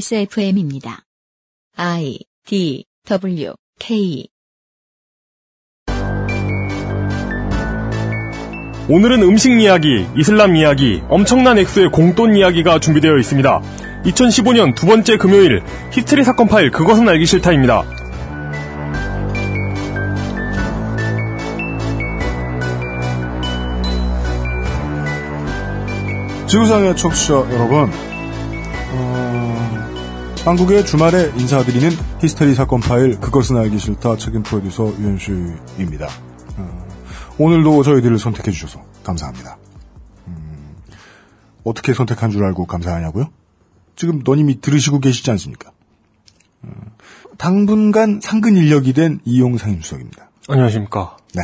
XSFM입니다. I D W K 오늘은 음식 이야기, 이슬람 이야기, 엄청난 액수의 공돈 이야기가 준비되어 있습니다. 2015년 두 번째 금요일 히스테리 사건 파일 그것은 알기 싫다입니다. 지구상의 청취자 여러분, 어, 한국의 주말에 인사드리는 히스테리 사건 파일 그것은 알기 싫다 책임 프로듀서 유현수입니다. 어, 오늘도 저희들을 선택해 주셔서 감사합니다. 음, 어떻게 선택한 줄 알고 감사하냐고요? 지금 너님이 들으시고 계시지 않습니까? 어, 당분간 상근 인력이 된 이용 상임수석입니다. 안녕하십니까. 네.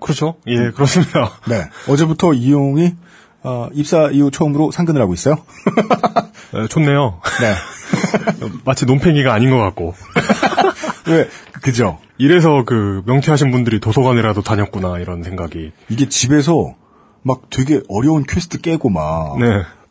그렇죠? 예, 그렇습니다. 네. 어제부터 이용이 어, 입사 이후 처음으로 상근을 하고 있어요. 에, 어, 좋네요. 네. 마치 논팽이가 아닌 것 같고. 왜 예, 그죠? 이래서 그 명퇴하신 분들이 도서관이라도 다녔구나 이런 생각이. 이게 집에서 막 되게 어려운 퀘스트 깨고 막, 네.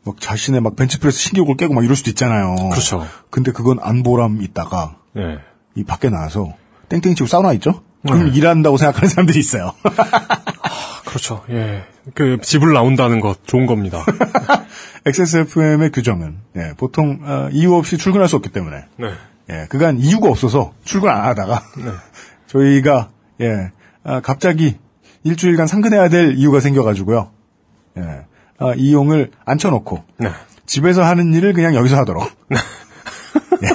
막 자신의 막 벤치프레스 신기록을 깨고 막 이럴 수도 있잖아요. 그렇죠. 근데 그건 안 보람 있다가 예. 이 밖에 나와서 땡땡이 치고 사우나 있죠? 그럼 네. 일한다고 생각하는 사람들이 있어요. 아, 그렇죠. 예. 그 집을 나온다는 것 좋은 겁니다. XSFM의 규정은 예, 보통 어, 이유 없이 출근할 수 없기 때문에 네. 예, 그간 이유가 없어서 출근 안 하다가 저희가 예, 아, 갑자기 일주일간 상근해야 될 이유가 생겨가지고요. 예, 아, 이용을 앉혀놓고 네. 집에서 하는 일을 그냥 여기서 하도록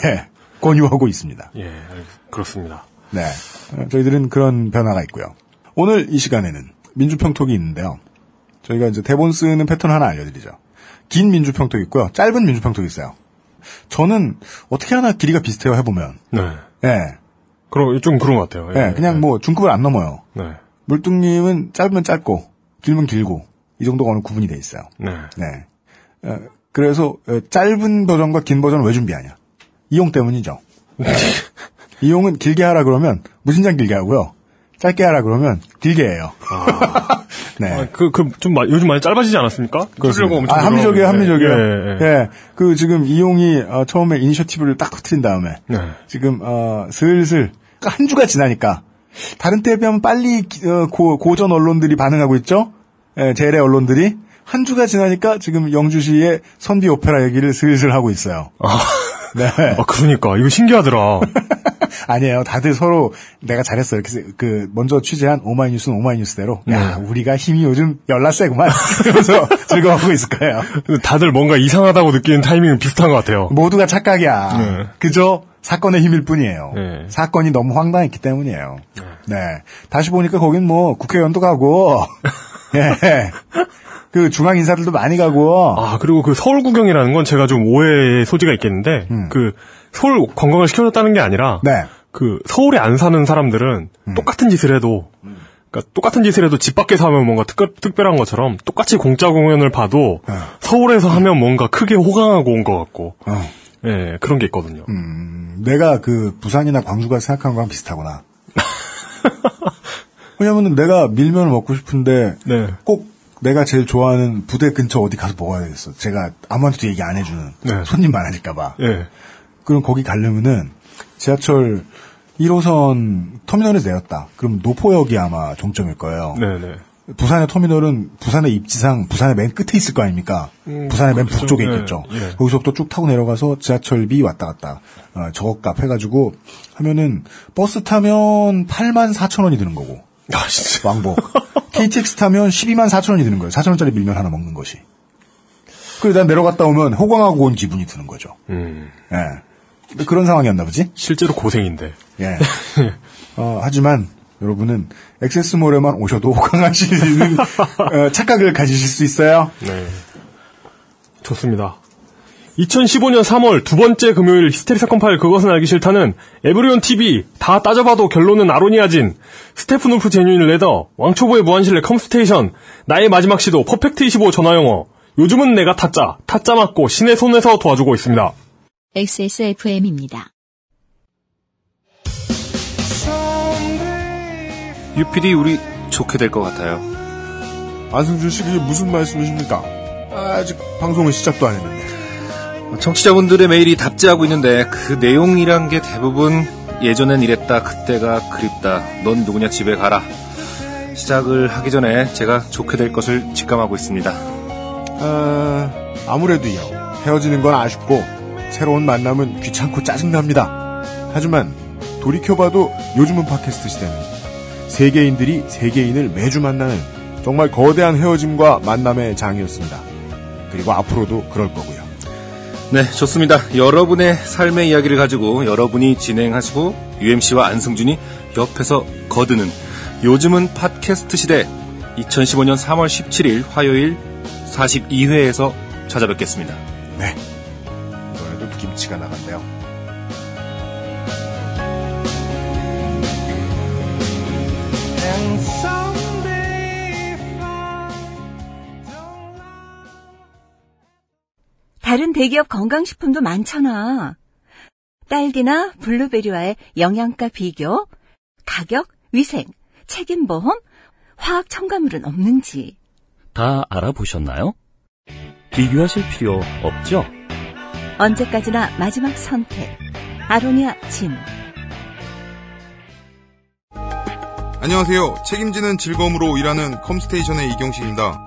예, 권유하고 있습니다. 예. 알- 그렇습니다. 네, 어, 저희들은 그런 변화가 있고요. 오늘 이 시간에는 민주평톡이 있는데요. 저희가 이제 대본 쓰는 패턴 하나 알려드리죠. 긴 민주평톡 있고요. 짧은 민주평톡 있어요. 저는 어떻게 하나 길이가 비슷해요 해보면 네. 예, 그럼 좀 그런 것 같아요. 예, 그냥 뭐 중급을 안 넘어요. 네. 물뚱님은 짧으면 짧고 길면 길고 이 정도가 어느 구분이 돼 있어요. 네. 네. 어, 그래서 어, 짧은 버전과 긴 버전을 왜 준비하냐? 이용 때문이죠. 이용은 길게 하라 그러면 무진장 길게 하고요. 짧게 하라 그러면 길게 해요. 네. 그, 그, 좀, 마- 요즘 많이 짧아지지 않았습니까? 쓰려고 엄청 아, 합리적이에요, 노력하고 합리적이에요. 있는데. 예, 그, 지금, 이용이, 어, 처음에 이니셔티브를 딱 터트린 다음에, 예, 예. 지금 어, 슬슬 한 주가 지나니까 다른 때에 비하면 빨리 기- 어, 고, 고전 언론들이 반응하고 있죠. 예, 재래 언론들이 한 주가 지나니까 지금 영주시의 선비 오페라 얘기를 슬슬 하고 있어요. 네. 아, 그러니까. 이거 신기하더라. 아니에요. 다들 서로 내가 잘했어. 이렇게 세- 그 먼저 취재한 오마이뉴스는 오마이뉴스대로 야 우리가 힘이 요즘 열나 세구만. 그래서 즐거워하고 있을 거예요. 다들 뭔가 이상하다고 느끼는 타이밍은 비슷한 것 같아요. 모두가 착각이야. 그저 사건의 힘일 뿐이에요. 네. 사건이 너무 황당했기 때문이에요. 네. 다시 보니까 거긴 뭐 국회의원도 가고, 예. 그 중앙 인사들도 많이 가고, 아, 그리고 그 서울 구경이라는 건 제가 좀 오해의 소지가 있겠는데, 그, 서울 관광을 시켜줬다는 게 아니라, 음. 네. 음. 그, 서울에 안 사는 사람들은 똑같은 짓을 해도, 그러니까 똑같은 짓을 해도 집 밖에서 하면 뭔가 특, 특별한 것처럼 똑같이 공짜 공연을 봐도 네. 서울에서 하면 뭔가 크게 호강하고 온 것 같고, 어. 예, 그런 게 있거든요. 음, 내가 그 부산이나 광주가 생각한 거랑 비슷하구나. 왜냐면은 내가 밀면을 먹고 싶은데 네. 꼭 내가 제일 좋아하는 부대 근처 어디 가서 먹어야 되겠어. 제가 아무한테도 얘기 안 해주는 네. 손님 많아질까봐. 예. 그럼 거기 가려면은 지하철 1호선 터미널에서 내렸다. 그럼 노포역이 아마 종점일 거예요. 네네. 부산의 터미널은 부산의 입지상 부산의 맨 끝에 있을 거 아닙니까? 음, 부산의 맨 그렇죠. 북쪽에 예, 있겠죠. 예. 거기서부터 쭉 타고 내려가서 지하철비 왔다 갔다 어, 저값 해가지고 하면은 버스 타면 8만 4천 원이 드는 거고 아, 진짜. 왕복 KTX 타면 12만 4천 원이 드는 거예요. 4천 원짜리 밀면 하나 먹는 것이. 그리고 난 내려갔다 오면 호강하고 온 기분이 드는 거죠. 음, 예. 근데 그런 상황이었나 보지? 실제로 고생인데. 예. 어, 하지만 여러분은 액세스몰에만 오셔도 호강하시는 어, 착각을 가지실 수 있어요. 네. 좋습니다. 2015년 3월 두 번째 금요일 히스테리 사건 파일 그것은 알기 싫다는 에브리온 TV 다 따져봐도 결론은 아로니아진 스테프 놀프 제뉴인 레더 왕초보의 무한실내 컴스테이션 나의 마지막 시도 퍼펙트 25 전화영어 요즘은 내가 타짜 타짜 맞고 신의 손에서 도와주고 있습니다. XSFM입니다. UPD 우리 좋게 될 것 같아요. 안승준 씨, 그게 무슨 말씀이십니까? 아직 방송을 시작도 안 했는데. 청취자분들의 메일이 답지하고 있는데 그 내용이란 게 대부분 예전엔 이랬다 그때가 그립다 넌 누구냐 집에 가라 시작을 하기 전에 제가 좋게 될 것을 직감하고 있습니다 아, 아무래도요. 헤어지는 건 아쉽고 새로운 만남은 귀찮고 짜증납니다. 하지만 돌이켜봐도 요즘은 팟캐스트 시대는 세계인들이 세계인을 매주 만나는 정말 거대한 헤어짐과 만남의 장이었습니다. 그리고 앞으로도 그럴 거고요. 네 좋습니다 여러분의 삶의 이야기를 가지고 여러분이 진행하시고 UMC와 안승준이 옆에서 거드는 요즘은 팟캐스트 시대 2015년 3월 17일 화요일 42회에서 찾아뵙겠습니다 네. 이번에도 김치가 나갔네요. 다른 대기업 건강식품도 많잖아. 딸기나 블루베리와의 영양가 비교, 가격, 위생, 책임보험, 화학 첨가물은 없는지. 다 알아보셨나요? 비교하실 필요 없죠? 언제까지나 마지막 선택. 아로니아 진. 안녕하세요. 책임지는 즐거움으로 일하는 컴스테이션의 이경식입니다.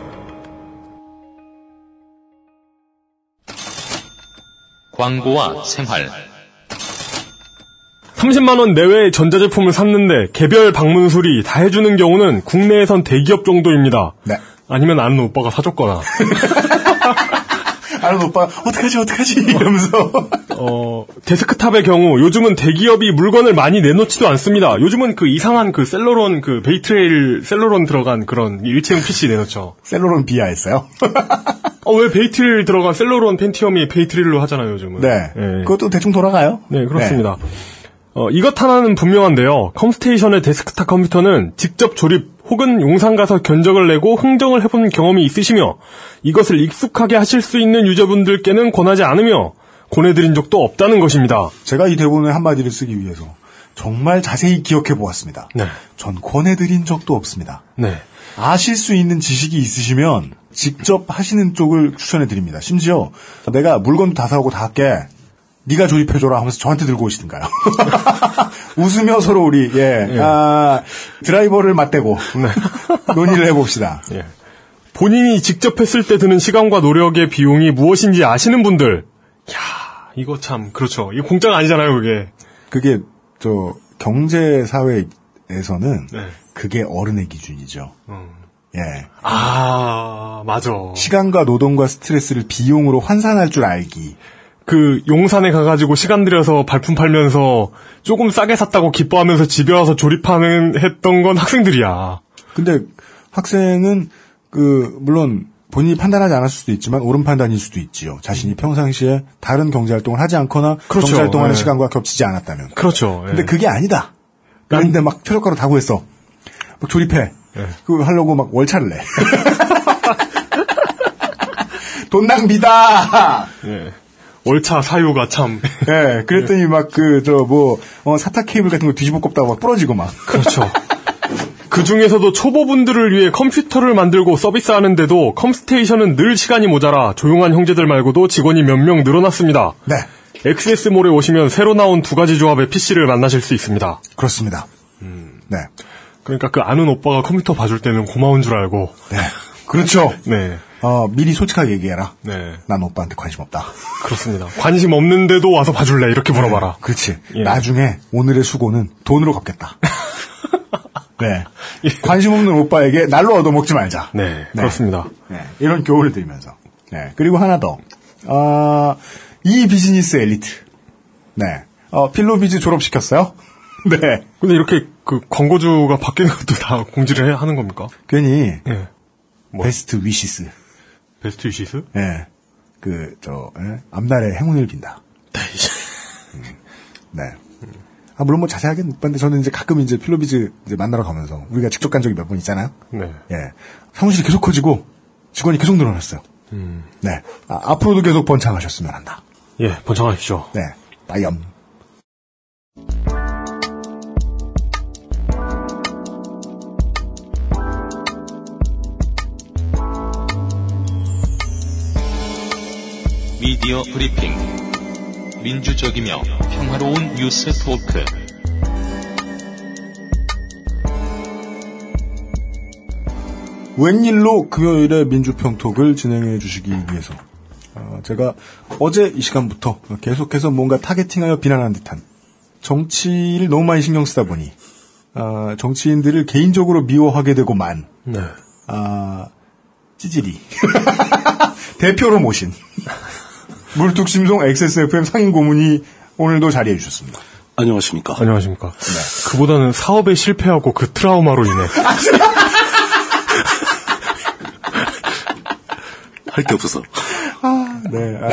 광고와 생활, 30만원 내외의 전자제품을 샀는데 개별 방문 수리 다 해주는 경우는 국내에선 대기업 정도입니다. 네. 아니면 아는 오빠가 사줬거나. 아는 오빠, 어떡하지, 어떡하지? 이러면서. 어, 데스크탑의 경우 요즘은 대기업이 물건을 많이 내놓지도 않습니다. 요즘은 그 이상한 그 셀러론 그 베이트레일 셀러론 들어간 그런 일체형 PC 내놓죠. 셀로론 비하했어요. 어, 왜 베이트릴 들어간 셀러론 펜티엄이 베이트릴로 하잖아요, 요즘은. 네. 예. 그것도 대충 돌아가요? 네, 그렇습니다. 어, 이것 하나는 분명한데요. 컴스테이션의 데스크탑 컴퓨터는 직접 조립 혹은 용산 가서 견적을 내고 흥정을 해본 경험이 있으시며 이것을 익숙하게 하실 수 있는 유저분들께는 권하지 않으며 권해드린 적도 없다는 것입니다. 네. 제가 이 대본의 한마디를 쓰기 위해서 정말 자세히 기억해 보았습니다. 네. 전 권해드린 적도 없습니다. 네. 아실 수 있는 지식이 있으시면 직접 하시는 쪽을 추천해 드립니다. 심지어 내가 물건도 다 사오고 다 할게. 네가 조립해 줘라 하면서 저한테 들고 오시든가요. 웃으며 서로 우리 예, 아, 드라이버를 맞대고 논의를 해봅시다. 예. 본인이 직접 했을 때 드는 시간과 노력의 비용이 무엇인지 아시는 분들. 야 이거 참, 그렇죠. 이거 공짜가 아니잖아요, 그게. 그게 저 경제 사회에서는 네. 그게 어른의 기준이죠. 예. 아, 맞아. 시간과 노동과 스트레스를 비용으로 환산할 줄 알기. 그 용산에 가가지고 시간 들여서 발품 팔면서 조금 싸게 샀다고 기뻐하면서 집에 와서 조립하는 했던 건 학생들이야. 근데 학생은 그 물론 본인이 판단하지 않았을 수도 있지만 옳은 판단일 수도 있지요. 자신이 평상시에 다른 경제 활동을 하지 않거나 그렇죠. 경제 활동하는 예. 시간과 겹치지 않았다면. 그렇죠. 근데 그게 아니다. 그런데 막 최저가로 다구했어막 조립해. 예. 그거 하려고 막 월차를 내. 돈 낭비다. 월차 사유가 참 예, 그랬더니 막 그 저 뭐 사타 케이블 같은 거 뒤집어 꼽다가 막 부러지고 막. 그렇죠. 그 중에서도 초보분들을 위해 컴퓨터를 만들고 서비스하는데도 컴스테이션은 늘 시간이 모자라 조용한 형제들 말고도 직원이 몇 명 늘어났습니다. 네, XS몰에 오시면 새로 나온 두 가지 조합의 PC를 만나실 수 있습니다. 그렇습니다. 음. 네, 그러니까 그 아는 오빠가 컴퓨터 봐줄 때는 고마운 줄 알고. 네, 그렇죠. 네. 어, 미리 솔직하게 얘기해라. 네. 난 오빠한테 관심 없다. 그렇습니다. 관심 없는데도 와서 봐줄래? 이렇게 물어봐라. 그렇지. 예. 나중에 오늘의 수고는 돈으로 갚겠다. 네. 관심 없는 오빠에게 날로 얻어먹지 말자. 예. 네, 그렇습니다. 네, 이런 교훈을 드리면서. 네. 그리고 하나 더. 아, 이 비즈니스 엘리트. 네. 어, 필로비즈 졸업시켰어요? 네. 근데 이렇게 그 광고주가 바뀌는 것도 다 공지를 해야 하는 겁니까? 괜히 예. 베스트 위시스. 베스트 이시스? 예. 그, 저, 예? 앞날에 행운을 빈다. 네. 아, 물론 뭐 자세하게는 못 봤는데 저는 이제 가끔 이제 필로비즈 이제 만나러 가면서 우리가 직접 간 적이 몇 번 있잖아요. 네. 예. 사무실이 계속 커지고 직원이 계속 늘어났어요. 네. 아, 앞으로도 계속 번창하셨으면 한다. 예, 번창하십시오. 네. 빠염. 미디어 브리핑 민주적이며 평화로운 뉴스 토크 웬일로 금요일에 민주평톡을 진행해 주시기 위해서 어, 제가 어제 이 시간부터 계속해서 뭔가 타겟팅하여 비난한 듯한 정치를 너무 많이 신경 쓰다 보니 아, 정치인들을 개인적으로 미워하게 되고만 네. 아, 찌질이 대표로 모신 물뚝심송 XSFM 상인 고문이 오늘도 자리해 주셨습니다. 그 안녕하십니까. 안녕하십니까. 그보다는 사업에 실패하고 네. 그 트라우마로 인해 할 게 없어서. 네, 아,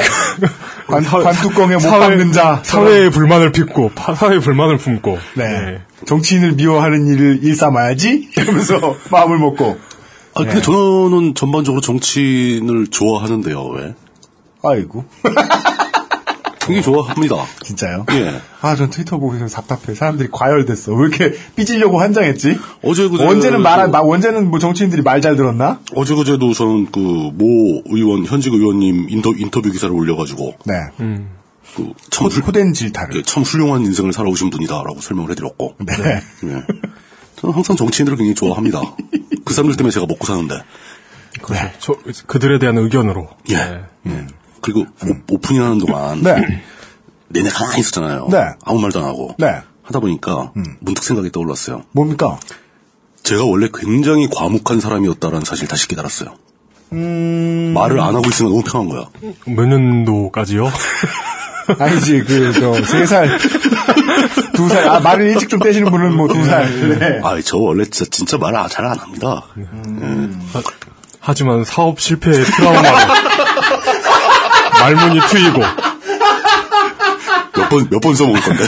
관, 관뚜껑에 못 박는 자 사회의 불만을 빚고 파- 사회의 불만을 품고 네. 정치인을 미워하는 일을 일삼아야지? 이러면서 마음을 먹고. 아, 네. 근데 저는 전반적으로 정치인을 좋아하는데요, 왜? 아이고. 굉장히 좋아합니다. 진짜요? 예. 아, 전 트위터 보고서 답답해. 사람들이 과열됐어. 왜 이렇게 삐지려고 한장했지? 어제 그제 언제는 말, 안- 마- 언제는 뭐 정치인들이 말 잘 들었나? 어제그제도 저는 그 모 의원 현직 의원님 인터 인터뷰 기사를 올려가지고 네. 코, 그참 코된 질타를. 예, 참 훌륭한 인생을 살아오신 분이다라고 설명을 해드렸고 네. 예. 저는 항상 정치인들을 굉장히 좋아합니다. 그 사람들 때문에 제가 먹고 사는데 네. 저, 그들에 대한 의견으로 예. 예. 그리고 오, 픈닝 하는 동안 네. 내내 가만히 있었잖아요. 네. 아무 말도 안 하고 네. 하다 보니까 문득 생각이 떠올랐어요. 뭡니까? 제가 원래 굉장히 과묵한 사람이었다라는 사실을 다시 깨달았어요. 말을 안 하고 있으면 너무 편한 거야. 몇 년도까지요? 아니지, 그, 저, 세 살. 두 살. 아, 말을 일찍 좀 떼시는 분은 뭐 두 살. 네. 아, 저 원래 진짜, 진짜 말을 아, 잘 안 합니다. 하지만 사업 실패의 트라우마로 말문이 트이고 아, 몇 번, 몇 번 써먹을 건데.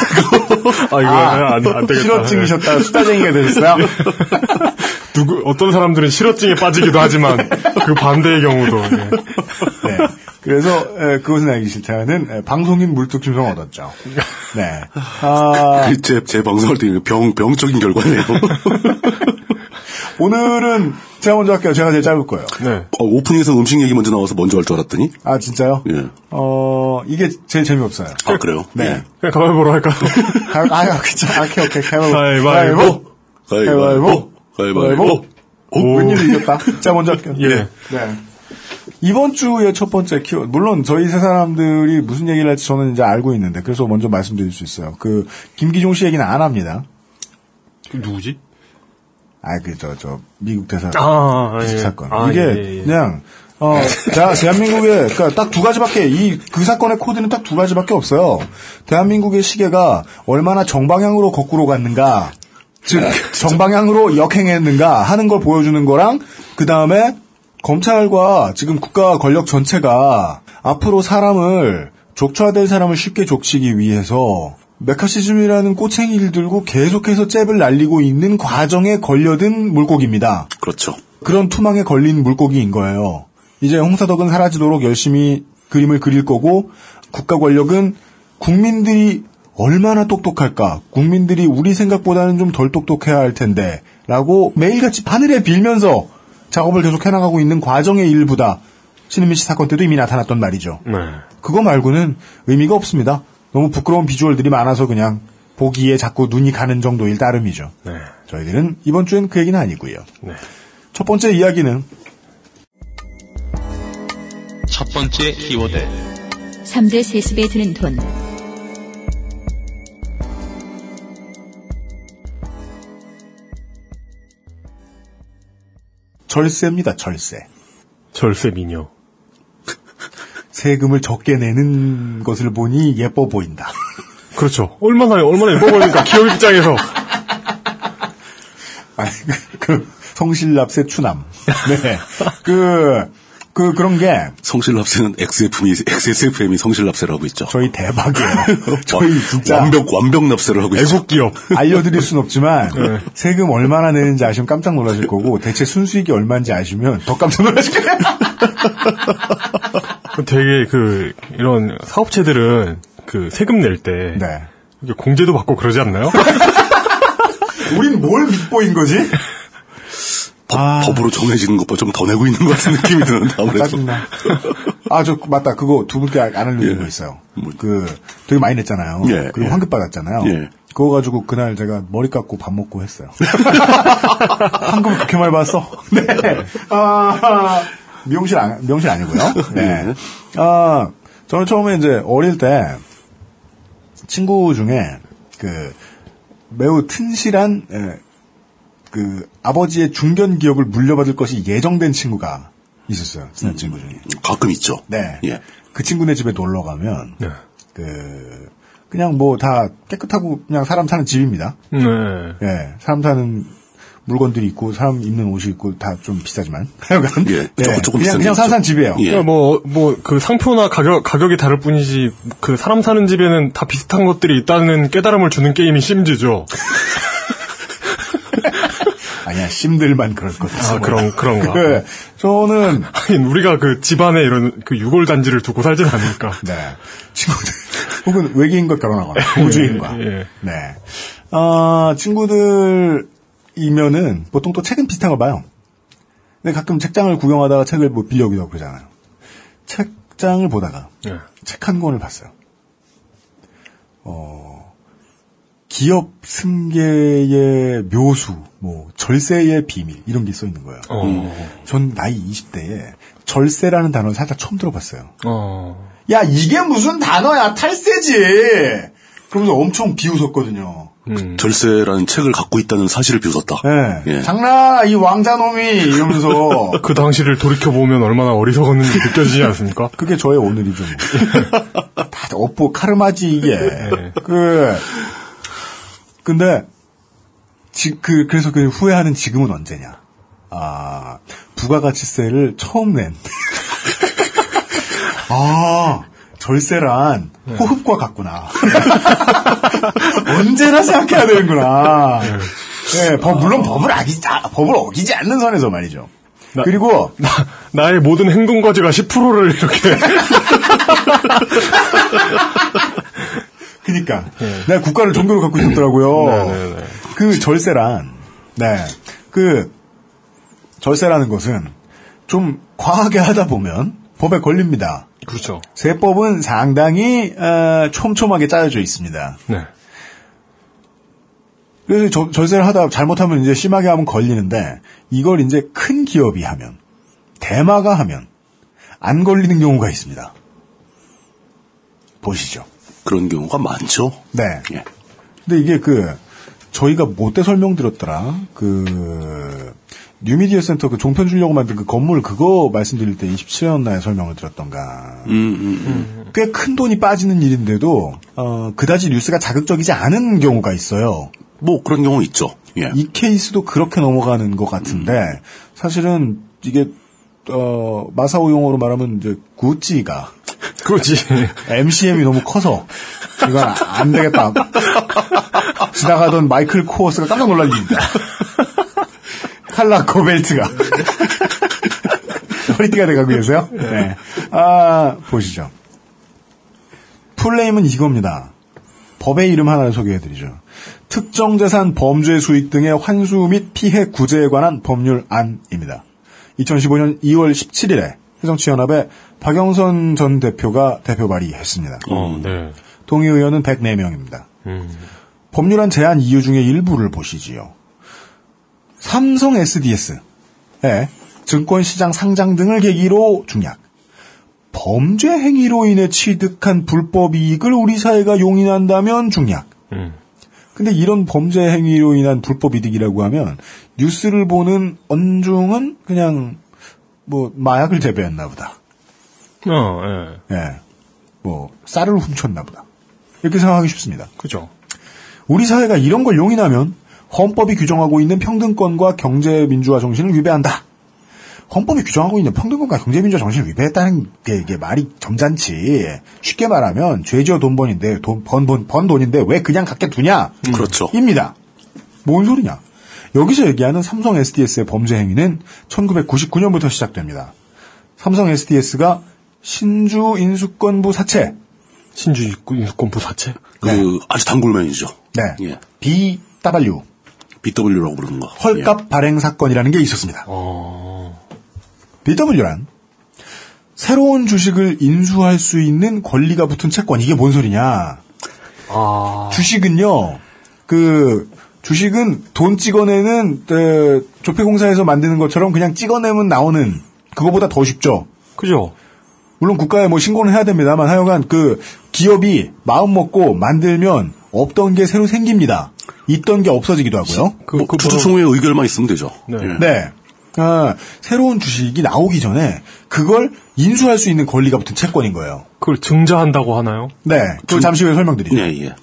아 이거 안, 안 되겠다. 실어증이셨다. 수다쟁이가 되셨어요? 네. 누구 어떤 사람들은 실어증에 빠지기도 하지만 그 반대의 경우도 예. 네. 그래서 에, 그것은 알기 싫다는 에, 방송인 물뚝 심성 얻었죠. 네. 아, 그 제, 제 방송할 때 이거 병, 병적인 결과네요. 오늘은 제가 먼저 할게요. 제가 제일 짧을 거예요. 네. 어, 오프닝에서 음식 얘기 먼저 나와서 먼저 할 줄 알았더니. 아 진짜요? 예. 어 이게 제일 재미없어요. 아, 그래요? 네. 그냥 가위바위보로 할까요? 가, 아유 그쵸. 아, 오케이 오케이 가위바위보. 가위바위보. 예. 가위바위보. 가위바위보. 오, 웬일로 이겼다. 제가 먼저 할게요. 예. 네. 이번 주의 첫 번째 키워드, 물론 저희 세 사람들이 무슨 얘기를 할지 저는 이제 알고 있는데, 그래서 먼저 말씀드릴 수 있어요. 그, 김기종 씨 얘기는 안 합니다. 누구지? 아, 그, 저, 저, 미국 대사. 아, 아, 비슷 예. 사건. 아, 이게 예, 예. 그냥 어, 자, 대한민국에 그러니까 딱 두 가지밖에 이 그 사건의 코드는 딱 두 가지밖에 없어요. 대한민국의 시계가 얼마나 정방향으로 거꾸로 갔는가, 즉 정방향으로 역행했는가 하는 걸 보여주는 거랑 그 다음에 검찰과 지금 국가 권력 전체가 앞으로 사람을 족쳐야될 사람을 쉽게 족치기 위해서 메카시즘이라는 꼬챙이를 들고 계속해서 잽을 날리고 있는 과정에 걸려든 물고기입니다. 그렇죠. 그런 투망에 걸린 물고기인 거예요. 이제 홍사덕은 사라지도록 열심히 그림을 그릴 거고 국가 권력은 국민들이 얼마나 똑똑할까, 국민들이 우리 생각보다는 좀 덜 똑똑해야 할 텐데, 라고 매일같이 바늘에 빌면서 작업을 계속 해나가고 있는 과정의 일부다. 신은민 씨 사건 때도 이미 나타났던 말이죠. 네. 그거 말고는 의미가 없습니다. 너무 부끄러운 비주얼들이 많아서 그냥 보기에 자꾸 눈이 가는 정도일 따름이죠. 네. 저희들은 이번 주엔 그 얘기는 아니고요. 네. 첫 번째 이야기는 첫 번째 키워드 3대 세습에 드는 돈. 절세입니다. 절세. 절세 미녀. 세금을 적게 내는 것을 보니 예뻐 보인다. 그렇죠. 얼마나 얼마나 예뻐 보니까 기업 입장에서 아니, 그 성실납세 추남. 네. 그, 그, 그런 게 성실납세는 XFM이, XSFM이 성실납세를 하고 있죠. 저희 대박이에요. 저희 진짜 완벽, 완벽납세를 하고 있죠. 애국 기업. 알려드릴 순 없지만 세금 얼마나 내는지 아시면 깜짝 놀라실 거고 대체 순수익이 얼마인지 아시면 더 깜짝 놀라실 거예요. 되게 그 이런 사업체들은 그 세금 낼 때 네. 이렇게 공제도 받고 그러지 않나요? 우린 뭘 밉보인 거지? 법, 아, 법으로 정해지는 것보다 좀 더 내고 있는 것 같은 느낌이 드는데 아무래도. 짜증나. 아, 저, 맞다. 그거 두 분께 안 알려드린 예. 거 있어요. 뭐. 그, 되게 많이 냈잖아요. 예, 그리고 예. 환급 받았잖아요. 예. 그거 가지고 그날 제가 머리 깎고 밥 먹고 했어요. 환급 그렇게 많이 받았어? 네. 아, 미용실, 안, 미용실 아니고요. 네. 아, 저는 처음에 이제 어릴 때 친구 중에 그, 매우 튼실한 에, 그 아버지의 중견 기업을 물려받을 것이 예정된 친구가 있었어요. 네, 친한 친구 중에. 가끔 있죠. 네. 예. 그 친구네 집에 놀러 가면 네. 그 그냥 뭐 다 깨끗하고 그냥 사람 사는 집입니다. 네. 예. 사람 사는 물건들이 있고 사람 입는 옷이 있고 다 좀 비싸지만 하여간 예, 조금- 조금 그냥 그냥 비싼 게 있죠. 사는 집이에요. 예. 뭐, 뭐, 그 상표나 가격, 가격이 다를 뿐이지, 그 사람 사는 집에는 다 비슷한 것들이 있다는 깨달음을 주는 게임이 심즈죠. 아니야 심들만 그럴 것 같아. 아, 그런, 그런가. 예. 저는 하긴, 우리가 그 집안에 이런 그 유골단지를 두고 살진 않을까. 네. 친구들, 혹은 외계인과 결혼하거나, 우주인과. 예. 네. 아, 친구들이면은 보통 또 책은 비슷한 걸 봐요. 근데 가끔 책장을 구경하다가 책을 뭐 빌려오기도 하고 그러잖아요. 책장을 보다가 예. 책 한 권을 봤어요. 어, 기업 승계의 묘수, 뭐, 절세의 비밀, 이런 게 써 있는 거예요. 어, 전 나이 20대에 절세라는 단어를 살짝 처음 들어봤어요. 어, 야 이게 무슨 단어야 탈세지 그러면서 엄청 비웃었거든요. 음. 절세라는 책을 갖고 있다는 사실을 비웃었다. 예. 예. 장나 이 왕자놈이 이러면서 그 당시를 돌이켜보면 얼마나 어리석었는지 느껴지지 않습니까? 그게 저의 오늘이 좀 다들 업보 카르마지 이게 그 근데 지, 그 그래서 그 후회하는 지금은 언제냐 아 부가가치세를 처음 낸아 절세란 호흡과 같구나 언제나 생각해야 되는구나 예, 법- 물론 법을 아기지 아, 법을 어기지 않는 선에서 말이죠 그리고 나의 모든 행동 과제가 10%를 이렇게. 그니까. 내가 국가를 종교로 갖고 있었더라고요. 예. 네네네. 그 절세란, 네. 그, 절세라는 것은 좀 과하게 하다 보면 법에 걸립니다. 그렇죠. 세법은 상당히, 어, 촘촘하게 짜여져 있습니다. 네. 그래서 저- 절세를 하다 잘못하면 이제 심하게 하면 걸리는데 이걸 이제 큰 기업이 하면 대마가 하면 안 걸리는 경우가 있습니다. 보시죠. 그런 경우가 많죠. 네. 예. 근데 이게 그 저희가 못돼 설명드렸더라. 그 뉴미디어 센터 그 종편 주려고 만든 그 건물 그거 말씀드릴 때 27회였나에 설명을 드렸던가. 음, 음, 음. 꽤 큰 돈이 빠지는 일인데도 어, 그다지 뉴스가 자극적이지 않은 경우가 있어요. 뭐 그런 경우 있죠. 예. 이 케이스도 그렇게 넘어가는 것 같은데 사실은 이게 어, 마사오 용어로 말하면 이제 구찌가 그렇지. MCM이 너무 커서 이건 안 되겠다. 지나가던 마이클 코어스가 깜짝 놀랄 일이다. 칼라 코벨트가 허리띠가 돼가고 계세요? 네. 아 보시죠. 풀네임은 이겁니다. 법의 이름 하나를 소개해드리죠. 특정 재산 범죄 수익 등의 환수 및 피해 구제에 관한 법률 안입니다. 2015년 2월 17일에 해정치연합의 박영선 전 대표가 대표 발의했습니다. 어, 네. 음. 동의 의원은 104명입니다. 법률안 제안 이유 중에 일부를 보시지요. 삼성 SDS, 예, 증권시장 상장 등을 계기로 중약, 범죄 행위로 인해 취득한 불법 이익을 우리 사회가 용인한다면 중약. 음. 근데 이런 범죄 행위로 인한 불법 이득이라고 하면 뉴스를 보는 언중은 그냥 뭐 마약을 재배했나 보다. 어, 예. 예. 뭐, 쌀을 훔쳤나 보다. 이렇게 생각하기 쉽습니다. 그죠. 우리 사회가 이런 걸 용인하면 헌법이 규정하고 있는 평등권과 경제민주화 정신을 위배한다. 헌법이 규정하고 있는 평등국가 경제민주화 정신을 위배했다는 게 이게 말이 점잖지. 쉽게 말하면 죄지어 돈 번인데 돈 번 번 번 돈인데 왜 그냥 갖게 두냐? 그렇죠. 입니다. 뭔 소리냐? 여기서 얘기하는 삼성 SDS의 범죄 행위는 1999년부터 시작됩니다. 삼성 SDS가 신주 인수권부 사채, 신주 입구 인수권 부사체. 그 아주 단골맨이죠. 네, 예. BW BW라고 부르는 거. 예. 어. 헐값 발행 사건이라는 게 있었습니다. BW란 새로운 주식을 인수할 수 있는 권리가 붙은 채권 이게 뭔 소리냐? 아. 주식은요, 그 주식은 돈 찍어내는 에, 조폐공사에서 만드는 것처럼 그냥 찍어내면 나오는 그거보다 더 쉽죠. 그죠? 물론 국가에 뭐 신고는 해야 됩니다만 하여간 그 기업이 마음 먹고 만들면 없던 게 새로 생깁니다. 있던 게 없어지기도 하고요. 그, 뭐 그 번호- 주주총회의 의결만 있으면 되죠. 네. 예. 네. 아, 새로운 주식이 나오기 전에 그걸 인수할 수 있는 권리가 붙은 채권인 거예요. 그걸 증자한다고 하나요? 네. 그 잠시 후에 설명드리죠. 예, 예.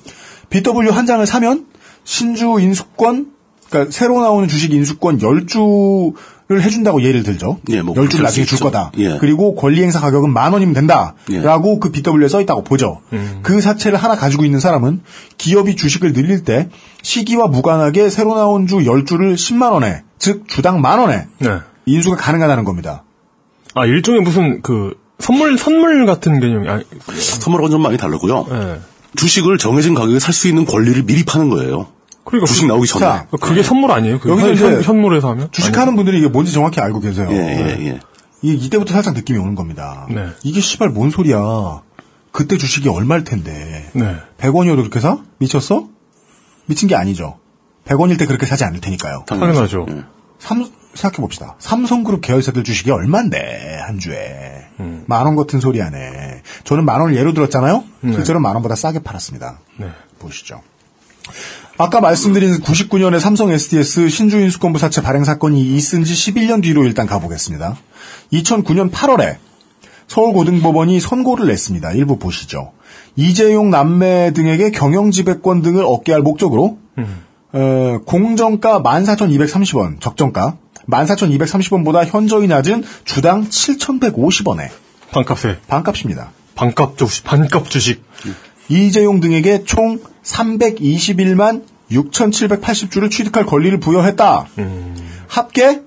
BW 한 장을 사면 신주 인수권, 그러니까 새로 나오는 주식 인수권 10주를 해준다고 예를 들죠. 예, 뭐 10주를 그렇게 할수 나중에 줄 있죠. 거다. 예. 그리고 권리행사 가격은 만 원이면 된다. 예. 라고 그 BW에 써있다고 보죠. 그 사채를 하나 가지고 있는 사람은 기업이 주식을 늘릴 때 시기와 무관하게 새로 나온 주 10주를 10만 원에, 즉 주당 만 원에 네. 인수가 가능하다는 겁니다. 아, 일종의 무슨 그 선물 선물 같은 개념이 아니 선물하고는 좀 많이 다르고요. 예. 주식을 정해진 가격에 살 수 있는 권리를 미리 파는 거예요. 그러니까 주식 그- 나오기 전에. 자, 그게 선물 아니에요? 그게 여기서 현, 이제 현- 현물에서 하면? 주식하는 분들이 이게 뭔지 정확히 알고 계세요. 네. 예, 예, 예. 이게 이때부터 살짝 느낌이 오는 겁니다. 네. 이게 씨발 뭔 소리야. 그때 주식이 얼마일 텐데. 아니- 네. 100원이어도 그렇게 사? 미쳤어? 미친 게 아니죠. 100원일 때 그렇게 사지 않을 테니까요. 당연하죠. 예. 삼, 생각해봅시다. 삼성그룹 계열사들 주식이 얼만데, 한 주에. 만 원 같은 소리 하네. 저는 만 원을 예로 들었잖아요? 실제로 만 원보다 싸게 팔았습니다. 보시죠. 아까 말씀드린 99년에 삼성 SDS 신주인수권부 사채 발행 사건이 있은 지 11년 뒤로 일단 가보겠습니다. 2009년 8월에 서울고등법원이 선고를 냈습니다. 일부 보시죠. 이재용 남매 등에게 경영지배권 등을 얻게 할 목적으로 어, 공정가 14,230원, 적정가 14,230원보다 현저히 낮은 주당 7,150원에 반값에 반값입니다. 반값 주식 반값 주식. 이재용 등에게 총 321만 6,780주를 취득할 권리를 부여했다. 합계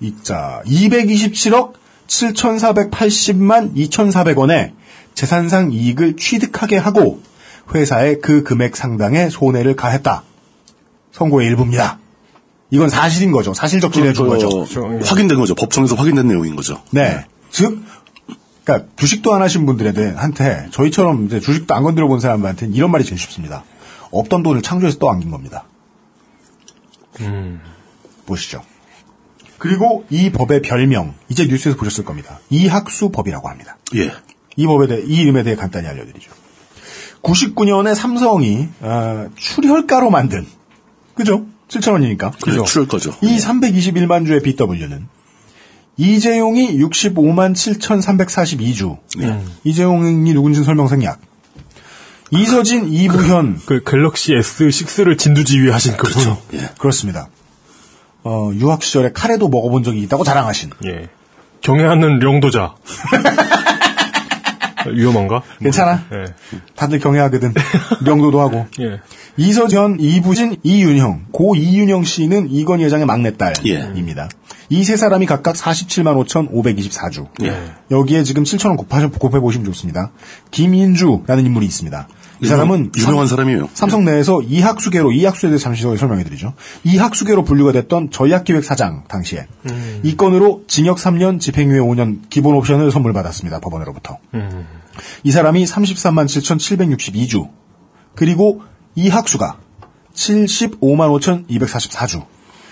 이자 227억 7,480만 2,400원에 재산상 이익을 취득하게 하고 회사에 그 금액 상당의 손해를 가했다. 선고의 일부입니다. 이건 사실인 거죠. 사실적 진해 준 거죠. 예. 저- 확인된 거죠. 법정에서 확인된 내용인 거죠. 네. 즉, 그러니까 주식도 안 하신 분들한테 저희처럼 이제 주식도 안 건드려 본 사람한테는 이런 말이 제일 쉽습니다. 없던 돈을 창조해서 떠안긴 겁니다. 음. 보시죠. 그리고 이 법의 별명 이제 뉴스에서 보셨을 겁니다. 이학수법이라고 합니다. 예. 이 법에 대해 이 이름에 대해 간단히 알려드리죠. 99년에 삼성이 아, 출혈가로 만든 그죠? 7천 원이니까 그죠. 출혈 거죠. 이 321만 주의 BW는 이재용이 65만 7,342주. 이재용이 누군지 설명 생략. 이서진, 이부현 그 갤럭시 S6를 진두지휘 하신 그분. 그렇죠. 예. 그렇습니다. 어, 유학 시절에 카레도 먹어본 적이 있다고 자랑하신. 예. 경애하는 령도자. 위험한가? 괜찮아. 예. 다들 경애하거든. 명도도 하고. 예. 이서전, 이부진, 이윤형. 고 이윤형 씨는 이건희 회장의 막내딸입니다. 이 세 사람이 각각 47만 5,524주. 예. 여기에 지금 7,000원 곱하셔, 곱해보시면 좋습니다. 김인주라는 인물이 있습니다. 이 사람은 유명한 삼- 사람이에요. 삼성 내에서 이학수계로 이학수에 대해 잠시 후에 설명해드리죠. 이학수계로 분류가 됐던 전략기획사장 당시에 음. 이 건으로 징역 3년, 집행유예 5년 기본 옵션을 선물받았습니다. 법원으로부터. 음. 이 사람이 33만 7,762주 그리고 이학수가 75만 5,244주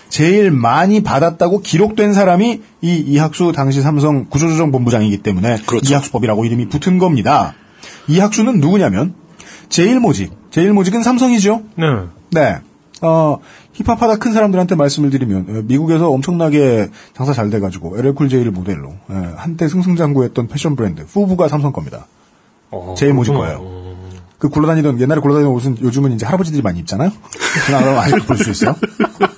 제일 많이 받았다고 기록된 사람이 이 이학수 당시 삼성 구조조정본부장이기 때문에 그렇죠. 이학수법이라고 이름이 붙은 겁니다. 이학수는 누구냐면 제1모직, 제1모직은 삼성이죠. 네. 네. 어, 힙합하다 큰 사람들한테 말씀을 드리면 어, 미국에서 엄청나게 장사 잘 돼가지고 LL쿨 J를 모델로 예, 한때 승승장구했던 패션 브랜드 후부가 삼성 겁니다. 어, 제1모직 거예요. 그 굴러다니던 옛날에 굴러다니던 옷은 요즘은 이제 할아버지들이 많이 입잖아요. 그나마 아직도 볼 수 있어요.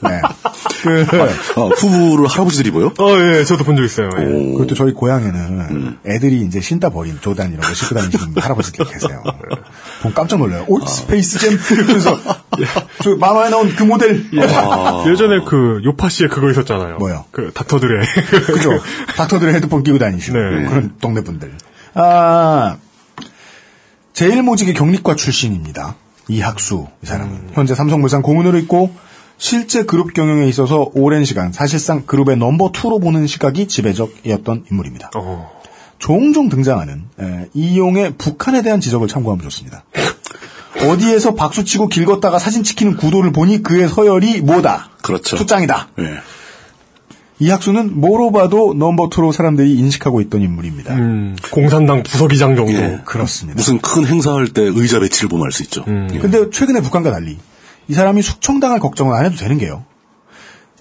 네. 아, 후부를 할아버지들이 보여? 어, 예, 저도 본 적 있어요. 예. 오, 그것도 저희 고향에는 애들이 이제 신다 버린 조단 이런 거 신고 다니시는 할아버지들 계세요. 보면 깜짝 놀라요. 올 스페이스 잼 이러면서 저 만화에 나온 그 모델. 예전에 그 요파 씨의 그거 있었잖아요. 뭐요? 그 닥터들의 그죠? 네. 닥터들의 헤드폰 끼고 다니시고 네. 그런 동네 분들. 아 제일 모직의 경리과 출신입니다. 이학수 이 사람은 음. 현재 삼성물산 고문으로 있고 실제 그룹 경영에 있어서 오랜 시간 사실상 그룹의 넘버 투로 보는 시각이 지배적이었던 인물입니다. 어. 종종 등장하는 에, 이용의 북한에 대한 지적을 참고하면 좋습니다. 어디에서 박수치고 길 걷다가 사진 찍히는 구도를 보니 그의 서열이 뭐다? 그렇죠. 투짱이다. 예. 이 학수는 뭐로 봐도 넘버 투로 사람들이 인식하고 있던 인물입니다. 음, 공산당 부서기장 정도. 예. 그렇습니다. 음. 무슨 큰 행사할 때 의자 배치를 보면 알 수 있죠. 예. 근데 최근에 북한과 달리 이 사람이 숙청당할 걱정을 안 해도 되는 게요.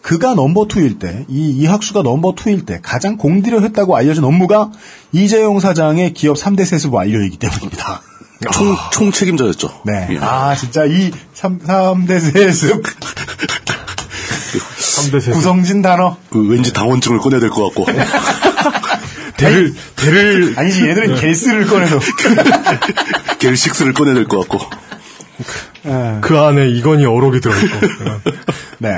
그가 넘버 투일 때, 이 이학수가 넘버 투일 때 가장 공들여 했다고 알려진 업무가 이재용 사장의 기업 3대 세습 완료이기 때문입니다. 총, 총 책임자였죠. 네. 예. 아, 진짜 이 3, 삼대 세습 3대 세. 구성진 단어. 그 왠지 당원증을 꺼내야 될 것 같고. 대를, 대를, 아니지, 얘들은 개스를 꺼내서. 겔식스를 꺼내야 될 것 같고. 그 안에 이건희 어록이 들어있고. 네.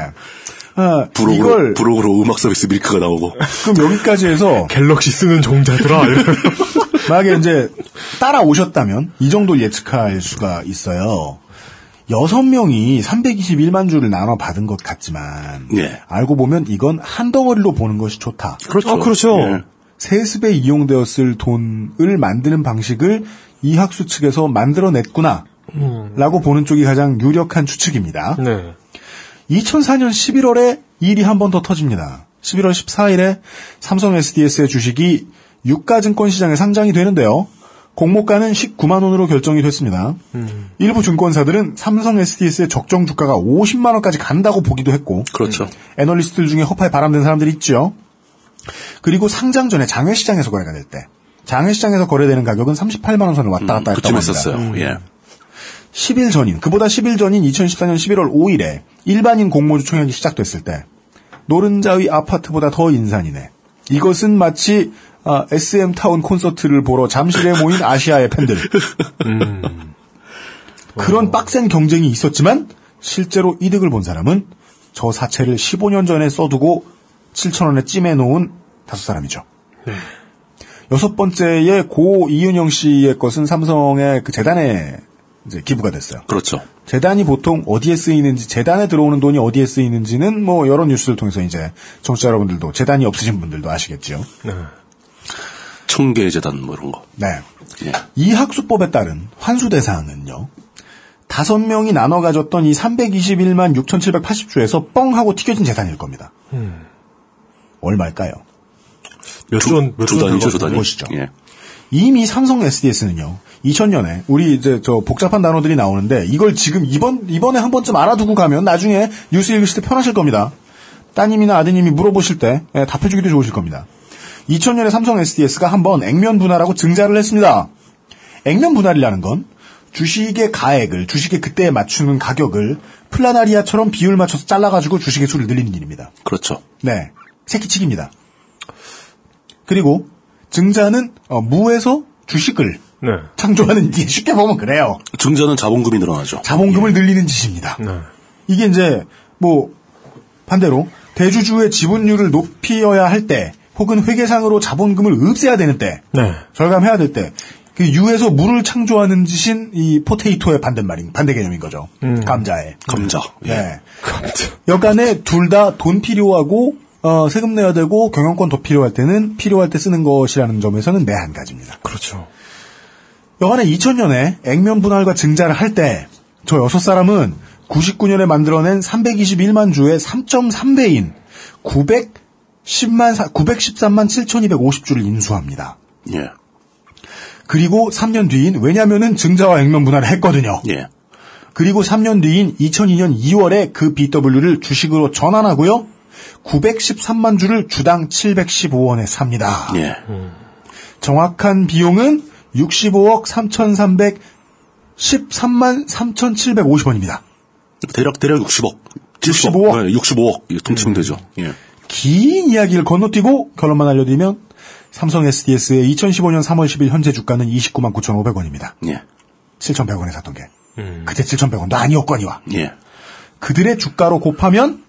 아, 부록으로, 이걸, 부록으로 음악 서비스 밀크가 나오고. 그럼 여기까지 해서, 갤럭시 쓰는 종자들아. 이러면서. 만약에 이제, 따라오셨다면, 이 정도 예측할 수가 있어요. 여섯 명이 321만 주를 나눠 받은 것 같지만, 예. 알고 보면 이건 한 덩어리로 보는 것이 좋다. 그렇죠. 아, 그렇죠. 예. 세습에 이용되었을 돈을 만드는 방식을 이학수 측에서 만들어냈구나. 음. 라고 보는 쪽이 가장 유력한 추측입니다. 네. 2004년 11월에 일이 한 번 더 터집니다. 11월 14일에 삼성 SDS의 주식이 유가증권 시장에 상장이 되는데요. 공모가는 19만 원으로 결정이 됐습니다. 음. 일부 증권사들은 삼성 SDS의 적정 주가가 50만 원까지 간다고 보기도 했고 음, 그렇죠. 애널리스트들 중에 허파에 바람된 사람들이 있죠. 그리고 상장 전에 장외시장에서 거래가 될 때, 장외시장에서 거래되는 가격은 38만 원 선을 왔다 갔다 했다고 음, 그쯤 합니다. 했었어요. 예. 10일 전인, 그보다 10일 전인 2014년 11월 5일에 일반인 공모주 총액이 시작됐을 때, 노른자의 아파트보다 더 인산이네. 이것은 마치 아, SM타운 콘서트를 보러 잠실에 모인 아시아의 팬들. 그런 빡센 경쟁이 있었지만 실제로 이득을 본 사람은 저 사채를 15년 전에 써두고 7천원에 찜해놓은 다섯 사람이죠. 여섯 번째에 고 이은영 씨의 것은 삼성의 그 재단에 이제 기부가 됐어요. 그렇죠. 재단이 보통 어디에 쓰이는지 재단에 들어오는 돈이 어디에 쓰이는지는 뭐 여러 뉴스를 통해서 이제 청취자 여러분들도 재단이 없으신 분들도 아시겠죠. 네. 청계재단 뭐 이런 거. 네. 예. 이 학수법에 따른 환수 대상은요. 다섯 명이 나눠 가졌던 이 321만 6,780주에서 뻥 하고 튀겨진 재산일 겁니다. 음. 얼마일까요? 몇 조- 전, 몇 전. 조단이죠, 들어가서 조단이. 보시죠. 예. 이미 삼성 SDS는요. 2000년에 우리 이제 저 복잡한 단어들이 나오는데 이걸 지금 이번 이번에 한 번쯤 알아두고 가면 나중에 뉴스 읽으실 때 편하실 겁니다. 따님이나 아드님이 물어보실 때 예, 답해주기도 좋으실 겁니다. 2000년에 삼성 SDS가 한번 액면 분할하고 증자를 했습니다. 액면 분할이라는 건 주식의 가액을 주식의 그때에 맞추는 가격을 플라나리아처럼 비율 맞춰서 잘라가지고 주식의 수를 늘리는 일입니다. 그렇죠. 네. 새끼치기입니다. 그리고 증자는 어, 무에서 주식을 네. 창조하는 일 쉽게 보면 그래요. 증자는 자본금이 늘어나죠. 자본금을 늘리는 짓입니다. 예. 네. 이게 이제 뭐 반대로 대주주의 지분율을 높이어야 할 때 혹은 회계상으로 자본금을 읍세야 되는 때 네. 절감해야 될 때 그 유에서 무를 창조하는 짓인 이 포테이토의 반대말인 반대 개념인 거죠. 음. 감자에. 감자. 예. 네. 그렇죠. 여간에 둘 다 돈 필요하고 어, 세금 내야 되고 경영권 더 필요할 때는 필요할 때 쓰는 것이라는 점에서는 네 내한 가지입니다. 그렇죠. 여간에 2000년에 액면 분할과 증자를 할 때 저 여섯 사람은 99년에 만들어낸 321만 주의 3.3배인 910만 913만 7,250주를 인수합니다. 예. 그리고 3년 뒤인 왜냐면은 증자와 액면 분할을 했거든요. 예. 그리고 3년 뒤인 2002년 2월에 그 BW를 주식으로 전환하고요. 913만 주를 주당 715원에 삽니다. 예. 정확한 비용은 65억 3,313만 3,750원입니다. 대략, 대략 60억. 70억. 65억. 음. 네, 65억. 예, 통치면 되죠. 예. 긴 이야기를 건너뛰고 결론만 알려드리면 삼성 SDS의 2015년 3월 10일 현재 주가는 29만 9,500원입니다. 예. 7,100원에 샀던 게. 그때 7,100원도 아니었거니와. 예. 그들의 주가로 곱하면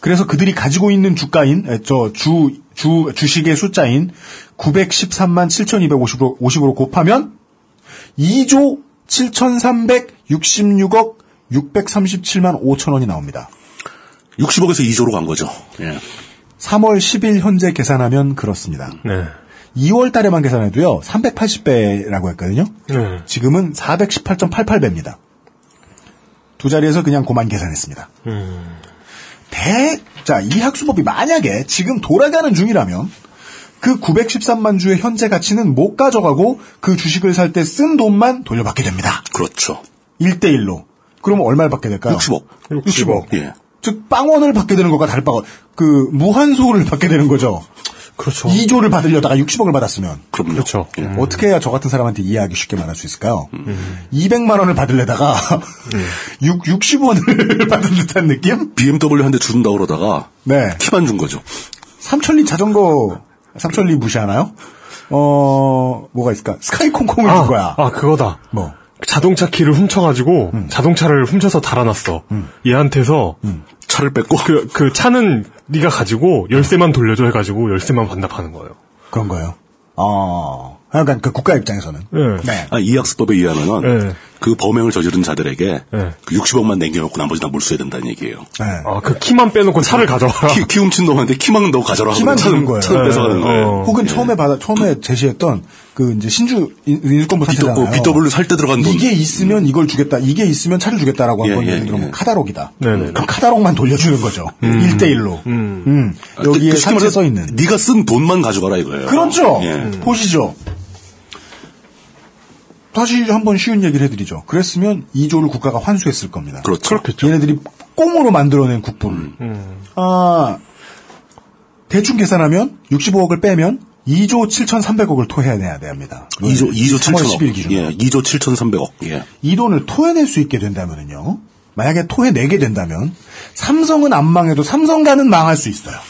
그래서 그들이 가지고 있는 주가인 저 주 주 주식의 숫자인 913만 7,250으로 50으로 곱하면 2조 7,366억 637만 5천 원이 나옵니다. 60억에서 2조로 간 거죠. 예. 3월 10일 현재 계산하면 그렇습니다. 네. 2월 달에만 계산해도요, 380배라고 했거든요. 네. 지금은 418.88배입니다. 두 자리에서 그냥 고만 계산했습니다. 대, 자, 이 학수법이 만약에 지금 돌아가는 중이라면, 그 913만 주의 현재 가치는 못 가져가고 그 주식을 살 때 쓴 돈만 돌려받게 됩니다. 그렇죠. 1대1로. 그러면 얼마를 받게 될까요? 60억. 60억. 예. 즉, 빵원을 받게 되는 것과 달빵원. 그, 무한소를 받게 되는 거죠. 그렇죠. 2조를 받으려다가 60억을 받았으면. 그럼요. 그렇죠. 예. 어떻게 해야 저 같은 사람한테 이해하기 쉽게 말할 수 있을까요? 음. 200만 원을 받으려다가 예. 6, 60원을 받은 듯한 느낌? BMW 한 대 준다 그러다가 네. 키만 준 거죠. 삼천리 자전거 삼천리 무시하나요? 어 뭐가 있을까? 스카이콩콩을 준 거야. 아, 그거다. 뭐 자동차 키를 훔쳐가지고 자동차를 훔쳐서 달아놨어. 얘한테서 차를 뺏고 그, 그 차는 네가 가지고 열쇠만 돌려줘 해가지고 열쇠만 반납하는 거예요. 그런 거예요. 어 그러니까 그 국가 입장에서는 예. 네. 아, 이 학습법에 의하면은 예. 그 범행을 저지른 자들에게 예. 그 60억만 남겨놓고 나머지 다 몰수해야 된다는 얘기예요. 네. 아, 그 키만 빼놓고 차를 가져와라. 키, 키 훔친 놈한테 키만 너 가져라. 하고 키만 주는 차는, 거예요. 네. 차는 뺏어가는 거예요. 어. 혹은 처음에 받아 처음에 제시했던 그 이제 신주 인- 인수권부 어, 사태잖아요. BW 살 때 들어간 돈. 음. 이게 있으면 이걸 주겠다. 이게 있으면 차를 주겠다라고 한 예, 건 예, 예를 들어 뭐 예. 카다록이다. 네네네. 그럼 카다록만 돌려주는 거죠. 일대일로 음. 아, 그- 여기에 그 쉽게 산채 말해서 써 있는. 네가 쓴 돈만 가져가라 이거예요. 그렇죠. 예. 보시죠. 다시 한번 쉬운 얘기를 해드리죠. 그랬으면 2조를 국가가 환수했을 겁니다. 그렇죠. 음. 그렇겠죠. 얘네들이 꽁으로 만들어낸 국부를. 아, 대충 계산하면 65억을 빼면 2조 7,300억을 토해내야 됩니다. 2조 2조 3월 10일 7천억. 기준. 예, 2조 7,300억. 예. 이 돈을 토해낼 수 있게 된다면은요. 만약에 토해내게 된다면 삼성은 안 망해도 삼성가는 망할 수 있어요. 아.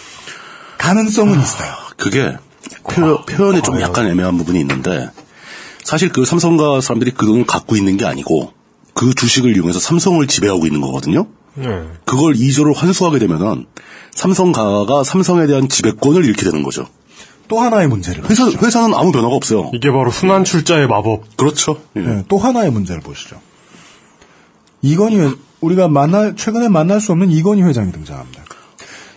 가능성은 있어요. 그게 표, 표현이 아, 예. 좀 약간 애매한 부분이 있는데 사실 그 삼성가 사람들이 그 돈을 갖고 있는 게 아니고 그 주식을 이용해서 삼성을 지배하고 있는 거거든요. 네. 그걸 2조를 환수하게 되면은 삼성가가 삼성에 대한 지배권을 잃게 되는 거죠. 또 하나의 문제를 회사 회사는 아무 변화가 없어요. 이게 바로 순환 출자의 마법. 그렇죠. 예. 네, 또 하나의 문제를 보시죠. 이건희 회- 우리가 만날 최근에 만날 수 없는 이건희 회장이 등장합니다.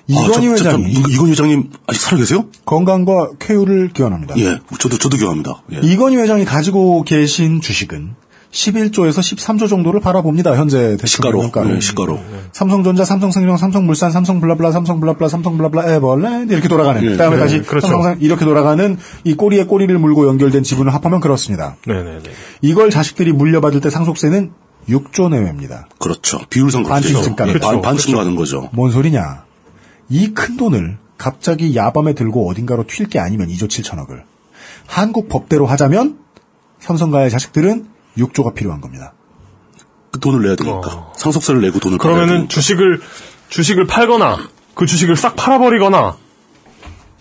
이건희 아, 저- 저- 저- 회장이 이건- 이건희 회장님 아직 살아 계세요? 건강과 쾌유를 기원합니다. 예. 저도 저도 기원합니다. 예. 이건희 회장이 가지고 계신 주식은 11조에서 13조 정도를 바라봅니다. 현재 대출 시가로. 금융가로. 예, 시가로. 삼성전자, 삼성생명, 삼성물산, 삼성블라블라, 삼성블라블라, 삼성블라블라, 에버랜드 이렇게 돌아가는. 예, 그다음에 예, 다시 그렇죠. 삼성상 이렇게 돌아가는 이 꼬리에 꼬리를 물고 연결된 지분을 합하면 그렇습니다. 네네네. 이걸 자식들이 물려받을 때 상속세는 6조 내외입니다. 그렇죠. 비율상 그렇죠. 반칙 증가는 예, 반, 거죠. 반칙 가는 거죠. 뭔 소리냐? 이 큰 돈을 갑자기 야밤에 들고 어딘가로 튈 게 아니면 2조 7천억을 한국 법대로 하자면 삼성가의 자식들은 6조가 필요한 겁니다. 그 돈을 내야 되니까. 상속세를 내고 돈을 받아야 그러면은 되니까. 주식을 주식을 팔거나 그 주식을 싹 팔아버리거나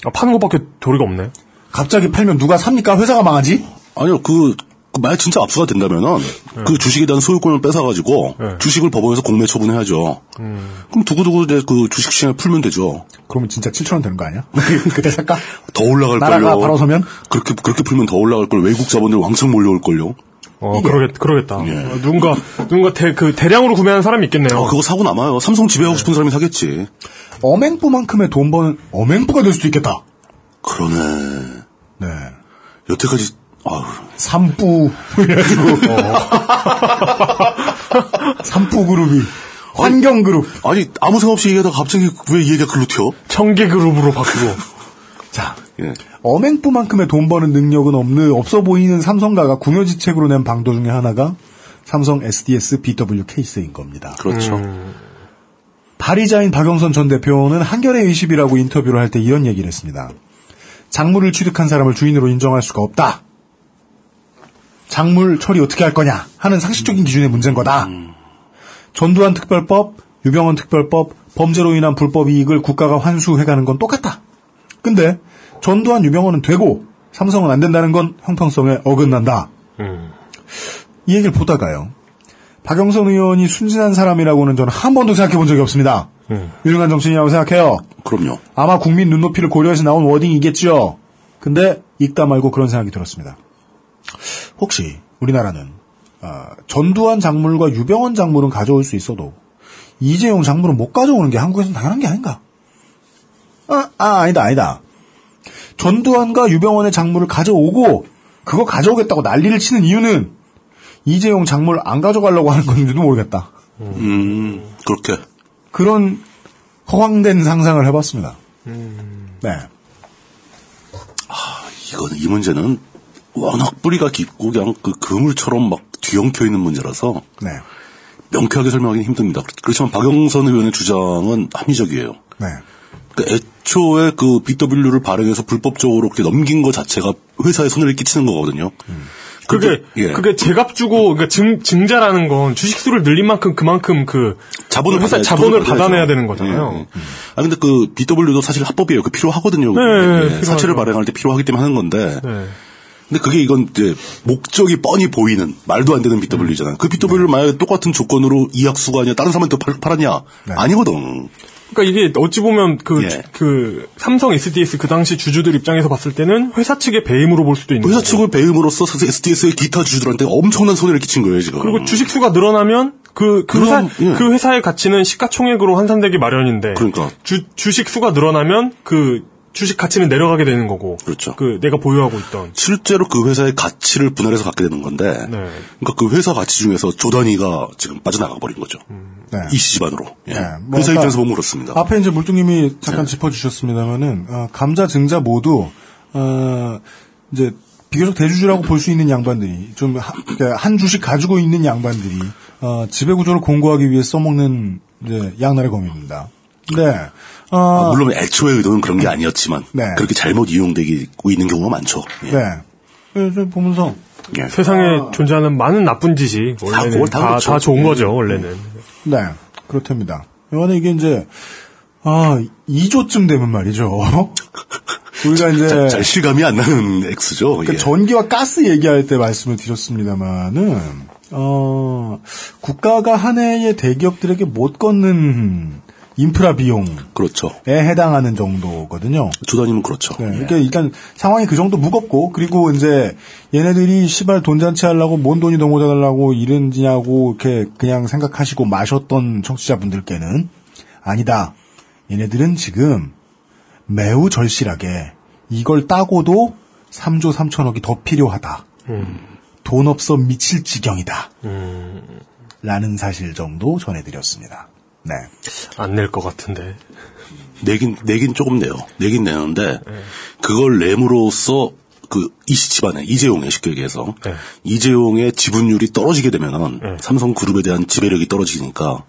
아, 파는 것밖에 도리가 없네. 갑자기 팔면 누가 삽니까? 회사가 망하지? 아니요, 그, 그 만약 진짜 압수가 된다면은 그 주식에 대한 소유권을 뺏어가지고 예. 주식을 법원에서 공매 처분해야죠. 음. 그럼 두고두고 이제 그 주식 시장에 풀면 되죠. 그러면 진짜 7천 원 되는 거 아니야? 그때 살까? 더 올라갈 나라가 걸요. 바로 서면? 그렇게 그렇게 풀면 더 올라갈 걸 외국 자본들 왕창 몰려올 걸요. 어, 그러겠, 그러겠다. 어, 누군가, 누군가 대, 그 대량으로 구매하는 사람이 있겠네요. 아, 예. 그거 사고 남아요. 삼성 지배하고 싶은 사람이 사겠지. 어맹부만큼의 돈 버는 어맹부가 될 수도 있겠다. 그러네. 네. 여태까지 아유, 삼부 이래가지고 삼부 그룹이 환경 그룹 아니 아무 생각 없이 얘기하다가 갑자기 왜 얘기가 글로 튀어? 청계 그룹으로 바뀌고. 자 예. 어맹부만큼의 돈 버는 능력은 없는 없어 보이는 삼성가가 궁여지책으로 낸 방도 중에 하나가 삼성 SDS BW 케이스인 겁니다. 그렇죠. 발의자인 박영선 전 대표는 한겨레 20이라고 인터뷰를 할 때 이런 얘기를 했습니다. 작물을 취득한 사람을 주인으로 인정할 수가 없다. 작물 처리 어떻게 할 거냐 하는 상식적인 기준의 문제인 거다. 전두환 특별법 유병헌 특별법, 범죄로 인한 불법 이익을 국가가 환수해가는 건 똑같다. 근데 전두환 유병헌은 되고 삼성은 안 된다는 건 형평성에 어긋난다. 이 얘기를 보다가요. 박영선 의원이 순진한 사람이라고는 저는 한 번도 생각해 본 적이 없습니다. 유능한 정치인이라고 생각해요. 그럼요. 아마 국민 눈높이를 고려해서 나온 워딩이겠지요. 근데 읽다 말고 그런 생각이 들었습니다. 혹시 우리나라는 아, 전두환 장물과 유병헌 장물은 가져올 수 있어도 이재용 장물은 못 가져오는 게 한국에서는 당연한 게 아닌가? 아, 아 아니다 아니다. 전두환과 유병헌의 장물을 가져오고 그거 가져오겠다고 난리를 치는 이유는 이재용 장물 안 가져가려고 하는 건지도 모르겠다. 음, 그렇게. 그런 허황된 상상을 해봤습니다. 음. 네. 이건, 이 문제는 워낙 뿌리가 깊고 그냥 그 그물처럼 막 뒤엉켜 있는 문제라서 네. 명쾌하게 설명하기는 힘듭니다. 그렇- 그렇지만 박영선 의원의 주장은 합리적이에요. 네. 그러니까 애초에 그 BW를 발행해서 불법적으로 이렇게 넘긴 것 자체가 회사에 손해를 끼치는 거거든요. 음. 그게 근데, 예. 그게 제값 주고 그러니까 증 증자라는 건 주식 수를 늘린 만큼 그만큼 그 자본을 회사 받아야- 자본을 돈을 받아내야 받아야죠. 되는 거잖아요. 예, 예. 아 근데 그 BW도 사실 합법이에요. 그 네, 필요하거든요. 예, 필요하죠. 사채를 발행할 때 필요하기 때문에 하는 건데. 네. 근데 그게 이건 이제 목적이 뻔히 보이는 말도 안 되는 BW잖아요. 그 BW를 네. 만약에 똑같은 조건으로 이 약수가 아니라 다른 사람한테 팔- 팔았냐? 네. 아니거든. 그러니까 이게 어찌 보면 그 그 예. 삼성 SDS 그 당시 주주들 입장에서 봤을 때는 회사 측의 배임으로 볼 수도 있는 회사 거고. 측을 배임으로써 SDS의 기타 주주들한테 엄청난 손해를 끼친 거예요 지금. 그리고 주식 수가 늘어나면 그, 그 회사, 그럼, 예. 그 회사의 가치는 시가총액으로 환산되기 마련인데. 그러니까. 주, 주식 수가 늘어나면 그 주식 가치는 내려가게 되는 거고. 그렇죠. 그 내가 보유하고 있던. 실제로 그 회사의 가치를 분할해서 갖게 되는 건데, 그러니까 그 회사 가치 중에서 조단위가 아, 지금 빠져나가 버린 거죠. 음. 네. 이씨 집안으로. 예. 네, 뭐 회사 아까 그러니까 입장에서 보면 그렇습니다. 앞에 이제 물뚱님이 잠깐 짚어주셨습니다만은 어, 감자 증자 모두 어, 이제 비교적 대주주라고 볼 수 있는 양반들이 좀 하- 그러니까 한 주식 가지고 있는 양반들이 어, 지배 구조를 공고하기 위해 써먹는 이제 양날의 검입니다. 네. 어, 아, 물론 애초의 의도는 그런 게 아니었지만 네. 그렇게 잘못 이용되고 있는 경우가 많죠. 예. 네. 그래서 보면서 예. 세상에 아. 존재하는 많은 나쁜 짓이 원래는 그걸 다 다, 다, 그렇죠. 좋은 거죠, 원래는. 네, 그렇답니다. 이번에 이게 이제, 아, 2조쯤 되면 말이죠. 우리가 이제, 자- 잘 실감이 안 나는 X죠. 예. 그러니까 전기와 가스 얘기할 때 말씀을 드렸습니다만은, 어, 국가가 한 해에 대기업들에게 못 걷는 인프라 비용에 렇죠 해당하는 정도거든요. 조단위는 그렇죠. 네, 그러니까 일단 상황이 그 정도 무겁고 그리고 이제 얘네들이 시발 돈 잔치 하려고 뭔 돈이 더 모자라고 이런지냐고 이렇게 그냥 생각하시고 마셨던 청취자분들께는 아니다. 얘네들은 지금 매우 절실하게 이걸 따고도 3조 3천억이 더 필요하다. 돈 없어 미칠 지경이다. 라는 사실 정도 전해드렸습니다. 네. 안 낼 것 같은데. 내긴 내긴 조금 내요. 내긴 내는데 네. 그걸 내므로써 그 이씨 집안의 이재용의 쉽게 얘기해서 네. 이재용의 지분율이 떨어지게 되면은 네. 삼성 그룹에 대한 지배력이 떨어지니까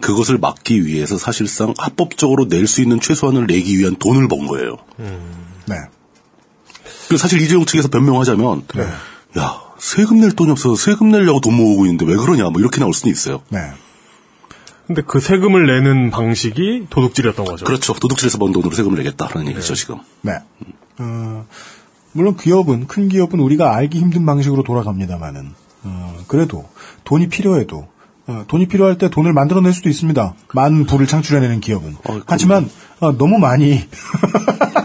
그것을 막기 위해서 사실상 합법적으로 낼 수 있는 최소한을 내기 위한 돈을 번 거예요. 네. 그 사실 이재용 측에서 변명하자면 네. 야 세금 낼 돈이 없어서 세금 내려고 돈 모으고 있는데 왜 그러냐 뭐 이렇게 나올 수는 있어요. 네. 근데 그 세금을 내는 방식이 도둑질이었던 거죠. 그렇죠. 도둑질에서 번 돈으로 세금을 내겠다라는 얘기죠 지금. 네. 어, 물론 기업은 큰 기업은 우리가 알기 힘든 방식으로 돌아갑니다만은 어, 그래도 돈이 필요해도 어, 돈이 필요할 때 돈을 만들어낼 수도 있습니다. 많은 부를 창출해내는 기업은 그럼요. 하지만 어, 너무 많이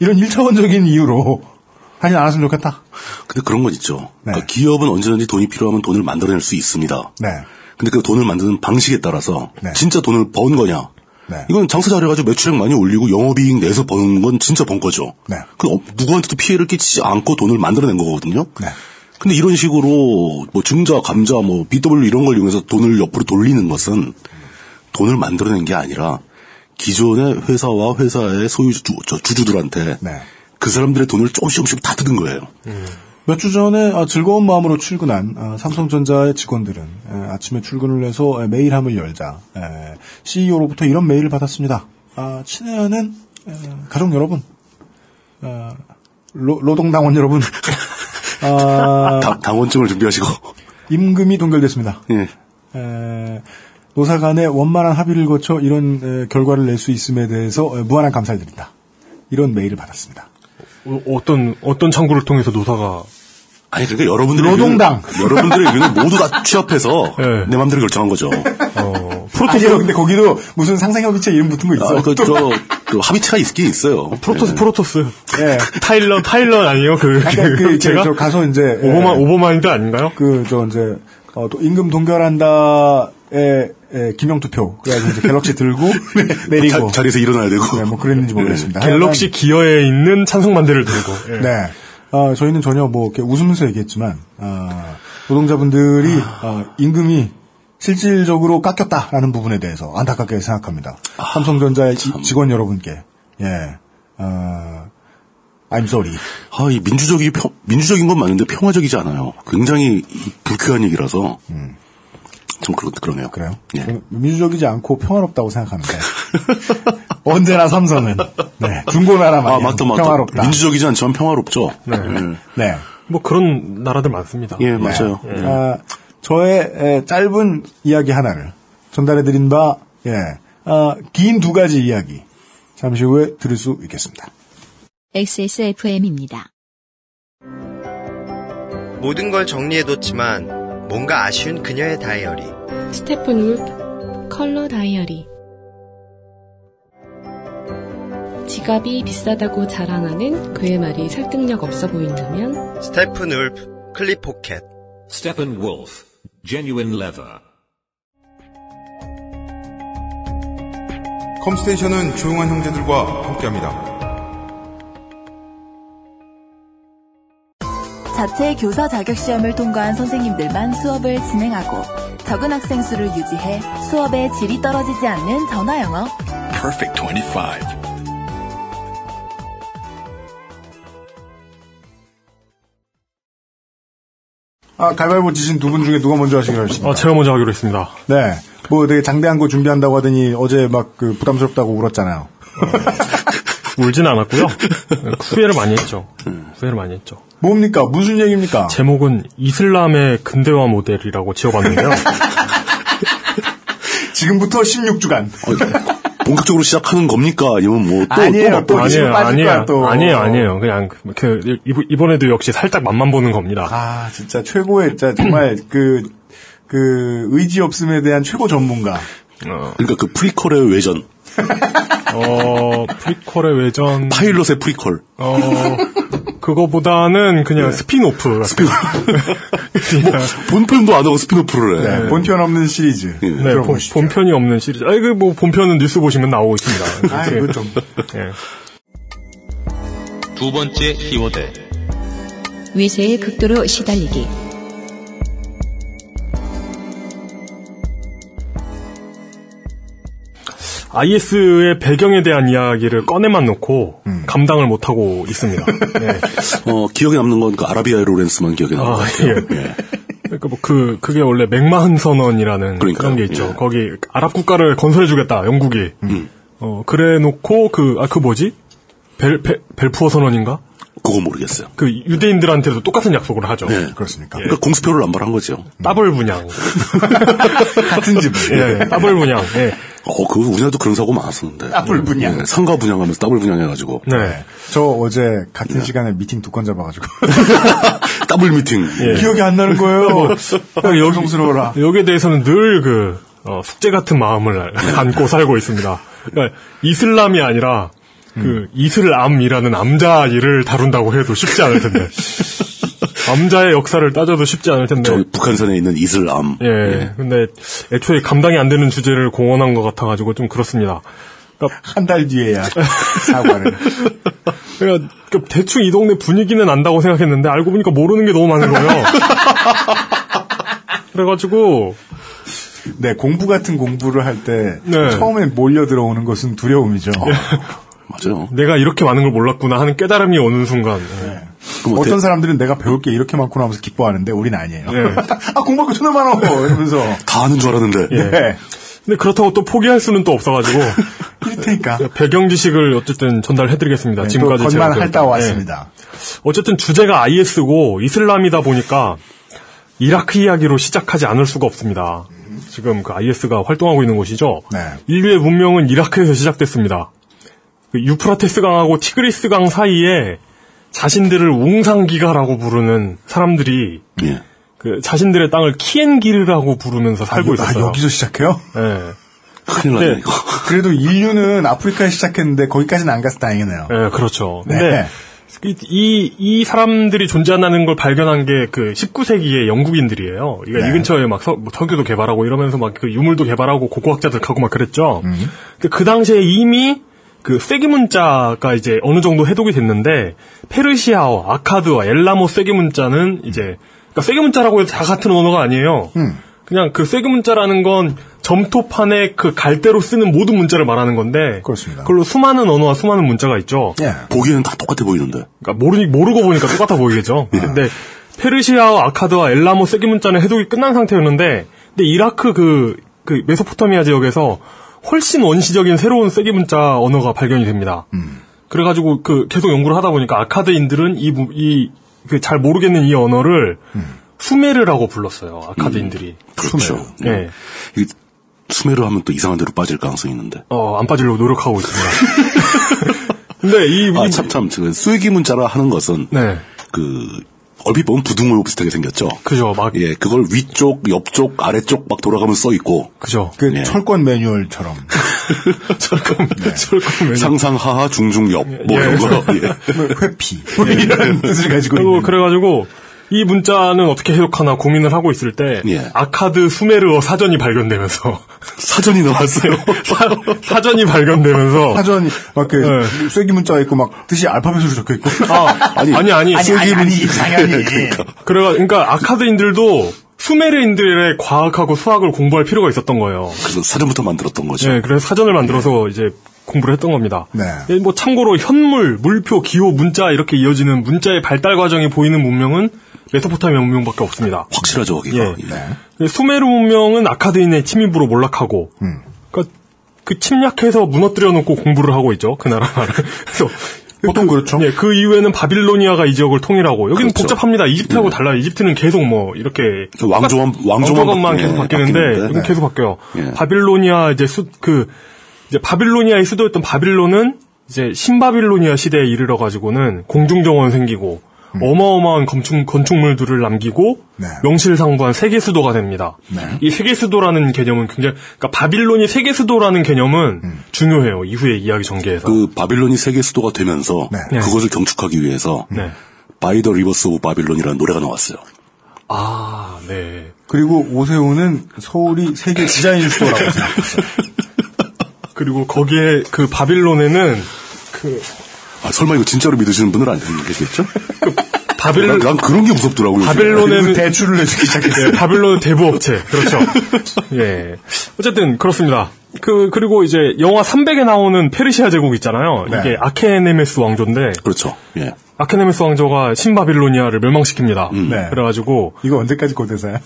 이런 일차원적인 이유로 하진 않았으면 좋겠다. 근데 그런 건 있죠. 그러니까 네. 기업은 언제든지 돈이 필요하면 돈을 만들어낼 수 있습니다. 네. 근데 그 돈을 만드는 방식에 따라서 네. 진짜 돈을 번 거냐? 네. 이건 장사 잘해가지고 매출액 많이 올리고 영업이익 내서 버는 건 진짜 번 거죠. 네. 그 어- 누구한테도 피해를 끼치지 않고 돈을 만들어낸 거거든요. 네. 근데 이런 식으로 뭐 증자, 감자, 뭐 BW 이런 걸 이용해서 돈을 옆으로 돌리는 것은 돈을 만들어낸 게 아니라 기존의 회사와 회사의 소유주 저 주주들한테 네. 그 사람들의 돈을 조금씩 조금씩 다 뜯은 거예요. 몇 주 전에 아, 즐거운 마음으로 출근한 아, 삼성전자의 직원들은 에, 아침에 출근을 해서 에, 메일함을 열자 CEO로부터 이런 메일을 받았습니다. 아, 친애하는 에, 가족 여러분, 아, 로, 노동당원 여러분, 아, 당- 당원증을 준비하시고 임금이 동결됐습니다. 예. 에, 노사 간의 원만한 합의를 거쳐 이런 에, 결과를 낼 수 있음에 대해서 에, 무한한 감사를 드린다. 이런 메일을 받았습니다. 어, 어떤 어떤 창구를 통해서 노사가 아니 그러니까 여러분들의 노동당. 네. 의견- 여러분들의 의견을 모두 다 취합해서 예. 내 마음대로 결정한 거죠. 프로토스 근데 거기도 무슨 상생협의체 이름 붙은 거 있어. 아, 그, 저, 그 합의체가 있긴 있어요. 프로토스 예. 프로토스 예. 타일런 타일런 아니에요 그, 약간 그 이제 제가 저 가서 이제 예, 오버마 오버마인드 아닌가요? 그, 저, 이제, 어, 또 임금 동결한다의, 에, 김영투표. 그래가지고 이제 갤럭시 들고, 내리고. 네. 자, 자리에서 일어나야 되고. 네, 뭐 그랬는지 모르겠습니다. 아, 갤럭시 기어에 있는 찬성 반대를 들고 예. 하여간, 네. 어, 저희는 전혀 뭐, 이렇게 웃으면서 얘기했지만, 아, 노동자분들이, 어, 임금이 실질적으로 깎였다라는 부분에 대해서 안타깝게 생각합니다. 삼성전자의 이- 직원 여러분께, 예, 어, I'm sorry. 아, 이 민주적이 평- 민주적인 건 맞는데 평화적이지 않아요. 굉장히 이 불쾌한 얘기라서 참 그렇 그러네요. 음. 그래요? 음, 예. 저는 민주적이지 않고 평화롭다고 생각하는데 언제나 삼성은 네, 중고나라 아 마냥 맞다 맞다. 평화롭다. 민주적이지 않지만 평화롭죠. 네. 네. 뭐 그런 나라들 많습니다. 예 맞아요. 아, 저의 에, 짧은 이야기 하나를 전달해드린 바, 예, 긴 두 가지 이야기 잠시 후에 들을 수 있겠습니다. XSFM입니다. 모든 걸 정리해뒀지만 뭔가 아쉬운 그녀의 다이어리 스테픈 울프 컬러 다이어리 지갑이 비싸다고 자랑하는 그의 말이 설득력 없어 보인다면 스테픈 울프 클립 포켓 Steppenwolf, genuine leather. 컴스테이션은 조용한 형제들과 함께합니다. 자체 교사 자격 시험을 통과한 선생님들만 수업을 진행하고 적은 학생 수를 유지해 수업의 질이 떨어지지 않는 전화 영어. Perfect 25. 아, 갈발보 지신 두 분 중에 누가 먼저 하시기로 하셨습니다. 아 제가 먼저 하기로 했습니다. 네. 뭐 되게 장대한 거 준비한다고 하더니 어제 막 그 부담스럽다고 울었잖아요. 울진 않았고요. 예, 후회를 많이 했죠. 음. 후회를 많이 했죠. 뭡니까? 무슨 얘기입니까? 제목은 이슬람의 근대화 모델이라고 지어봤는데요. 지금부터 16주간. 어, 네. 본격적으로 시작하는 겁니까? 아니면 뭐 또 아니에요. 예, 또 아니에요, 지금 빠질 거야, 아니에요, 또. 아니에요, 아니에요. 그냥 그- 그 이번- 이번에도 역시 살짝 맛만 보는 겁니다. 아, 진짜 최고의, 진짜 정말 그, 그, 의지 없음에 대한 최고 전문가. 아. 그러니까 그 프리퀄의 외전, 어 프리퀄의 외전 파일럿의 프리퀄. 어 그거보다는 그냥 스피노프 같은 본편도 안 하고 스피노프를 해. 네, 본편 없는 시리즈. 네, 본, 들어보시죠. 본편이 없는 시리즈. 아, 이거 뭐 본편은 뉴스 보시면 나오고 있습니다. 아, 이거 좀. 예. 두 번째 키워드 위세의 극도로 시달리기. IS의 배경에 대한 이야기를 꺼내만 놓고 감당을 못하고 있습니다. 예. 어 기억에 남는 건 그 아라비아의 로렌스만 기억에 남는 어, 것 아, 같아요. 예. 그러니까 뭐 그, 그게 원래 맥마흔 선언이라는 그 그러니까요. 런게 있죠. 예. 거기 아랍 국가를 건설해주겠다, 영국이. 어, 그래 놓고 그, 아, 그 뭐지? 벨, 벨, 벨푸어 선언인가? 그거 모르겠어요. 그 유대인들한테도 똑같은 약속을 하죠. 예. 그렇습니까? 그러니까 공수표를 남발한 거죠. 더블 분양. 같은 네. 집을. 예, 더블 분양. 예. 어, 그 우리나라도 그런 사고 많았었는데. 더블 분양. 예, 상가 분양하면서 더블 분양해가지고 네. 저 어제 같은 시간에 미팅 두 건 잡아가지고. 더블 미팅. 예. 기억이 안 나는 뭐, 거예요. 여성스러워라. 여기에 대해서는 늘 그, 어, 숙제 같은 마음을 안고 살고 있습니다. 그러니까 이슬람이 아니라, 그, 이슬암이라는 암자 일을 다룬다고 해도 쉽지 않을 텐데. 암자의 역사를 따져도 쉽지 않을 텐데. 네. 저기 북한산에 있는 이슬람. 예, 근데 애초에 감당이 안 되는 주제를 공언한 것 같아가지고 좀 그렇습니다. 그러니까, 한 달 뒤에야 사과를. 그러니까 그 대충 이 동네 분위기는 안다고 생각했는데 알고 보니까 모르는 게 너무 많은 거예요. 그래가지고 네, 공부 같은 공부를 할 때 네. 예. 처음에 몰려 들어오는 것은 두려움이죠. 맞아요. 내가 이렇게 많은 걸 몰랐구나 하는 깨달음이 오는 순간. 예. 그럼 어때? 어떤 사람들은 내가 배울 게 이렇게 많구나 하면서 기뻐하는데 우린 아니에요. 예. 아, 공부할 거 존나 많어! 이러면서. 다 아는 줄 알았는데. 네. 근데 그렇다고 또 포기할 수는 또 없어가지고 그렇다니까. 배경 지식을 어쨌든 전달해드리겠습니다. 네, 아, 또 지금까지 제가 건만 그- 핥다 예. 왔습니다. 아, 어쨌든 주제가 IS고 이슬람이다 보니까 이라크 이야기로 시작하지 않을 수가 없습니다. 지금 그 IS가 활동하고 있는 곳이죠. 네. 인류의 문명은 이라크에서 시작됐습니다. 그 유프라테스 강하고 티그리스 강 사이에 자신들을 웅상기가라고 부르는 사람들이 예. 그 자신들의 땅을 키엔기르라고 부르면서 살고 아, 있었어요. 아, 여기서 시작해요? 네. 큰일 났네, 그래도 인류는 아프리카에 시작했는데 거기까지는 안 가서 다행이네요. 네, 그렇죠. 네. 근데 이, 그 이, 이 사람들이 존재한다는 걸 발견한 게 그 19세기의 영국인들이에요. 그러니까 이 근처에 막 서, 뭐 석유도 개발하고 이러면서 막 그 유물도 개발하고 고고학자들 가고 막 그랬죠. 근데 그 당시에 이미 그 세기 문자가 이제 어느 정도 해독이 됐는데 페르시아어, 아카드와 엘라모 세기 문자는 이제 그러니까 세기 문자라고 해도 다 같은 언어가 아니에요. 그냥 그 세그 문자라는 건 점토판에 그 갈대로 쓰는 모든 문자를 말하는 건데 그렇습니다. 걸로 수많은 언어와 수많은 문자가 있죠. 예. 보기에는 다 똑같아 보이는데. 그러니까 모르니 모르고 보니까 똑같아 보이겠죠. 예. 근데 페르시아어 아카드와 엘라모 세기 문자는 해독이 끝난 상태였는데 근데 이라크 그, 그 메소포타미아 지역에서 훨씬 원시적인 새로운 세기 문자 언어가 발견이 됩니다. 음. 그래가지고 그 계속 연구를 하다 보니까 아카드인들은 이이그잘 모르겠는 이 언어를 수메르라고 불렀어요. 아카드인들이. 음. 그렇죠. 예. 네. 이 수메르 하면 또 이상한 데로 빠질 가능성이 있는데. 어, 안 빠지려고 노력하고 있습니다. 근데 이. 네. 아, 참, 참. 지금 수익이 문자라 하는 것은. 네. 그, 얼핏 보면 부등호 비슷하게 생겼죠. 그죠. 막. 예, 그걸 위쪽, 옆쪽, 아래쪽 막 돌아가면서 써 있고. 그죠. 네. 그 철권 매뉴얼처럼. 철권, 철권 매뉴얼. 상상, 하하, 중중, 옆. 뭐 예. 이런 거. 예. 회피. 뭐 네. 이런 뜻을 가지고 음. 그리고 그래가지고 이 문자는 어떻게 해석하나 고민을 하고 있을 때 예. 아카드 수메르어 사전이 발견되면서 사전이 나왔어요. 사, 전이 발견되면서 사전이 막그 쐐기 문자 있고 막 뜻이 알파벳으로 적혀 있고. 네. 아, 아니 아니 아니 그래가 그러니까 아카드인들도 수메르인들의 과학하고 수학을 공부할 필요가 있었던 거예요. 그래서 사전부터 만들었던 거죠. 네, 그래서 사전을 만들어서 이제 공부를 했던 겁니다. 네. 예, 뭐 참고로 현물, 물표, 기호, 문자 이렇게 이어지는 문자의 발달 과정이 보이는 문명은 메소포타미아 문명밖에 없습니다. 확실하죠, 거기가. 예. 근데 수메르 문명은 아카드인의 침입으로 몰락하고, 그러니까 그 침략해서 무너뜨려 놓고 공부를 하고 있죠, 그 나라를. 그래서 보통 그렇죠. 예, 그 이후에는 바빌로니아가 이 지역을 통일하고 여기는 그렇죠. 복잡합니다. 이집트하고 달라요. 이집트는 계속 뭐 이렇게 그 왕조만- 왕조만 왕조만 바- 계속 예, 바뀌는데 바뀌는데. 여기는 네. 계속 바뀌어요. 예. 바빌로니아 이제 수, 그 이제 바빌로니아의 수도였던 바빌론은 이제 신바빌로니아 시대에 이르러 가지고는 공중정원 생기고 어마어마한 건축, 건축물들을 남기고 명실상부한 세계 수도가 됩니다. 이 세계 수도라는 개념은 굉장히 그러니까 바빌론이 세계 수도라는 개념은 중요해요. 이후에 이야기 전개에서. 그 바빌론이 세계 수도가 되면서 네. 그것을 경축하기 위해서 네. 바이 더 리버스 오브 바빌론이라는 노래가 나왔어요. 아, 네. 그리고 오세훈은 서울이 세계 디자인 수도라고 네, 생각했어요. 그리고 거기에 그 바빌론에는 그 아, 설마 이거 진짜로 믿으시는 분은 안 계시겠죠? 바빌- 난, 난 그런 게 무섭더라고요. 요즘에. 바빌론에는 대출을 내주기 시작했어요. 예, 바빌론 대부 업체. 그렇죠. 예. 어쨌든 그렇습니다. 그 그리고 이제 영화 300에 나오는 페르시아 제국 있잖아요. 네. 이게 아케네메스 왕조인데 그렇죠. 예. 아케네메스 왕조가 신바빌로니아를 멸망시킵니다. 네. 그래가지고 어, 이거 언제까지 고대사야?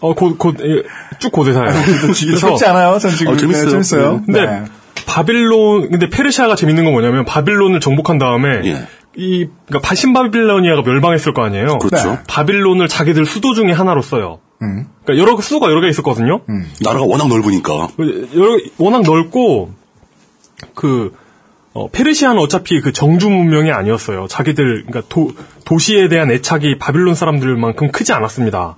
어곧곧쭉 고대사예요. 어, 쉽지 않아요. 전 지금 네, 재밌어요. 근데 네. 바빌론 근데 페르시아가 재밌는 건 뭐냐면 바빌론을 정복한 다음에 예. 이 그러니까 바신 바빌로니아가 멸망했을 거 아니에요. 그렇죠. 네. 바빌론을 자기들 수도 중에 하나로 써요. 음. 그러니까 여러 수가 여러 개 있었거든요. 나라가 워낙 넓으니까. 그, 여러 워낙 넓고 그 어, 페르시아는 어차피 그 정주 문명이 아니었어요. 자기들 그러니까 도, 도시에 대한 애착이 바빌론 사람들만큼 크지 않았습니다.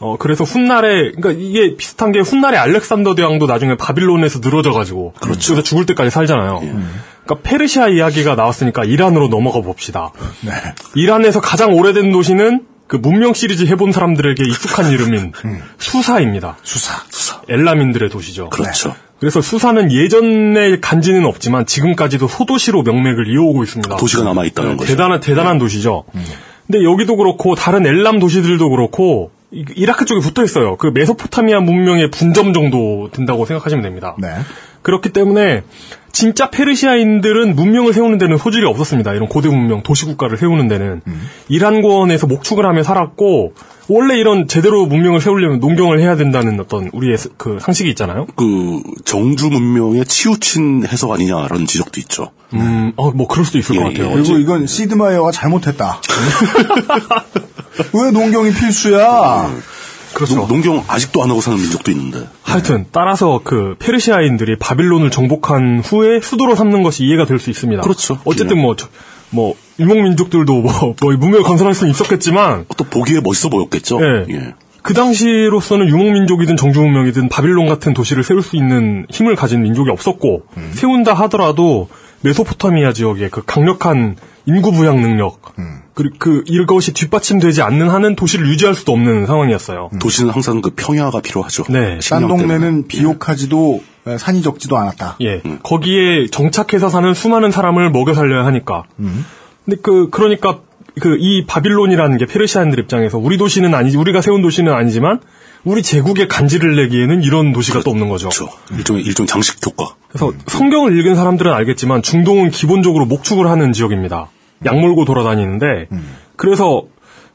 어 그래서 훗날에 그러니까 이게 비슷한 게 훗날에 알렉산더 대왕도 나중에 바빌론에서 늘어져가지고 그렇죠. 래서 죽을 때까지 살잖아요. 그러니까 페르시아 이야기가 나왔으니까 이란으로 넘어가 봅시다. 네. 이란에서 가장 오래된 도시는 그 문명 시리즈 해본 사람들에게 익숙한 이름인 수사입니다. 네. 수사, 수사. 엘라민들의 도시죠. 그렇죠. 음. 그래서 수사는 예전에 간지는 없지만 지금까지도 소도시로 명맥을 이어오고 네. 있습니다. 도시가 남아있다는 거죠. 네. 음. 대단한 대단한 도시죠. 근데 여기도 그렇고 다른 엘람 도시들도 그렇고 이- 이라크 쪽에 붙어 있어요. 그 메소포타미아 문명의 분점 정도 된다고 생각하시면 됩니다. 네. 네. 그렇기 때문에 진짜 페르시아인들은 문명을 세우는 데는 소질이 없었습니다. 이런 고대 문명, 도시 국가를 세우는 데는 음. 이란권에서 목축을 하며 살았고 원래 이런 제대로 문명을 세우려면 농경을 해야 된다는 어떤 우리의 스- 그 상식이 있잖아요. 그 정주 문명에 치우친 해석 아니냐라는 지적도 있죠. 음, 어, 뭐 그럴 수도 있을 예, 것 같아요. 그리고 이건 시드마이어가 잘못했다. 왜 농경이 필수야? 그렇죠. 농, 농경 아직도 안 하고 사는 민족도 있는데. 하여튼 따라서 그 페르시아인들이 바빌론을 정복한 후에 수도로 삼는 것이 이해가 될 수 있습니다. 그렇죠. 어쨌든 뭐, 저- 뭐 일목 민족들도 뭐, 뭐 문명을 건설할 수는 있었겠지만 또 보기에 멋있어 보였겠죠. 예. 예. 그 당시로서는 유목 민족이든 정주 문명이든 바빌론 같은 도시를 세울 수 있는 힘을 가진 민족이 없었고 음. 세운다 하더라도 메소포타미아 지역의 그 강력한 인구 부양 능력 음. 그리고 그 이것이 뒷받침되지 않는 한은 도시를 유지할 수도 없는 상황이었어요. 도시는 항상 그 평야가 필요하죠. 예. 네. 딴 동네는 비옥하지도 에, 산이 적지도 않았다. 예. 거기에 정착해서 사는 수많은 사람을 먹여 살려야 하니까. 근데 그 그러니까 그 이 바빌론이라는 게 페르시아인들 입장에서 우리 도시는 아니지 우리가 세운 도시는 아니지만 우리 제국의 간지를 내기에는 이런 도시가 또 없는 거죠. 그렇죠. 일종의 일종 장식 효과. 그래서 성경을 읽은 사람들은 알겠지만 중동은 기본적으로 목축을 하는 지역입니다. 약 몰고 돌아다니는데 그래서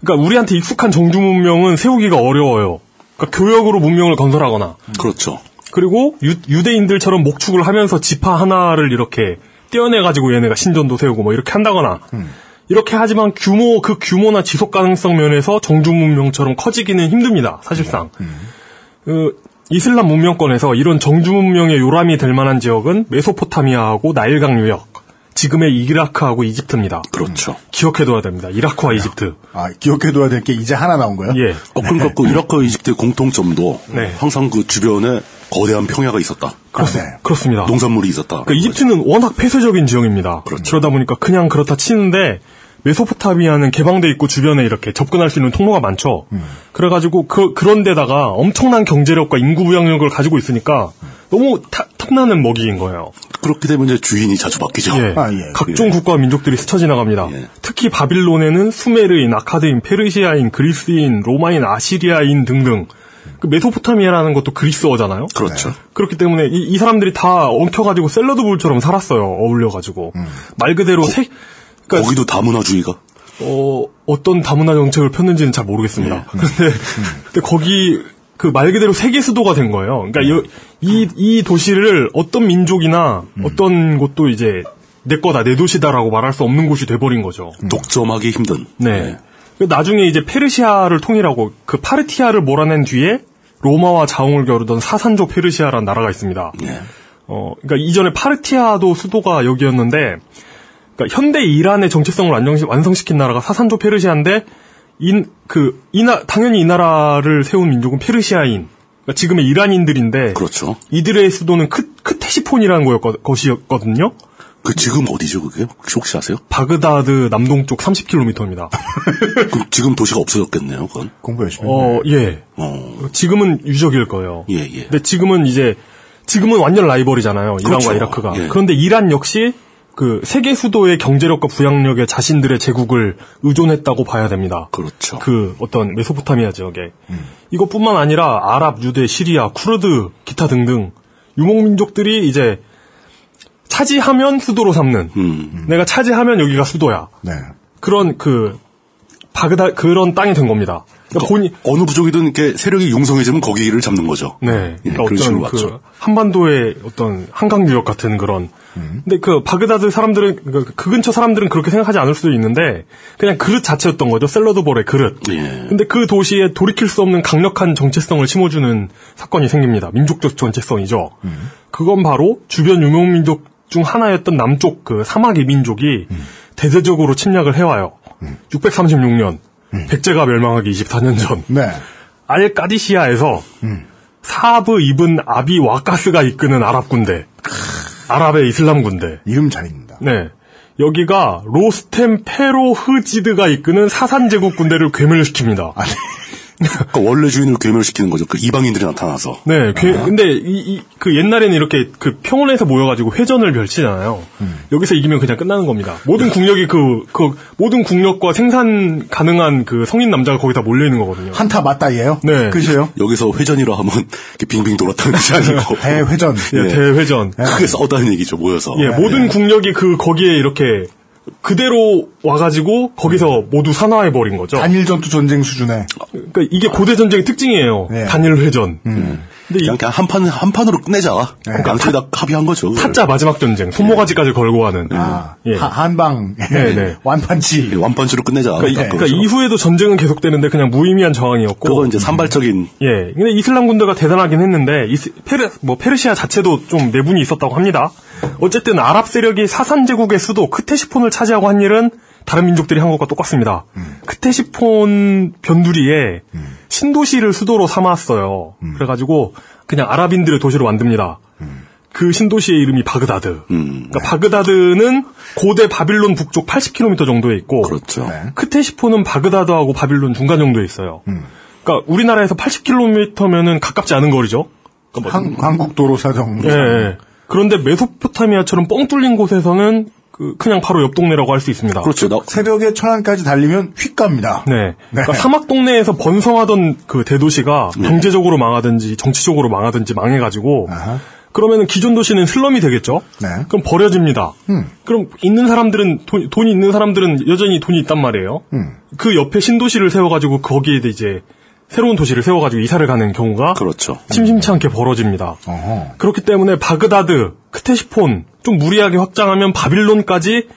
그러니까 우리한테 익숙한 정주 문명은 세우기가 어려워요. 그러니까 교역으로 문명을 건설하거나 그렇죠. 그리고 유, 대인들처럼 목축을 하면서 지파 하나를 이렇게 떼어내 가지고 얘네가 신전도 세우고 뭐 이렇게 한다거나 이렇게 하지만 규모 그 규모나 지속 가능성 면에서 정주 문명처럼 커지기는 힘듭니다. 사실상 그 이슬람 문명권에서 이런 정주 문명의 요람이 될 만한 지역은 메소포타미아하고 나일강 유역, 지금의 이라크하고 이집트입니다. 그렇죠. 기억해둬야 됩니다. 이라크와 이집트. 아, 기억해둬야 될 게 이제 하나 나온 거예요? 예. 어, 그러니까 그 이라크 이집트의 공통점도 네. 항상 그 주변에 거대한 평야가 있었다. 네, 그렇, 습니다 농산물이 있었다. 그러니까 이집트는 워낙 폐쇄적인 지형입니다. 그러다 보니까 그냥 그렇다 치는데 메소포타미아는 개방돼 있고 주변에 이렇게 접근할 수 있는 통로가 많죠. 그래가지고 그, 런 데다가 엄청난 경제력과 인구 부양력을 가지고 있으니까 너무 타- 탐나는 먹이인 거예요. 그렇죠. 그렇게 되면 이제 주인이 자주 바뀌죠. 예. 각종 예. 국가와 민족들이 스쳐 지나갑니다. 특히 바빌론에는 수메르인, 아카드인, 페르시아인, 그리스인, 로마인, 아시리아인 등등. 그 메소포타미아라는 것도 그리스어잖아요. 네. 그렇죠. 그렇기 때문에 이, 이 사람들이 다 엉켜가지고 샐러드 볼처럼 살았어요. 어울려가지고 음. 말 그대로 세. 그러니까 거기도 다문화주의가. 어, 어떤 다문화 정책을 폈는지는 잘 모르겠습니다. 그런데 근데 거기 그 말 그대로 세계 수도가 된 거예요. 그러니까 여- 이, 이 도시를 어떤 민족이나 어떤 곳도 이제 내 거다, 내 도시다라고 말할 수 없는 곳이 돼버린 거죠. 독점하기 힘든. 음. 네. 그 나중에 이제 페르시아를 통일하고 그 파르티아를 몰아낸 뒤에 로마와 자웅을 겨루던 사산조 페르시아라는 나라가 있습니다. 예. 어, 그러니까 이전에 파르티아도 수도가 여기였는데, 그러니까 현대 이란의 정체성을 안정시- 완성시킨 나라가 사산조 페르시아인데, 인, 그, 이나, 당연히 이 나라를 세운 민족은 페르시아인, 그러니까 지금의 이란인들인데, 그렇죠. 이들의 수도는 크, 크테시폰이라는 거였거, 것이었거든요. 그 지금 어디죠, 그게? 혹시, 혹시 아세요? 바그다드 남동쪽 30km입니다. 네. 그럼 지금 도시가 없어졌겠네요, 그건. 공부 열심히. 어, 예. 어, 지금은 유적일 거예요. 예, 예. 근데 지금은 이제 지금은 완전 라이벌이잖아요. 그렇죠. 이란과 이라크가. 예. 그런데 이란 역시 그 세계 수도의 경제력과 부양력에 자신들의 제국을 의존했다고 봐야 됩니다. 그렇죠. 음. 그 어떤 메소포타미아 지역에 이것뿐만 아니라 아랍, 유대, 시리아, 쿠르드, 기타 등등 유목 민족들이 이제 차지하면 수도로 삼는 음. 내가 차지하면 여기가 수도야. 네. 그런 그 바그다 그런 땅이 된 겁니다. 그러니까 본인 어느 부족이든 이렇게 세력이 융성해지면 거기를 잡는 거죠. 네. 예, 그러니까 그런 식으로 어떤 왔죠. 그 한반도의 어떤 한강 유역 같은 그런. 음. 근데 그 바그다드 사람들은 그, 그 근처 사람들은 그렇게 생각하지 않을 수도 있는데 그냥 그릇 자체였던 거죠. 샐러드볼의 그릇. 예. 근데 그 도시에 돌이킬 수 없는 강력한 정체성을 심어주는 사건이 생깁니다. 민족적 정체성이죠. 음. 그건 바로 주변 유명 민족 중 하나였던 남쪽 그 사막 이민족이 음. 대대적으로 침략을 해와요. 636년 음. 백제가 멸망하기 24년 전. 네. 알 까디시아에서 사브 입은 아비 와카스가 이끄는 아랍 군대, 아랍의 이슬람 군대. 이름 잘 읽는다. 네. 여기가 로스템 페로흐지드가 이끄는 사산 제국 군대를 괴멸시킵니다. 그러니까 원래 주인을 괴멸시키는 거죠. 그 이방인들이 나타나서. 네, 괴- 근데 이, 이- 그 옛날에는 이렇게 그 평원에서 모여가지고 회전을 펼치잖아요. 여기서 이기면 그냥 끝나는 겁니다. 모든 국력이 그, 그 모든 국력과 생산 가능한 그 성인 남자가 거기 다 몰려 있는 거거든요. 한타 맞다이에요? 네. 그죠? 여기서 회전이라 하면 이렇게 빙빙 돌았다는 것이 아니고. 대회전. 예, 대회전. 크게 싸웠다는 얘기죠, 모여서. 네. 예, 모든 국력이 그 거기에 이렇게 그대로 와가지고 거기서 음. 모두 산화해 버린 거죠. 단일 전투 전쟁 수준의 네. 음. 그러니까 이게 고대 전쟁의 특징이에요. 단일 회전. 그냥, 그냥 한 판, 한 판으로 끝내자. 양쪽이 다 합의한 거죠. 예. 그걸. 네. 타짜 마지막 전쟁, 손모가지까지 걸고 하는. 네. 아, 예. 한방. 네, 네. 완판치. 예, 완판치로 끝내자. 그러니까, 이- 딱 그러니까 그거죠. 이후에도 전쟁은 계속되는데 그냥 무의미한 저항이었고. 네. 그건 이제 산발적인. 예. 근데 이슬람 군대가 대단하긴 했는데 이스- 페르 뭐 페르시아 자체도 좀 내분이 있었다고 합니다. 어쨌든 아랍 세력이 사산 제국의 수도 크테시폰을 차지하고 한 일은 다른 민족들이 한 것과 똑같습니다. 크테시폰 변두리에 신도시를 수도로 삼았어요. 그래가지고 그냥 아랍인들의 도시로 만듭니다. 그 신도시의 이름이 바그다드. 그러니까 바그다드는 고대 바빌론 북쪽 80km 정도에 있고, 크테시포는 바그다드하고 바빌론 중간 정도에 있어요. 그러니까 우리나라에서 80km면은 가깝지 않은 거리죠. 한, 한국 도로 사정. 예, 예. 그런데 메소포타미아처럼 뻥 뚫린 곳에서는 그 그냥 바로 옆 동네라고 할 수 있습니다. 그렇죠. 새벽에 천안까지 달리면 휙 갑니다. 네. 그러니까 사막 동네에서 번성하던 그 대도시가 경제적으로 망하든지 정치적으로 망하든지 망해가지고 그러면은 기존 도시는 슬럼이 되겠죠. 그럼 버려집니다. 그럼 있는 사람들은 돈, 돈이 있는 사람들은 여전히 돈이 있단 말이에요. 음. 그 옆에 신도시를 세워가지고 거기에 이제 새로운 도시를 세워가지고 이사를 가는 경우가 그렇죠. 심심치 않게 벌어집니다. 그렇기 때문에 바그다드, 크테시폰 좀 무리하게 확장하면 바빌론까지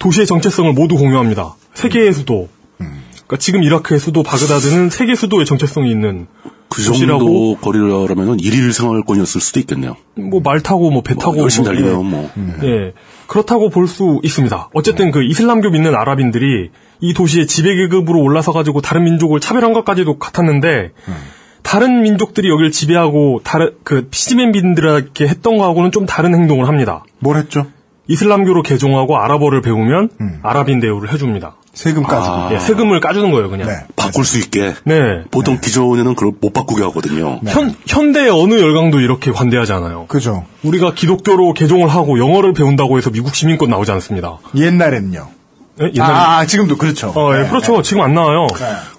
도시의 정체성을 모두 공유합니다. 세계의 수도. 그러니까 지금 이라크의 수도 바그다드는 세계 수도의 정체성이 있는 그 도시라고 정도 거리라면은 1일 생활권이었을 수도 있겠네요. 뭐 말 타고 뭐 배 타고 뭐 열심히 뭐, 달리면 뭐. 예. 예. 그렇다고 볼 수 있습니다. 어쨌든 그 이슬람교 믿는 아랍인들이 이 도시의 지배 계급으로 올라서 가지고 다른 민족을 차별한 것까지도 같았는데 다른 민족들이 여길 지배하고 다른 그 피지맨빈들에게 했던 거하고는 좀 다른 행동을 합니다. 뭘 했죠? 이슬람교로 개종하고 아랍어를 배우면 아랍인 대우를 해줍니다. 세금 까주고. 예, 세금을 까주는 거예요, 그냥. 네. 바꿀 수 있게. 네. 보통 기존에는 그걸 못 바꾸게 하거든요. 현, 현대의 어느 열강도 이렇게 관대하지 않아요. 그죠. 우리가 기독교로 개종을 하고 영어를 배운다고 해서 미국 시민권 나오지 않습니다. 옛날엔요. 예? 옛날에- 아, 아, 지금도 그렇죠. 어, 예, 네. 그렇죠. 지금 안 나와요.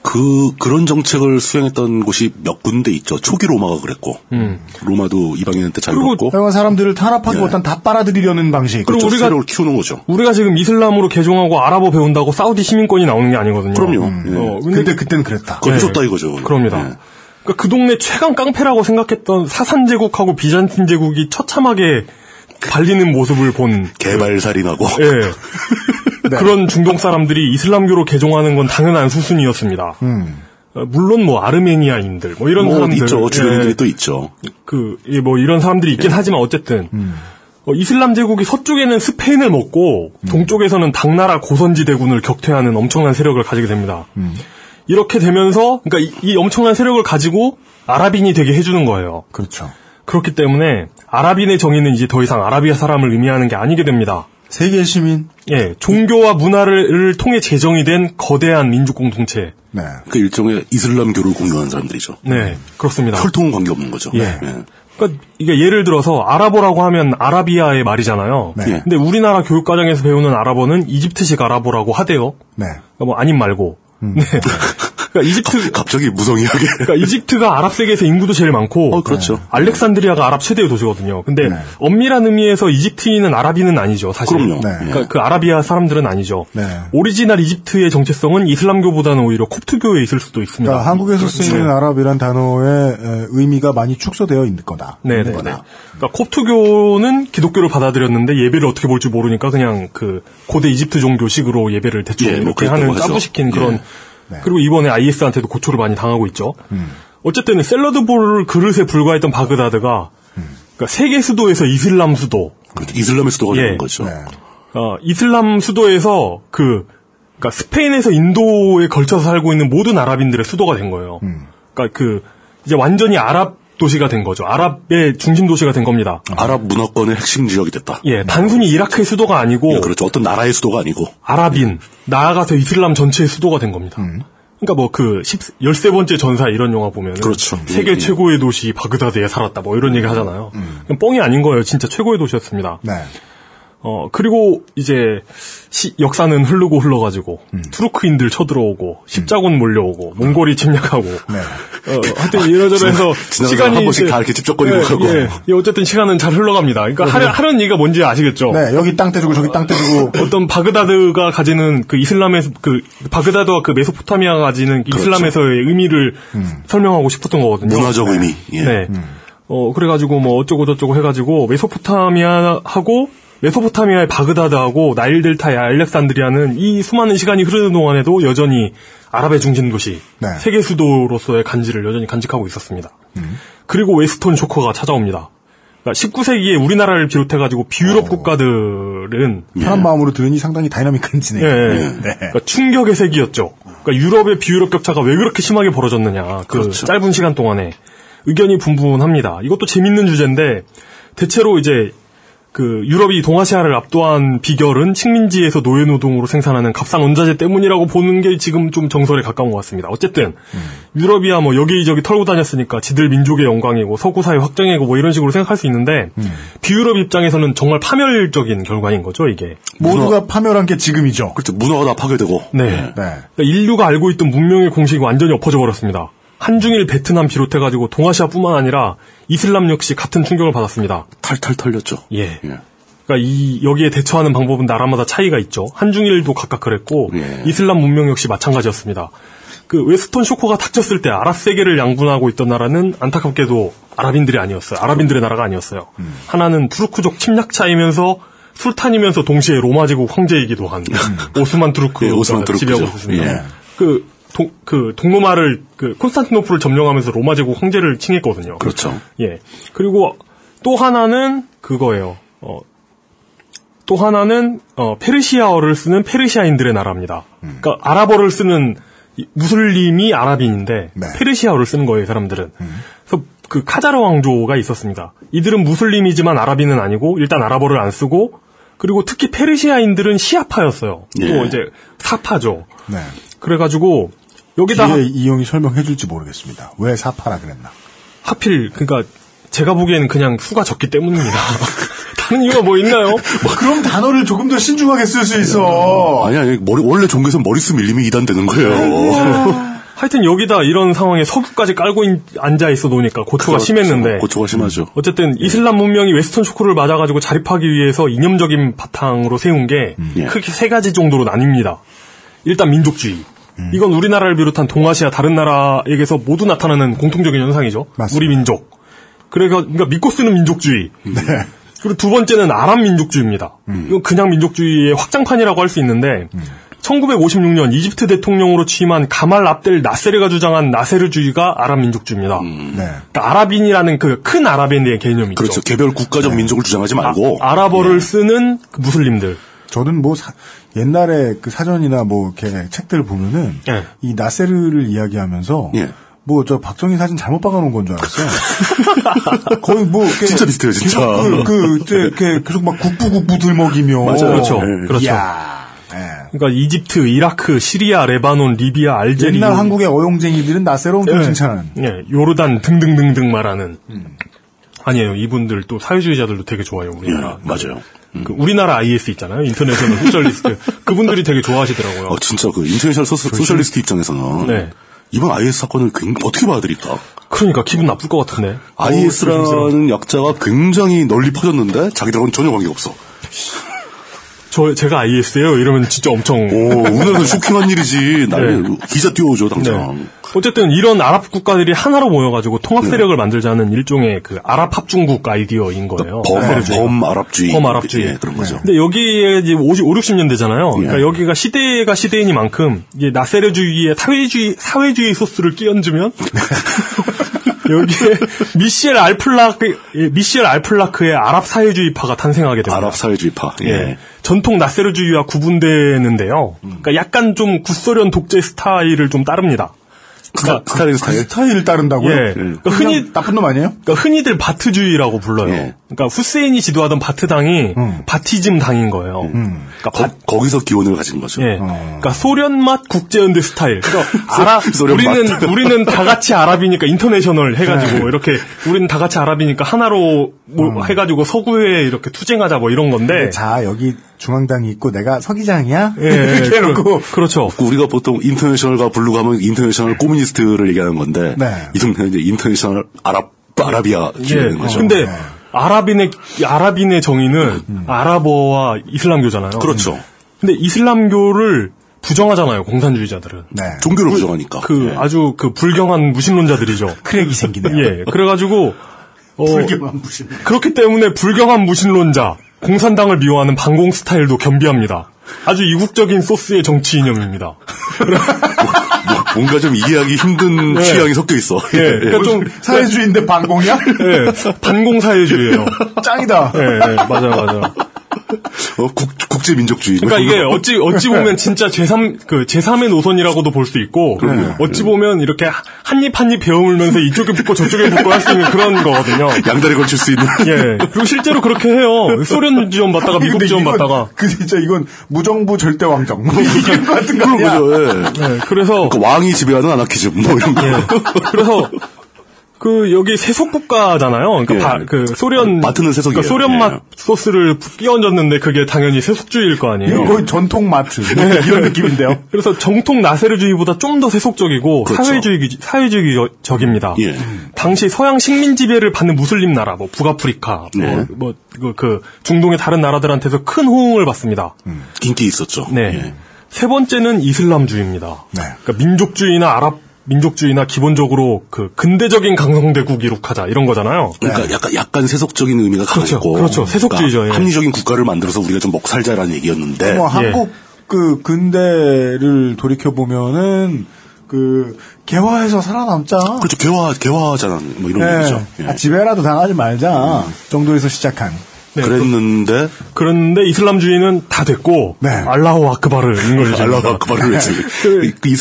그 그런 정책을 수행했던 곳이 몇 군데 있죠. 초기 로마가 그랬고 음. 로마도 이방인한테 자유롭고 그렇죠. 다양한 사람들을 탄압하지 못한 다 빨아들이려는 방식. 그리고 그렇죠. 어, 우리가 세력을 키우는 거죠. 우리가 지금 이슬람으로 개종하고 아랍어 배운다고 사우디 시민권이 나오는 게 아니거든요. 음. 어, 그럼요. 예. 그때 그땐 그랬다. 그건 예. 줬다 이거죠. 네. 네. 그럽니다. 그러니까 그 동네 최강 깡패라고 생각했던 사산 제국하고 비잔틴 제국이 처참하게 발리는 모습을 본 개발살인하고 예. 네. 그런 중동 사람들이 이슬람교로 개종하는 건 당연한 수순이었습니다. 어, 물론 뭐 아르메니아인들 뭐 이런 음. 뭐 사람들 있죠. 주변인들이 예. 또 있죠. 그, 예, 뭐 이런 사람들이 있긴 하지만 어쨌든, 어, 이슬람 제국이 서쪽에는 스페인을 먹고, 동쪽에서는 당나라 고선지대군을 격퇴하는 엄청난 세력을 가지게 됩니다. 이렇게 되면서, 그러니까 이, 이 엄청난 세력을 가지고 아랍인이 되게 해주는 거예요. 그렇죠. 그렇기 때문에 아랍인의 정의는 이제 더 이상 아라비아 사람을 의미하는 게 아니게 됩니다. 세계 시민. 예, 종교와 문화를 통해 제정이 된 거대한 민족 공동체. 네. 그 일종의 이슬람교를 공유하는 사람들이죠. 네, 그렇습니다. 혈통은 관계없는 거죠. 네. 예. 그러니까 이게 예를 들어서 아랍어라고 하면 아라비아의 말이잖아요. 네. 근데 우리나라 교육 과정에서 배우는 아랍어는 이집트식 아랍어라고 하대요. 네. 그러니까 뭐 아님 말고. 음. 네. 그러니까 이집트 갑자기 무성의하게. 그러니까 이집트가 아랍 세계에서 인구도 제일 많고. 그렇죠. 네. 알렉산드리아가 아랍 최대의 도시거든요. 근데 엄밀한 의미에서 이집트인은 아랍인은 아니죠, 사실. 그럼요. 네. 그러니까 그 아라비아 사람들은 아니죠. 네. 오리지널 이집트의 정체성은 이슬람교보다는 오히려 콥트교에 있을 수도 있습니다. 그러니까 한국에서 쓰이는 아랍이란 단어의 에, 의미가 많이 축소되어 있는 거다. 네, 네, 네. 그러니까 콥트교는 기독교를 받아들였는데 예배를 어떻게 볼지 모르니까 그냥 그 고대 이집트 종교식으로 예배를 대충 예, 뭐 이렇게 그랬다고 하는 하죠. 짜부시킨 그런 예. 그리고 이번에 IS한테도 고초를 많이 당하고 있죠. 어쨌든 샐러드 볼 그릇에 불과했던 바그다드가 그러니까 세계 수도에서 이슬람 수도 그렇죠. 이슬람의 수도가 예. 되는 거죠. 음. 어, 이슬람 수도에서 그 그러니까 스페인에서 인도에 걸쳐서 살고 있는 모든 아랍인들의 수도가 된 거예요. 그러니까 그 이제 완전히 아랍 도시가 된 거죠. 아랍의 중심 도시가 된 겁니다. 아랍 문화권의 핵심 지역이 됐다. 예, 단순히 이라크의 수도가 아니고 그렇죠. 어떤 나라의 수도가 아니고 아랍인 나아가서 이슬람 전체의 수도가 된 겁니다. 음. 그러니까 뭐 그 13번째 전사 이런 영화 보면 그렇죠. 세계 예, 음. 예. 최고의 도시 바그다드에 살았다 뭐 이런 얘기 하잖아요. 그건 뻥이 아닌 거예요. 진짜 최고의 도시였습니다. 네. 어, 그리고 이제 시- 역사는 흐르고 흘러가지고 음. 투르크인들 쳐들어오고 십자군 몰려오고 몽골이 침략하고 네. 어, 하여튼 이러저러해서 아, 지나가다가 시간이 한 번씩 이제- 다 이렇게 찝쩍거리고 네, 예, 가고. 예, 예, 어쨌든 시간은 잘 흘러갑니다. 그러니까 하려, 하려는 얘기가 뭔지 아시겠죠? 네, 여기 땅 떼주고 저기 땅 떼주고. 어떤 바그다드가 가지는 그 이슬람에서 그 바그다드와 그 메소포타미아가 가지는 그렇죠. 이슬람에서의 의미를 설명하고 싶었던 거거든요. 문화적 의미. 예. 네. 어, 그래가지고 뭐 어쩌고저쩌고 해가지고 메소포타미아하고 메소포타미아의 바그다드하고 나일델타의 알렉산드리아는 이 수많은 시간이 흐르는 동안에도 여전히 아랍의 중심 도시, 네. 세계 수도로서의 간지를 여전히 간직하고 있었습니다. 음. 그리고 웨스턴 조커가 찾아옵니다. 그러니까 19세기에 우리나라를 비롯해가지고 비유럽 국가들은 사람 마음으로 들으니 상당히 네. 다이나믹한 진행. 예, 예. 그러니까 충격의 세기였죠. 그러니까 유럽의 비유럽 격차가 왜 그렇게 심하게 벌어졌느냐. 그 그렇죠. 짧은 시간 동안에 의견이 분분합니다. 이것도 재밌는 주제인데 대체로 이제 그 유럽이 동아시아를 압도한 비결은 식민지에서 노예 노동으로 생산하는 값싼 원자재 때문이라고 보는 게 지금 좀 정설에 가까운 것 같습니다. 어쨌든 유럽이야 뭐 여기저기 털고 다녔으니까 지들 민족의 영광이고 서구 사회 확장이고 뭐 이런 식으로 생각할 수 있는데 비유럽 입장에서는 정말 파멸적인 결과인 거죠 이게. 모두가 파멸한 게 지금이죠. 그렇죠. 문화가 다 파괴되고. 예, 네. 그러니까 인류가 알고 있던 문명의 공식이 완전히 엎어져 버렸습니다. 한중일 베트남 비롯해가지고 동아시아뿐만 아니라 이슬람 역시 같은 충격을 받았습니다. 탈탈 털렸죠. 예. 그러니까 이 여기에 대처하는 방법은 나라마다 차이가 있죠. 한중일도 각각 그랬고 예. 이슬람 문명 역시 마찬가지였습니다. 그 웨스턴 쇼커가 닥쳤을 때 아랍 세계를 양분하고 있던 나라는 안타깝게도 아랍인들이 아니었어요. 아랍인들의 나라가 아니었어요. 음. 하나는 투르크족 침략자이면서 술탄이면서 동시에 로마 제국 황제이기도 한 오스만 투르크 예, 오스만 가 지배하고 투르크죠. 있었습니다. 예. 그, 동, 그 동로마를 그 콘스탄티노플을 점령하면서 로마 제국 황제를 칭했거든요. 그렇죠. 예. 그리고 또 하나는 그거예요. 어, 또 하나는 어, 페르시아어를 쓰는 페르시아인들의 나라입니다. 그러니까 아랍어를 쓰는 이- 무슬림이 아랍인인데 페르시아어를 쓰는 거예요, 이 사람들은. 그래서 그 카자르 왕조가 있었습니다. 이들은 무슬림이지만 아랍인은 아니고 일단 아랍어를 안 쓰고 그리고 특히 페르시아인들은 시아파였어요. 또 예. 이제 사파죠. 네. 그래가지고 여기다 뒤에 이용이 설명해줄지 모르겠습니다. 왜 사파라 그랬나? 하필 그러니까 제가 보기에는 그냥 수가 적기 때문입니다. 다른 이유가 뭐 있나요? 그럼 단어를 조금 더 신중하게 쓸 수 있어. 아니, 아니, 머리, 원래 종교에서 머리수 밀림이 이단되는 거예요. 어. 하여튼 여기다 이런 상황에 서구까지 깔고 인- 앉아 있어 놓으니까 고초가 그렇죠. 심했는데 음. 고초가 심하죠. 어쨌든 이슬람 문명이 웨스턴 쇼크를 맞아가지고 자립하기 위해서 이념적인 바탕으로 세운 게 크게 세 가지 정도로 나뉩니다. 일단 민족주의. 이건 우리나라를 비롯한 동아시아 다른 나라에게서 모두 나타나는 공통적인 현상이죠. 우리 민족. 그래가 그러니까 믿고 쓰는 민족주의. 그리고 두 번째는 아랍 민족주의입니다. 이건 그냥 민족주의의 확장판이라고 할 수 있는데 1956년 이집트 대통령으로 취임한 가말 압델 나세르가 주장한 나세르주의가 아랍 민족주의입니다. 네. 그러니까 아랍인이라는 그 큰 아랍인의 개념이죠. 그렇죠. 개별 국가적 민족을 주장하지 말고. 네. 예. 아, 랍어를 쓰는 그 무슬림들. 저는 뭐 사- 옛날에 그 사전이나 뭐 이렇게 책들 보면은 이 나세르를 이야기하면서 뭐 저 박정희 사진 잘못 박아놓은 건 줄 알았어요. 거의 뭐 이렇게 진짜 비슷해요, 진짜. 계속 그, 그 이제 이렇게 계속 막 국부국부 들먹이며 맞아요. 그렇죠. 예. 그렇죠. 이야. 그러니까 이집트, 이라크, 시리아, 레바논, 리비아, 알제리, 옛날 한국의 어용쟁이들은 나세르 엄청 예. 칭찬하는. 예, 요르단 등등등등 말하는. 아니에요. 이분들 또 사회주의자들도 되게 좋아요. 우리나라. 예, 맞아요. 그 우리나라 IS 있잖아요. 인터내셔널 소셜리스트. 그분들이 되게 좋아하시더라고요. 어, 진짜 그 인터내셔널 소스- 소셜리스트 입장에서는 그렇죠. 네. 이번 IS 사건을 굉- 어떻게 받아들일까? 그러니까 기분 나쁠 것 같은데. IS라는 약자가 굉장히 널리 퍼졌는데 자기들하고는 전혀 관계가 없어. 저 제가 IS예요. 이러면 진짜 엄청 오, 우리나라에서 쇼킹한 일이지. 난리 네. 기자 뛰어오죠, 당장. 어쨌든 이런 아랍 국가들이 하나로 모여가지고 통합 네. 세력을 만들자는 일종의 그 아랍 합중국 아이디어인 거예요. 그러니까 범, 세력이. 범 아랍주의. 네. 범 아랍주의. 네. 예, 그런 거죠. 근데 여기에 이제 50, 5, 60년대잖아요. 예. 그러니까 여기가 시대가 시대이니만큼 이게 나세르주의의 사회주의 사회주의 소스를 끼얹으면 여기에 미셸 알플라크 예, 미셸 알플라크의 아랍 사회주의파가 탄생하게 됩니다. 아랍 사회주의파. 예. 예. 전통 나세르주의와 구분되는데요. 음. 그러니까 약간 좀 구소련 독재 스타일을 좀 따릅니다. 그러니까 스타일 스타일. 스타일을 따른다고요? 예. 예. 그러니까 흔히 나쁜 놈 아니에요? 그러니까 흔히들 바트주의라고 불러요. 예. 그러니까 후세인이 지도하던 바트당이 음. 바티즘 당인 거예요. 그러니까 바- 음. 거, 기서 기원을 가진 거죠. 예. 어. 그러니까 소련 맛 국제연대 스타일. 그러니까 소- 아랍 소련 우리는 맛. 우리는 다 같이 아랍이니까 인터내셔널 네. 해가지고 이렇게 우리는 다 같이 아랍이니까 하나로 뭐 해가지고 서구에 이렇게 투쟁하자 뭐 이런 건데. 음. 네, 자 여기 중앙당이 있고 내가 서기장이야. 예, 이렇게 해놓고 그, 그렇죠. 우리가 보통 인터내셔널과 블루 가면 인터내셔널 꼬미니스트를 얘기하는 건데 네. 이 동네는 이제 인터내셔널 아랍 아라비아 주의하는 그렇죠. 거죠. 예. 근데 네. 아랍인의 아랍인의 정의는 음. 아랍어와 이슬람교잖아요. 그렇죠. 근데 이슬람교를 부정하잖아요. 공산주의자들은. 네. 종교를 부정하니까. 예. 그 아주 그 불경한 그 무신론자들이죠. 크랙이 생기네요. 예. 그래가지고 어, 불경한 무신. 그렇기 때문에 불경한 무신론자, 공산당을 미워하는 반공 스타일도 겸비합니다. 아주 이국적인 소스의 정치 이념입니다. 뭔가 좀 이해하기 힘든 아, 네. 취향이 섞여 있어. 예, 그러니까 좀 사회주의인데 반공이야? 예, 반공 사회주의예요. 짱이다. 예, 예, 맞아요, 맞아요. 어, 국, 국제민족주의. 뭐 그러니까 이게 어찌 어찌 보면 진짜 제삼 그 제삼의 노선이라고도 볼 수 있고 그럼요. 어찌 보면 이렇게 한입 한입 베어물면서 이쪽에 붙고 저쪽에 붙고 할 수 있는 그런 거거든요. 양다리 걸칠 수 있는. 예. 그리고 실제로 그렇게 해요. 소련 지원 아, 받다가 미국 근데 지원 이건- 받다가 그 진짜 이건 무정부 절대 왕정 뭐 이런 거 같은 거 아니야? 네, 그래서 예. 네. 왕이 지배하는 아나키즘 그러니까 뭐 이런 거. 예. 그래서 그 여기 세속 국가잖아요. 그러니까 바- 그 소련 마트는 세속이에요. 그러니까 소련 맛 소스를 끼얹었는데 그게 당연히 세속주의일 거 아니에요. 예. 이건 거의 전통 마트 뭐 이런 느낌인데요. 그래서 정통 나세르주의보다 좀 더 세속적이고 그렇죠. 사회주의 사회주의적입니다. 당시 서양 식민 지배를 받는 무슬림 나라, 뭐 북아프리카, 네. 뭐 그 중동의 다른 나라들한테서 큰 호응을 받습니다. 인기 있었죠. 네. 세 번째는 이슬람주의입니다. 예. 네. 그러니까 민족주의나 아랍 민족주의나 기본적으로 그 근대적인 강성대국 이룩하자 이런 거잖아요. 그러니까 약간 약간 세속적인 의미가 네. 그렇죠. 강했고 그렇죠. 세속주의죠, 그러니까 예. 합리적인 국가를 만들어서 우리가 좀 먹고 살자라는 얘기였는데 뭐 한국 그 근대를 돌이켜 보면은 그 개화해서 살아남자. 그렇죠 개화 개화잖아 뭐 이런 네. 예. 얘기죠. 예. 아, 지배라도 당하지 말자 정도에서 시작한. 네. 그랬는데 그런데 이슬람주의는 다 됐고 알라호 아크바를 인거리죠. 네. 네. 알라우 아크바를 외치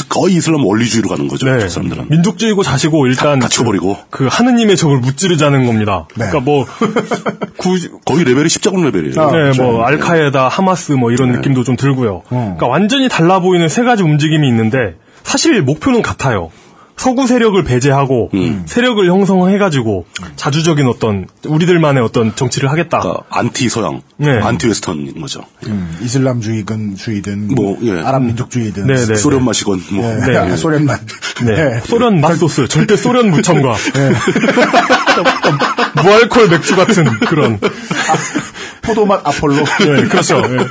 거의 그 이슬람 원리주의로 가는 거죠. 저 사람들은 그 민족주의고 자시고 일단 갇혀버리고 네. 그 하느님의 적을 무찌르자는 겁니다. 그러니까 뭐 거의 레벨이 십자군 레벨이에요. 네, 뭐 알카에다, 하마스 뭐 이런 느낌도 좀 들고요. 그러니까 완전히 달라 보이는 세 가지 움직임이 있는데 사실 목표는 같아요. 서구 세력을 배제하고 세력을 형성해가지고 자주적인 어떤 우리들만의 어떤 정치를 하겠다. 그러니까 안티 서양, 네. 안티 웨스턴인 거죠. 음, 이슬람주의든 주의든 뭐, 예. 아랍 민족주의든 네, 네, 소련 맛이건 뭐 예, 아, 소련 맛. 네. 네. 소련 맛소스 절대 네. 소련 무첨가 무알콜 맥주 같은 그런 포도맛 아폴로. 예, 그렇죠. 네.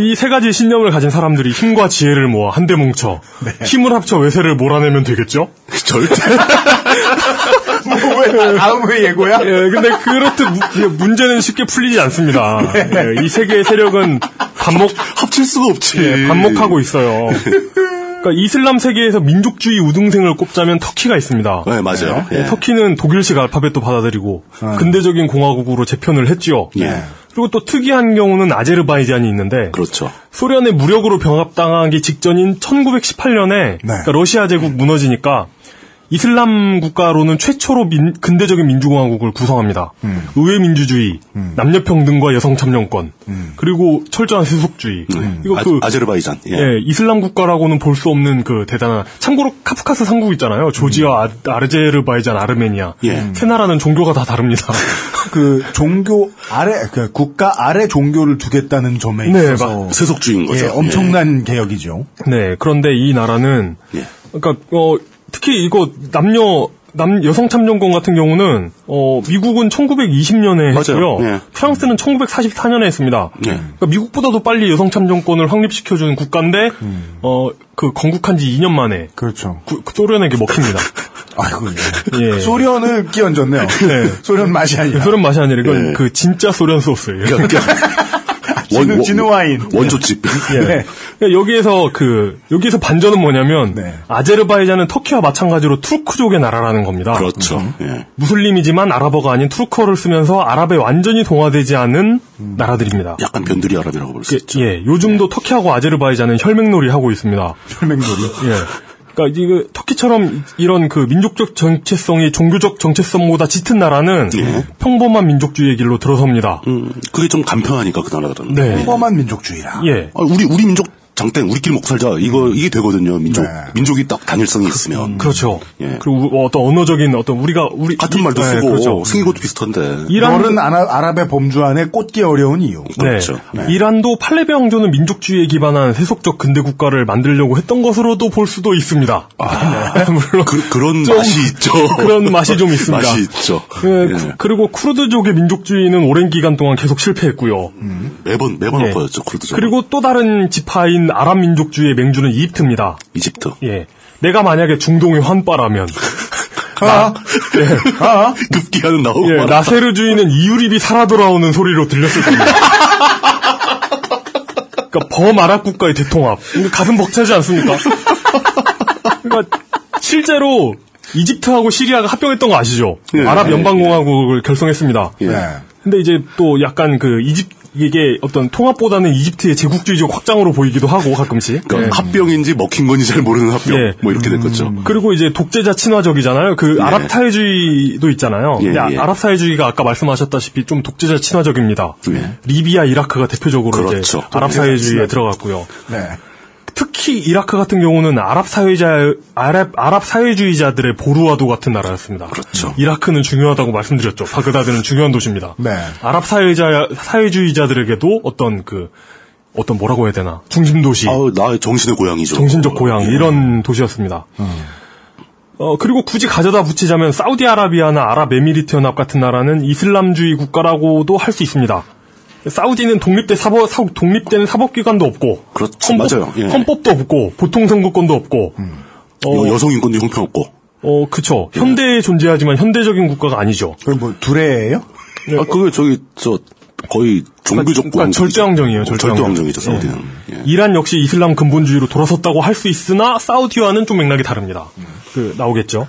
이 세 가지 신념을 가진 사람들이 힘과 지혜를 모아 한데 뭉쳐 힘을 합쳐 외세를 몰아내면 되겠죠? 절대. 왜 아, 다음 회 예고야? 예, 근데 그렇듯 무- 예, 문제는 쉽게 풀리지 않습니다. 예, 이 세계의 세력은 반목 예, 합칠 수가 없지. 네, 반목하고 있어요. 그러니까 이슬람 세계에서 민족주의 우등생을 꼽자면 터키가 있습니다. 네, 맞아요. 예, 예. 터키는 독일식 알파벳도 받아들이고 음. 근대적인 공화국으로 재편을 했지요. 예. 그리고 또 특이한 경우는 아제르바이잔이 있는데 그렇죠. 소련의 무력으로 병합당하기 직전인 네. 1918년에 그러니까 러시아 제국 무너지니까 이슬람 국가로는 최초로 민- 근대적인 민주공화국을 구성합니다. 음. 의회 민주주의, 남녀 평등과 여성 참여권, 그리고 철저한 세속주의. 이거 음. 아, 그 아제르바이잔. 예. 예, 이슬람 국가라고는 볼 수 없는 그 대단한. 참고로 카프카스 삼국 있잖아요. 음. 조지아, 아, 르제르바이잔 아르메니아. 예. 세 나라는 종교가 다 다릅니다. 그 종교 아래 그 국가 아래 종교를 두겠다는 점에 네, 그렇죠. 있어서 막 세속주의인 거죠. 예, 엄청난 개혁이죠. 네, 그런데 이 나라는 예. 그러니까 어, 특히 이거 남녀 남 여성 참정권 같은 경우는 어, 미국은 1920년에 했고요. 예. 프랑스는 1944년에 했습니다. 예. 그러니까 미국보다도 빨리 여성 참정권을 확립시켜 주는 국가인데 음. 어, 그 건국한 지 2년 만에 그렇죠. 소련에게 먹힙니다. 아이고. 그 예. 소련을 끼얹었네요. 예. 네. 소련 맛이 아니라. 소련 맛이 아니라 네. 이건 그 진짜 소련 소스예요. 그러니까 진우- 진우 와인. 원조집. 예. 네. 그러니까 여기에서 그 여기에서 반전은 뭐냐면 네. 아제르바이잔은 터키와 마찬가지로 투르크족의 나라라는 겁니다. 그렇죠. 음. 예. 무슬림이지만 아랍어가 아닌 투르크어를 쓰면서 아랍에 완전히 동화되지 않은 음. 나라들입니다. 약간 변두리 아랍이라고 볼 수 있죠. 네. 예, 예. 요즘도 터키하고 아제르바이잔은 혈맹놀이 하고 있습니다. 혈맹놀이. 예. 그러니까 이거 터키처럼 이런 그 민족적 정체성이 종교적 정체성보다 짙은 나라는 네. 평범한 민족주의의 길로 들어섭니다. 음, 그게 좀 간편하니까 그 나라들은. 네. 평범한 민족주의라. 예. 아, 우리 우리 민족 장땡 우리끼리 먹고 살자 이거 이게 되거든요. 민족 민족이 딱 단일성이 있으면. 네. 그렇죠. 예. 그리고 우- 어떤 언어적인 어떤 우리가 우리 같은 이- 말도 네, 쓰고 그렇죠. 승희고도 비슷한데. 이란- 너는 아라- 아랍의 범주 안에 꽂기 어려운 이유. 그렇죠. 네. 이란도 팔레베 왕조는 민족주의에 기반한 세속적 근대 국가를 만들려고 했던 것으로도 볼 수도 있습니다. 네, 물론 그, 런 맛이 있죠. 그런 맛이 좀 있습니다. 맛이 있죠. 예, 예. 그- 그리고 쿠르드족의 민족주의는 오랜 기간 동안 계속 실패했고요. 매번 매번 예. 엎어졌죠. 그래도 그리고 또 다른 지파인 아랍 민족주의의 맹주는 이집트입니다. 이집트. 예. 내가 만약에 중동의 환빠라면 아, 예. 아, 급기야는 나오고. 예, 나세르주의는 이유립이 살아 돌아오는 소리로 들렸을 겁니다. 그러니까 범아랍 국가의 대통합. 그러니까 가슴 벅차지 않습니까? 그러니까 실제로 이집트하고 시리아가 합병했던 거 아시죠? 예, 아랍 예, 연방공화국을 결성했습니다. 예. 네. 근데 이제 또 약간 그 이집 이게 어떤 통합보다는 이집트의 제국주의적 확장으로 보이기도 하고 가끔씩. 그러니까 합병인지 먹힌 건지 잘 모르는 합병. 예. 뭐 이렇게 됐겠죠. 그리고 이제 독재자 친화적이잖아요. 그 아랍 사회주의도 있잖아요. 예, 근데 아- 예. 아랍 사회주의가 아까 말씀하셨다시피 좀 독재자 친화적입니다. 리비아, 이라크가 대표적으로 이제 예. 그렇죠. 아랍 독재자 사회주의에 친화. 들어갔고요. 네. 특히 이라크 같은 경우는 아랍 사회자 아랍 아랍 사회주의자들의 보루와도 같은 나라였습니다. 그렇죠. 이라크는 중요하다고 말씀드렸죠. 바그다드는 중요한 도시입니다. 네. 아랍 사회자 사회주의자들에게도 어떤 그 어떤 뭐라고 해야 되나 중심 도시. 나의 정신의 고향이죠. 정신적 고향 예. 이런 도시였습니다. 어, 그리고 굳이 가져다 붙이자면 사우디아라비아나 아랍에미리트 연합 같은 나라는 이슬람주의 국가라고도 할 수 있습니다. 사우디는 독립된 사법 사- 독립된 사법기관도 없고 그렇죠. 맞아요. 예. 음. 헌법도 어. 없고 보통 선거권도 없고 여- 여성 인권도 형편없고. 어 그쵸 예. 현대에 존재하지만 현대적인 국가가 아니죠. 그럼 뭐 두레예요? 아, 그게 저기 저 거의 종교적 네. 그러니까 고향. 절대왕정이에요. 네. 절대왕정. 절대왕정이죠. 사우디는. 예. 이란 역시 이슬람 근본주의로 돌아섰다고 할 수 있으나 사우디와는 좀 맥락이 다릅니다. 음. 그 나오겠죠.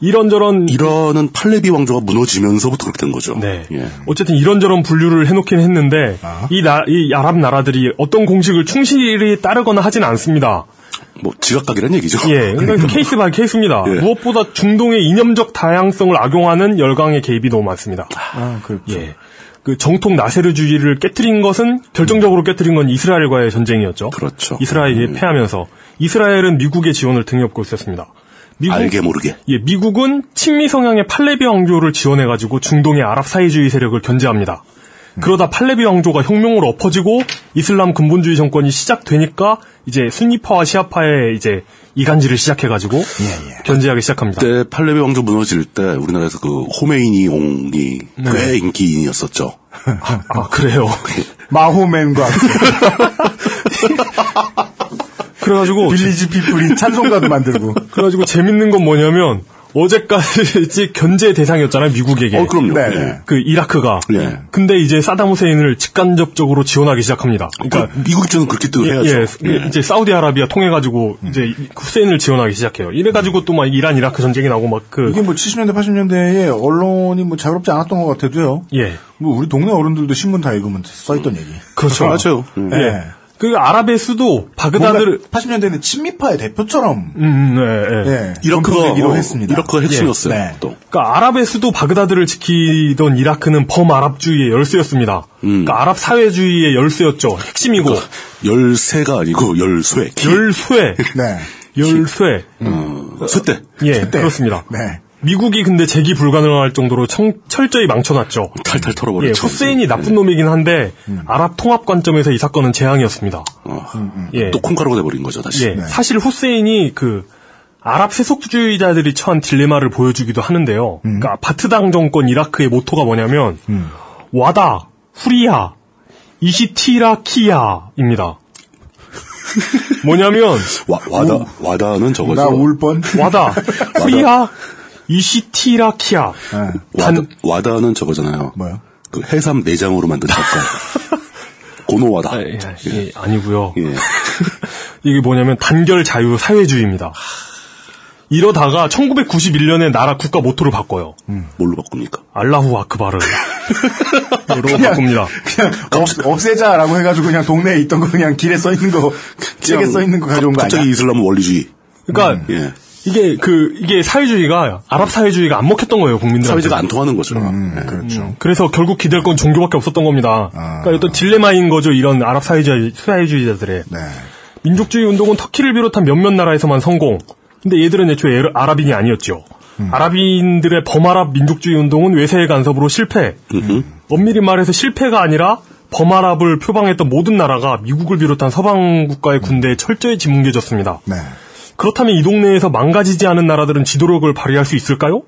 이런저런 이란은 팔레비 왕조가 무너지면서부터 그렇게 된 거죠. 네. 예. 아. 어쨌든 이런저런 분류를 해놓긴 했는데 이, 나, 이 아랍 나라들이 어떤 공식을 충실히 따르거나 하진 않습니다. 뭐 지각각이란 얘기죠. 예, 그러니까 케이스 바이 케이스입니다. 아, 예. 무엇보다 중동의 이념적 다양성을 악용하는 열강의 개입이 너무 많습니다. 아, 그렇죠. 예. 그 정통 나세르주의를 깨뜨린 것은 결정적으로 깨뜨린 건 이스라엘과의 전쟁이었죠. 음. 그렇죠. 이스라엘이 패하면서 이스라엘은 미국의 지원을 등에 업고 있었습니다. 미국- 알게 모르게. 예, 미국은 친미 성향의 팔레비 왕조를 지원해가지고 중동의 아랍 사회주의 세력을 견제합니다. 그러다 팔레비 왕조가 혁명으로 엎어지고 이슬람 근본주의 정권이 시작되니까 이제 순리파와 시아파의 이제 이간질을 시작해가지고 견제하기 시작합니다. 그때 팔레비 왕조 무너질 때 우리나라에서 그 호메이니 옹이 꽤 인기인이었었죠. 네. 아 그래요. 마호맨과 어, 그래가지고 빌리지 피플이 찬송가도 만들고. 그래가지고 재밌는 건 뭐냐면 어제까지 견제 대상이었잖아요 미국에게. 어, 그럼요. 네. 예. 그 이라크가. 예. 근데 이제 사담 후세인을 직간접적으로 지원하기 시작합니다. 그러니까 그 미국 입장은 그렇게 또 해야죠. 예, 예. 이제 사우디아라비아 통해 가지고 이제 후세인을 지원하기 시작해요. 이래 가지고 또 막 이란 이라크 전쟁이 나고 막 그 이게 뭐 70년대, 80년대에 언론이 뭐 자유롭지 않았던 것 같아도요. 예. 뭐 우리 동네 어른들도 신문 다 읽으면 써있던 얘기. 그렇죠. 맞아요. 예. 예. 그 아랍의 수도 바그다드를 80년대는 친미파의 대표처럼 음, 음, 예, 예. 예. 네. 이라크가 전통되기로 어, 했습니다. 이라크가 핵심이었어요. 예. 네. 또 그러니까 아랍의 수도 바그다드를 지키던 이라크는 범아랍주의의 열쇠였습니다. 그러니까 아랍 사회주의의 열쇠였죠. 핵심이고 열쇠가 아니고 열쇠. 키. 열쇠, 네. 열쇠. 어, 쇠대. 예, 그때. 그렇습니다. 네. 미국이 근데 재기 불가능할 정도로 청- 철저히 망쳐놨죠. 예, 탈탈 음. 털어버렸죠. 후세인이 나쁜 놈이긴 한데 아랍 통합 관점에서 이 사건은 재앙이었습니다. 어, 음, 예. 또 콩가루가 돼버린 거죠 다시. 예, 사실 후세인이 그 아랍 세속주의자들이 처한 딜레마를 보여주기도 하는데요. 그러니까 바트당 정권 이라크의 모토가 뭐냐면 와다 후리야 이시티라키야입니다. 뭐냐면 와, 와다 와다는 저거죠. 나 울 뻔. 와다 후리야 이시티라키야 와다, 와다는 저거잖아요. 뭐요? 그 해삼 내장으로 만든 닭발. 고노와다. 아, 예, 예, 아니고요. 예. 이게 뭐냐면 단결 자유 사회주의입니다. 이러다가 1991년에 나라 국가 모토를 바꿔요. 뭘로 바꿉니까? 알라후 아크바르로 바꿉니다. 그냥 없, 없애자라고 해가지고 그냥 동네에 있던 거 그냥 길에 써있는 거, 책에 그냥 써있는 거 가져온 거 갑- 갑자기 아니야? 음. 이슬람 원리주의. 그러니까 예. 이게 그 이게 사회주의가 아랍 사회주의가 안 먹혔던 거예요 국민들한테. 사회자가 음. 안 통하는 거죠. 예. 그렇죠. 그래서 결국 기댈 건 종교밖에 없었던 겁니다. 아. 그러니까 어떤 딜레마인 거죠 이런 아랍 사회주의 사회주의자들의 네. 민족주의 운동은 터키를 비롯한 몇몇 나라에서만 성공. 근데 얘들은 애초에 에르- 아랍인이 아니었죠. 아랍인들의 범아랍 민족주의 운동은 외세의 간섭으로 실패. 엄밀히 말해서 실패가 아니라 범아랍을 표방했던 모든 나라가 미국을 비롯한 서방 국가의 군대에 철저히 짓뭉개졌습니다. 네. 그렇다면 이 동네에서 망가지지 않은 나라들은 지도력을 발휘할 수 있을까요?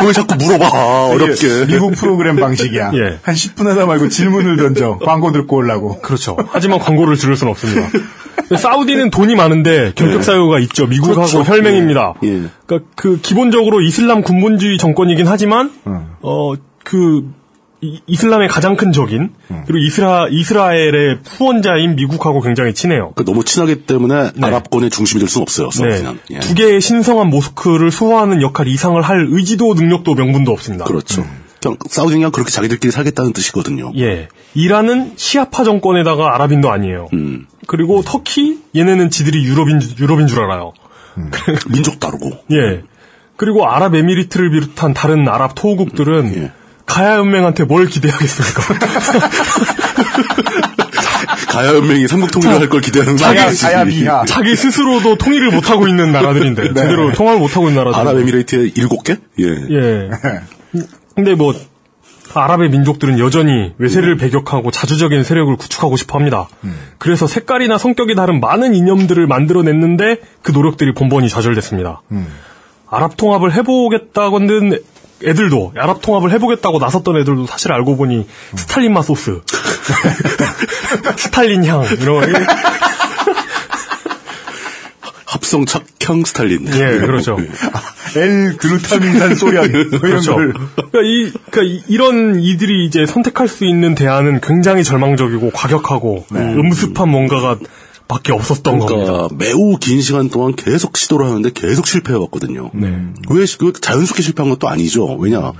어, 왜 자꾸 물어봐. 음. 어렵게. 미국 프로그램 방식이야. 예. 한 10분 하다 말고 질문을 던져. 광고 듣고 오려고. 그렇죠. 하지만 광고를 들을 수는 없습니다. 사우디는 돈이 많은데 결격 사유가 있죠. 미국하고 네. 그렇죠. 혈맹입니다. 예. 예. 그러니까 그 기본적으로 이슬람 군본주의 정권이긴 하지만 음. 어 그 이슬람의 가장 큰 적인 음. 그리고 이스라 이스라엘의 후원자인 미국하고 굉장히 친해요. 그 너무 친하기 때문에 네. 아랍권의 중심이 될 수는 없어요. 네. 사우디는. 예. 두 개의 신성한 모스크를 소화하는 역할 이상을 할 의지도 능력도 명분도 없습니다. 그렇죠. 그냥 사우디는 그냥 그렇게 자기들끼리 살겠다는 뜻이거든요. 음. 예. 이란은 시아파 정권에다가 아랍인도 아니에요. 음. 그리고 터키 얘네는 지들이 유럽인 줄- 유럽인 줄 알아요. 민족 다르고. 예. 그리고 아랍에미리트를 비롯한 다른 아랍 토호국들은 예. 가야 연맹한테 뭘 기대하겠습니까? 가야 연맹이 삼국통일을 할 걸 기대하는 거 자기- 아니지. 자기 스스로도 통일을 못 하고 있는 나라들인데 제대로 통합을 못 하고 있는 나라들. 네. 아랍에미레이트의 일곱 개? 예. 예. 근데 뭐 아랍의 민족들은 여전히 외세를 배격하고 자주적인 세력을 구축하고 싶어 합니다. 그래서 색깔이나 성격이 다른 많은 이념들을 만들어냈는데 그 노력들이 본번이 좌절됐습니다. 아랍 통합을 해보겠다고는 애들도 아랍 통합을 해보겠다고 나섰던 애들도 사실 알고 보니 스탈린 맛 소스, 스탈린 향 이런 거. 합성 착향 스탈린. 예, 그렇죠. L 글루타민산 소량 이런 그렇죠. 걸. 그러니까 이, 그러니까 이- 이런 이들이 이제 선택할 수 있는 대안은 굉장히 절망적이고 과격하고 음습한 뭔가가 밖에 없었던 겁니다. 그러니까 매우 긴 시간 동안 계속 시도를 하는데 계속 실패해왔거든요. 네. 왜 시- 그 자연스럽게 실패한 것도 아니죠. 왜냐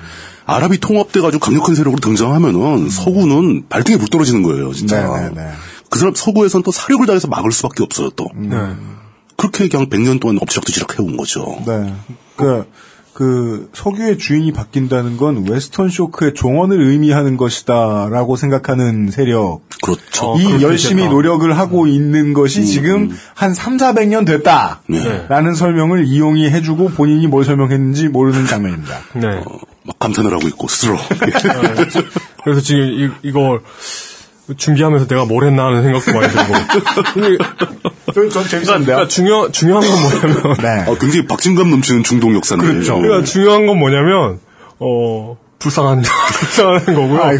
아랍이 통합돼가지고 강력한 세력으로 등장하면은 서구는 발등에 물 떨어지는 거예요, 진짜. 네, 그 사람 서구에선 또 사력을 다해서 막을 수밖에 없어요, 또. 음. 네. 그렇게 그냥 100년 동안 엎치락뒤치락 해온 거죠. 네. 그, 그, 석유의 주인이 바뀐다는 건 웨스턴 쇼크의 종언을 의미하는 것이다라고 생각하는 세력. 어. 그렇죠. 이 그렇게 열심히 됐다. 노력을 하고 있는 것이 지금 한 3, 400년 됐다. 네. 라는 설명을 이용이 해주고 본인이 뭘 설명했는지 모르는 장면입니다. 네. 막 감탄을 하고 있고 스스로. 그래서 지금 이, 이걸 준비하면서 내가 뭘 했나 하는 생각도 많이 들고. 전, 전 재밌었는데요. 중요, 중요한 건 뭐냐면. 그러니까 네, 아, 굉장히 박진감 넘치는 중동 역사인데. 그렇죠. 그러니까 중요한 건 뭐냐면, 어, 불쌍한, 불쌍한 거고요.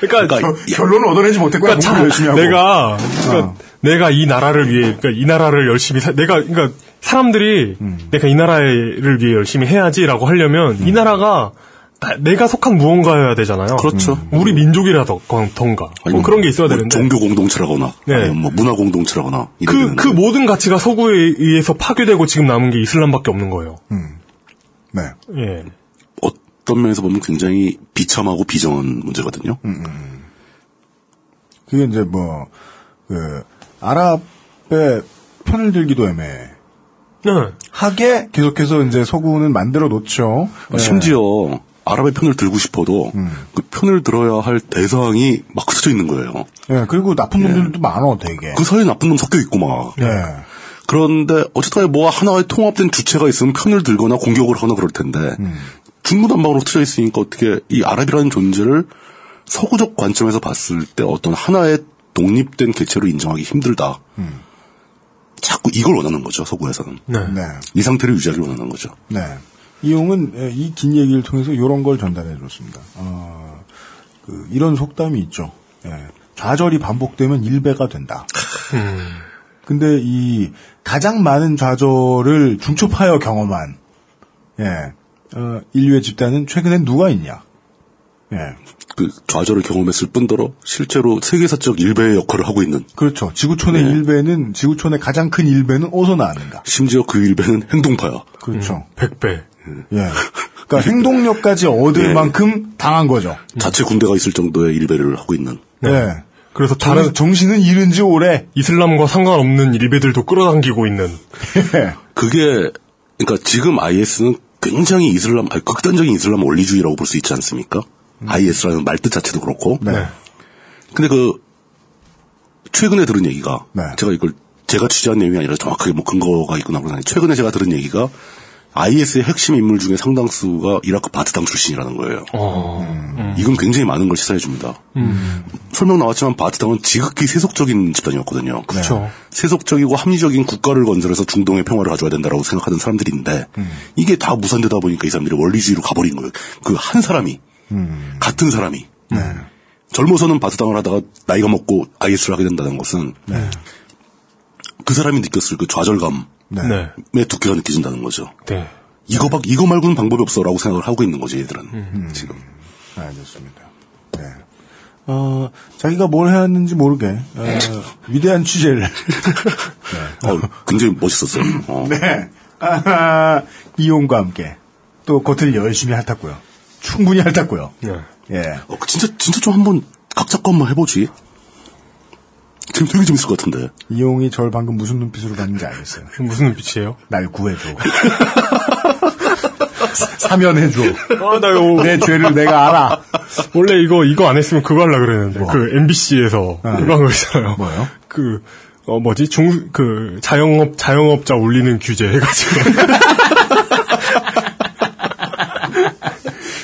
그러니까, 결론을 얻어내지 못했구나. 그러니까 공부를 열심히 하고. 내가 그러니까 내가 이 나라를 위해 그러니까 이 나라를 열심히 사- 내가 그러니까 사람들이 내가 이 나라를 위해 열심히 해야지라고 하려면 이 나라가 나- 내가 속한 무언가여야 되잖아요. 음. 그렇죠. 우리 민족이라던가 뭐 그런 게 있어야 뭐 되는데 종교 공동체라거나, 네. 아니면 뭐 문화 공동체라거나. 이런 그, 그 모든 가치가 서구에 의해서 파괴되고 지금 남은 게 이슬람밖에 없는 거예요. 네. 예. 어떤 면에서 보면 굉장히 비참하고 비정한 문제거든요. 음. 그게 이제 뭐, 그, 아랍의 편을 들기도 애매해. 네. 하게 계속해서 이제 서구는 만들어 놓죠. 네. 아, 심지어 아랍의 편을 들고 싶어도 음. 그 편을 들어야 할 대상이 막 쓰여 있는 거예요. 예, 그리고 나쁜 놈들도 많어, 되게. 네. 그 사이에 나쁜 놈 섞여 있고 막. 예. 그런데 어쨌든 간에 뭐가 하나의 통합된 주체가 있으면 편을 들거나 공격을 하거나 그럴 텐데 중구난방으로 틀려 있으니까 어떻게 이 아랍이라는 존재를 서구적 관점에서 봤을 때 어떤 하나의 독립된 개체로 인정하기 힘들다. 자꾸 이걸 원하는 거죠 서구에서는 네. 네. 이 상태를 유지하기 원하는 거죠. 네. 이용은 예, 이 긴 얘기를 통해서 이런 걸 전달해 줬습니다. 어, 그 이런 속담이 있죠. 예. 좌절이 반복되면 일배가 된다. 근데 이 가장 많은 좌절을 중첩하여 경험한 예. 어, 인류의 집단은 최근엔 누가 있냐? 예. 그 좌절을 경험했을 뿐더러 실제로 세계사적 일베의 역할을 하고 있는 그렇죠. 지구촌의 일배는 지구촌의 가장 큰 일배는 어디서 나왔는가? 심지어 그 일베는 행동파야. 그렇죠. 음. 100배. 예. 그러니까 행동력까지 얻을 예. 만큼 당한 거죠. 자체 군대가 있을 정도의 일베를 하고 있는. 네. 그래서 다른 정신, 은 잃은 지 오래. 이슬람과 상관없는 일베들도 끌어당기고 있는 예. 네. 그게 그러니까 지금 IS는 굉장히 이슬람 아니, 극단적인 이슬람 원리주의라고 볼 수 있지 않습니까? IS라는 말뜻 자체도 그렇고. 네. 근데 그 최근에 들은 얘기가 제가 이걸 제가 취재한 내용이 아니라 정확하게 뭐 근거가 있거나 그러나 최근에 제가 들은 얘기가 IS의 핵심 인물 중에 상당수가 이라크 바트당 출신이라는 거예요. 이건 굉장히 많은 걸 시사해 줍니다. 설명 나왔지만 바트당은 지극히 세속적인 집단이었거든요. 그렇죠. 세속적이고 합리적인 국가를 건설해서 중동의 평화를 가져야 된다라고 생각하는 사람들인데 음. 이게 다 무산되다 보니까 이 사람들이 원리주의로 가버린 거예요. 그 한 사람이 음. 같은 사람이 네. 젊어서는 바스당을 하다가 나이가 먹고 IS를 하게 된다는 것은 그 사람이 느꼈을 그 좌절감의 네. 두께가 느껴진다는 거죠. 네. 이거 밖 이거 말고는 방법이 없어라고 생각을 하고 있는 거지 얘들은 음. 지금. 알겠습니다. 네. 어, 자기가 뭘 해왔는지 모르게 어, 위대한 취재를. 어, 굉장히 멋있었어요. 어. 네. 아하, 이용과 함께 또 겉을 열심히 핥았고요. 충분히 핥았고요. 예. 어, 진짜 진짜 좀 한번 각자 거 한번 해보지. 지금 되게 재밌을 것 같은데. 이용이 저를 방금 무슨 눈빛으로 봤는지 알겠어요. 무슨 눈빛이에요? 날 구해줘. 사면해줘. 아, 나 이거. 내 죄를 내가 알아. 원래 이거, 이거 안 했으면 그거 하려고 그랬는데. 그, MBC에서. 그거 한 거 있잖아요. 뭐요? 그, 어, 뭐지? 중, 그, 자영업, 자영업자 올리는 규제 해가지고.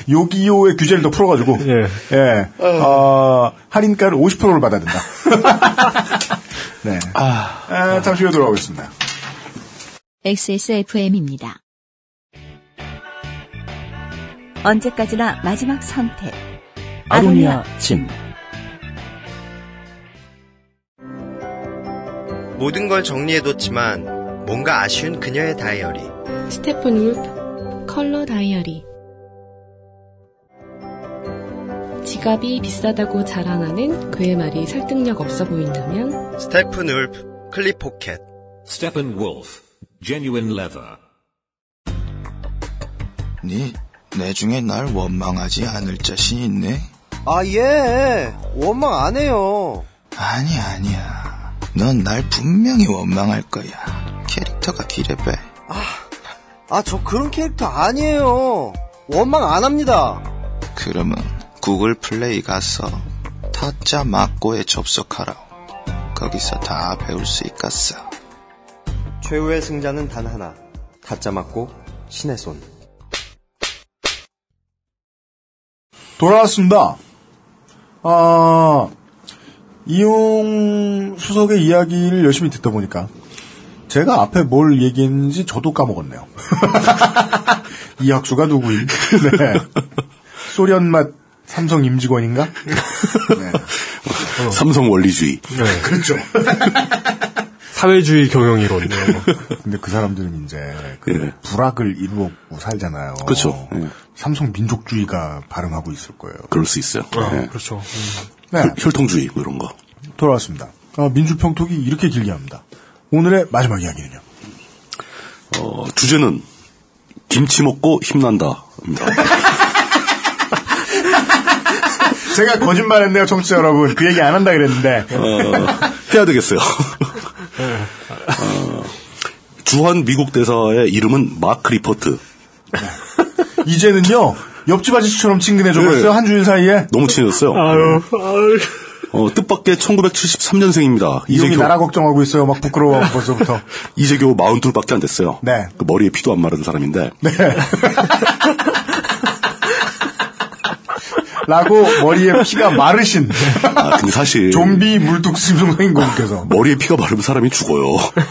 요기요의 규제를 더 풀어가지고 예. 예. 어, 할인가를 50%를 받아야 된다. 네. 아, 잠시 후에 돌아오겠습니다. XSFM입니다. 언제까지나 마지막 선택. 아로니아 진. 모든 걸 정리해뒀지만 뭔가 아쉬운 그녀의 다이어리. 스테픈 울프 컬러 다이어리 지갑이 비싸다고 자랑하는 그의 말이 설득력 없어 보인다면 아- 스테픈 울프 클립 포켓. Steppenwolf, genuine leather. 니, 내 중에 날 원망하지 않을 자신 있네? 아, 예. 원망 안 해요. 아니, 아니야. 넌 날 분명히 원망할 거야. 캐릭터가 기레배. 아, 저 그런 캐릭터 아니에요. 원망 안 합니다. 그러면 구글 플레이 가서 타짜 막고에 접속하라. 거기서 다 배울 수 있겠어. 최후의 승자는 단 하나. 타짜 맞고 신의 손. 돌아왔습니다. 아, 이용 수석의 이야기를 열심히 듣다 보니까 제가 앞에 뭘 얘기했는지 저도 까먹었네요. 이 학수가 누구임? 네. 소련 맛 삼성 임직원인가? 네. 어. 삼성 원리주의. 그렇죠. 사회주의 경영이론. 네, 뭐. 근데 그 사람들은 이제 그 불악을 이루고 살잖아요. 예. 그렇죠. 예. 삼성 민족주의가 발음하고 있을 거예요. 그럴 수 있어요. 예. 그렇죠. 네. 혈- 혈통주의 뭐 이런 거. 돌아왔습니다. 아, 민주평톡이 이렇게 길게 합니다. 오늘의 마지막 이야기는요. 어, 주제는 김치 먹고 힘난다입니다. 제가 거짓말했네요, 청취자 여러분. 그 얘기 안 한다 그랬는데. 어, 해야 되겠어요. 네. 어, 주한 미국 대사의 이름은 마크 리퍼트. 이제는요, 옆집 아저씨처럼 친근해져버렸어요, 네. 한 주일 사이에. 너무 친해졌어요. 아유, 아유. 어, 뜻밖의 1973년생입니다. 이용이 나라 걱정하고 있어요, 막 부끄러워, 벌써부터. 이제 겨우 42밖에 안 됐어요. 네. 그 머리에 피도 안 마른 사람인데. 라고 머리에 피가 마르신 아, 근데 사실 좀비 물뚝 심성인공께서. 머리에 피가 마르면 사람이 죽어요.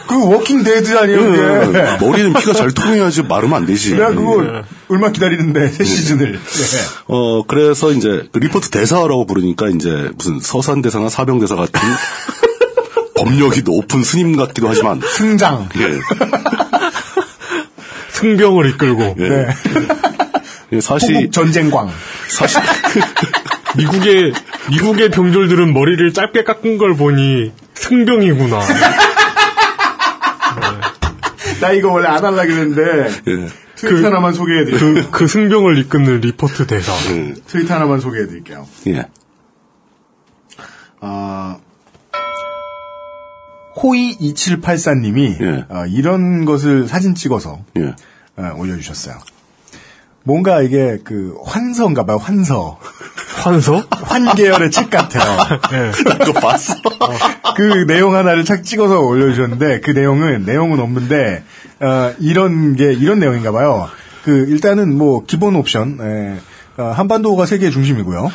그 워킹 데드 아니에요, 그게. 예, 머리는 피가 잘 통해야지 마르면 안 되지. 내가 그거 예. 얼마 기다리는데, 새 시즌을. 네. 어, 그래서 이제 그 리포트 대사라고 부르니까 이제 무슨 서산 대사나 사병 대사 같은 법력이 높은 스님 같기도 하지만 승장. 예. 승병을 이끌고. 네. 예. 예, 사실 포국 전쟁광. 사실 미국의, 미국의 병졸들은 머리를 짧게 깎은 걸 보니 승병이구나. 나 이거 원래 안 하려고 했는데, 예. 트윗 하나만 소개해드릴게요. 그, 그 승병을 이끄는 리포트 대사. 예. 트윗 하나만 소개해드릴게요. 예. 아, 호이2784님이 아, 예. 이런 것을 사진 찍어서 예. 어, 올려주셨어요. 뭔가 이게 그 환서인가 봐요, 환서. 환서? 환계열의 책 같아요. 예. 그거 봤어. 그 내용 하나를 착 찍어서 올려주셨는데 그 내용은 내용은 없는데 어, 이런 게 이런 내용인가 봐요. 그 일단은 뭐 기본 옵션 예, 어, 한반도가 세계의 중심이고요.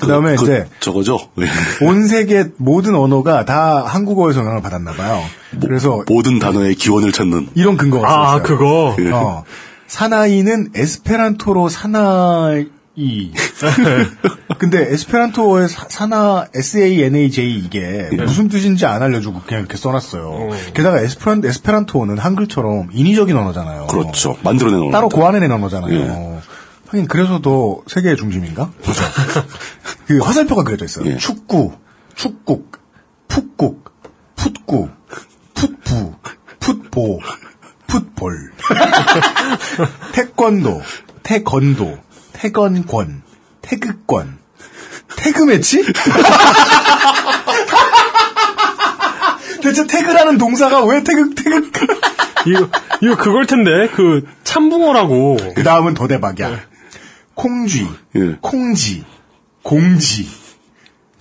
그다음에 그- 이제 저거죠. 예. 온 세계 모든 언어가 다 한국어에서 영향을 받았나 봐요. 그래서 모든 단어의 기원을 찾는 이런 근거가 아, 있어요. 그거. 예. 어, 사나이는 에스페란토로 사나이 이. 근데 에스페란토의 사- 산하 SANAJ 예. 이게 무슨 뜻인지 안 알려주고 그냥 이렇게 써놨어요. 게다가 에스페란, 에스페란토는 한글처럼 인위적인 언어잖아요. 그렇죠. 만들어낸 언어. 따로 고안해낸 언어잖아요. 예. 하긴 그래서 더 세계의 중심인가? 그죠. 그 화살표가 그려져 있어요. 축구, 축국, 풋국, 풋구, 풋부, 풋보, 풋볼, 태권도, 태건도, 태건권, 태극권, 태그매치? 대체 태그라는 동사가 왜 태극 태극? 이거 이거 그걸 텐데 그 참붕어라고. 그 다음은 더 대박이야. 콩쥐, 콩지, 공지,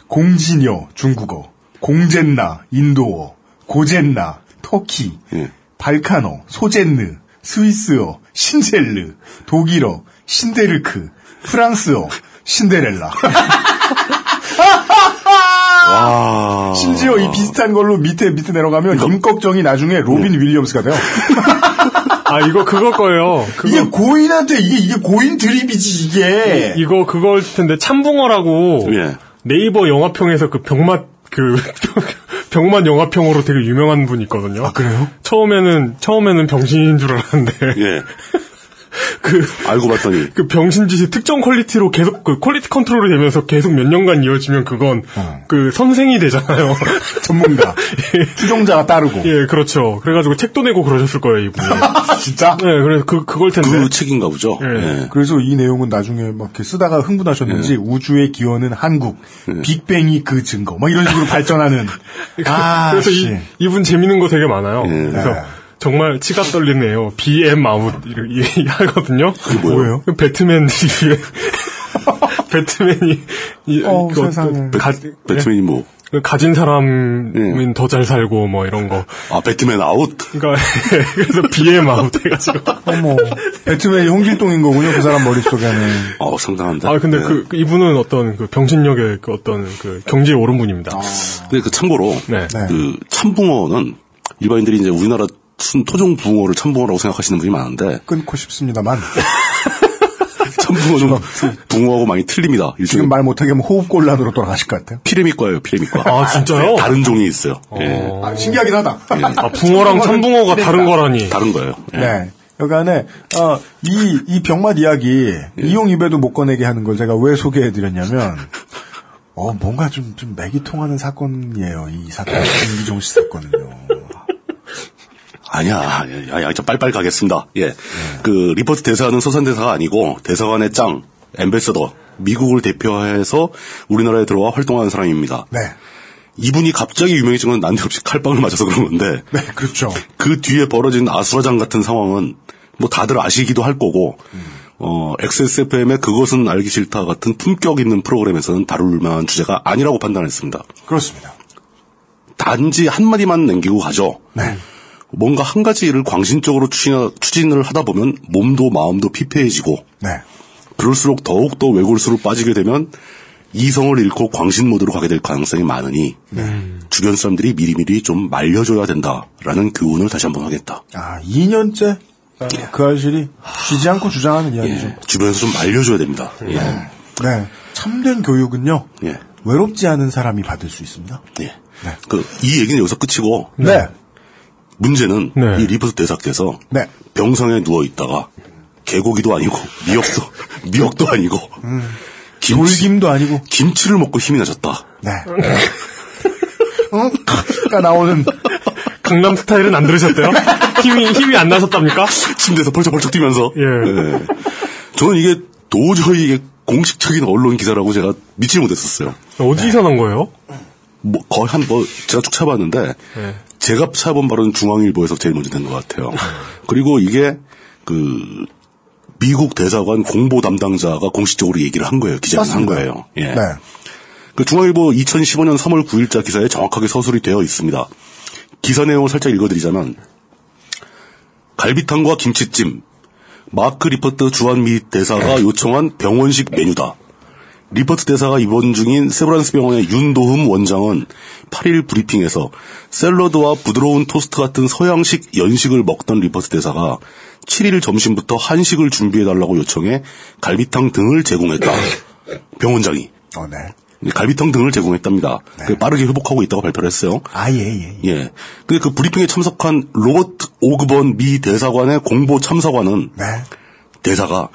공지녀 중국어, 공젠나 인도어, 고젠나 터키, 발카노 소젠느 스위스어 신젤르 독일어 신데르크 프랑스어 신데렐라. 와. 심지어 이 비슷한 걸로 밑에 밑에 내려가면 임꺽정이 나중에 로빈 윌리엄스가 돼요. 아 이거 그거 거예요. 이게 고인한테 이게 이게 고인 드립이지 이게. 네. 이거 그걸 텐데 참붕어라고 네이버 영화평에서 그 병맛 그 병맛 영화평으로 되게 유명한 분이 있거든요. 아 그래요? 처음에는 처음에는 병신인 줄 알았는데. 그 예. 알고 봤더니 그 병신 짓이 특정 퀄리티로 계속 그 퀄리티 컨트롤이 되면서 계속 몇 년간 이어지면 그건 그 선생이 되잖아요. 전문가. 추종자가 따르고. 예, 그렇죠. 그래가지고 책도 내고 그러셨을 거예요, 이분이. 진짜? 네, 그래서 그, 그걸 텐데. 그 책인가 보죠. 네. 네. 그래서 이 내용은 나중에 막 이렇게 쓰다가 흥분하셨는지 우주의 기원은 한국, 빅뱅이 그 증거, 막 이런 식으로 발전하는. 아, 그래서 씨. 이, 이분 재밌는 거 되게 많아요. 예. 그래서 정말 치가 떨리네요. BM 아웃 이렇게 하거든요. 그게 뭐예요? 배트맨 리뷰에 배트맨이 이, 어우, 그 어떤 세상에. 가- 배트맨이 뭐. 그 가진 사람은 예. 더 잘 살고 뭐 이런 거. 아, 배트맨 아웃? 그러니까 그래서 BM 아웃 해가지고. 어머. 배트맨이 홍길동인 거군요. 그 사람 머릿속에는. 어, 상당한데. 아 예. 근데 네. 그, 그 이분은 어떤 그 병신력의 그 어떤 그 경지에 오른 분입니다. 아. 근데 그 참고로 네. 네. 그 참붕어는 일반인들이 이제 우리나라 순 토종 붕어를 참붕어라고 생각하시는 분이 많은데 끊고 싶습니다만. 참붕어 좀 붕어하고 많이 틀립니다. 지금 말 못하게 하면 호흡곤란으로 돌아가실 것 같아요. 피레미과예요, 피레미과. 네, 아, 진짜요? 다른 종이 있어요. 예. 아, 신기하긴 하다. 아, 붕어랑 참붕어가 다른 거라니. 다른 거예요. 예. 네. 여간에 어, 이, 이 병맛 이야기 이용 입에도 못 꺼내게 하는 걸 제가 왜 소개해드렸냐면 어 뭔가 좀 좀 맥이 통하는 사건이에요 이 사건 김기종 씨 사건은요. 아니야, 야, 야, 야, 저 빨빨 가겠습니다. 네. 예. 그, 리포트 대사는 서산대사가 아니고, 대사관의 짱, 엠베서더, 미국을 대표해서 우리나라에 들어와 활동하는 사람입니다. 네. 이분이 갑자기 유명해진 건 난데없이 칼빵을 맞아서 그런 건데, 네 그렇죠. 그 뒤에 벌어진 아수라장 같은 상황은, 뭐 다들 아시기도 할 거고, 어, XSFM의 그것은 알기 싫다 같은 품격 있는 프로그램에서는 다룰 만한 주제가 아니라고 판단했습니다. 그렇습니다. 단지 한마디만 남기고 가죠. 네. 뭔가 한 가지 일을 광신적으로 추진하, 추진을 하다 보면 몸도 마음도 피폐해지고 네. 그럴수록 더욱더 외골수로 빠지게 되면 이성을 잃고 광신 모드로 가게 될 가능성이 많으니 네. 주변 사람들이 미리미리 좀 말려줘야 된다라는 교훈을 다시 한번 하겠다. 아 2년째 그 아실이 쉬지 않고 주장하는 예. 이야기죠. 주변에서 좀 말려줘야 됩니다. 예. 네 참된 교육은요 예. 외롭지 않은 사람이 받을 수 있습니다. 예. 그, 이 얘기는 여기서 끝이고. 네. 문제는 이 리포트 대사께서 네. 병상에 누워 있다가 개고기도 아니고 미역도 미역도 아니고 음. 돌김도 아니고 김치를 먹고 힘이 나셨다. 네. 응? 가 나오는 강남 스타일은 안 들으셨대요? 힘이 힘이 안 나셨답니까? 침대에서 벌쩍벌쩍 뛰면서. 예. 저는 이게 도저히 이게 공식적인 언론 기사라고 제가 믿지 못했었어요. 어디서 난 거예요? 뭐 거의 한 뭐 제가 쭉 쳐봤는데 제가 찾아본 바로는 중앙일보에서 제일 먼저 된 것 같아요. 그리고 이게 그 미국 대사관 공보 담당자가 공식적으로 얘기를 한 거예요. 기자가 한 맞습니다. 거예요. 예. 네. 그 중앙일보 2015년 3월 9일자 기사에 정확하게 서술이 되어 있습니다. 기사 내용을 살짝 읽어드리자면 갈비탕과 김치찜 마크 리포트 주한미 대사가 요청한 병원식 메뉴다. 리퍼트 대사가 입원 중인 세브란스 병원의 윤도흠 원장은 8일 브리핑에서 샐러드와 부드러운 토스트 같은 서양식 연식을 먹던 리퍼트 대사가 7일 점심부터 한식을 준비해달라고 요청해 갈비탕 등을 제공했다. 병원장이. 어, 네. 갈비탕 등을 제공했답니다. 네. 빠르게 회복하고 있다고 발표를 했어요. 아, 예, 예. 예. 예. 근데 그 브리핑에 참석한 로버트 오그번 미 대사관의 공보 참사관은 네. 대사가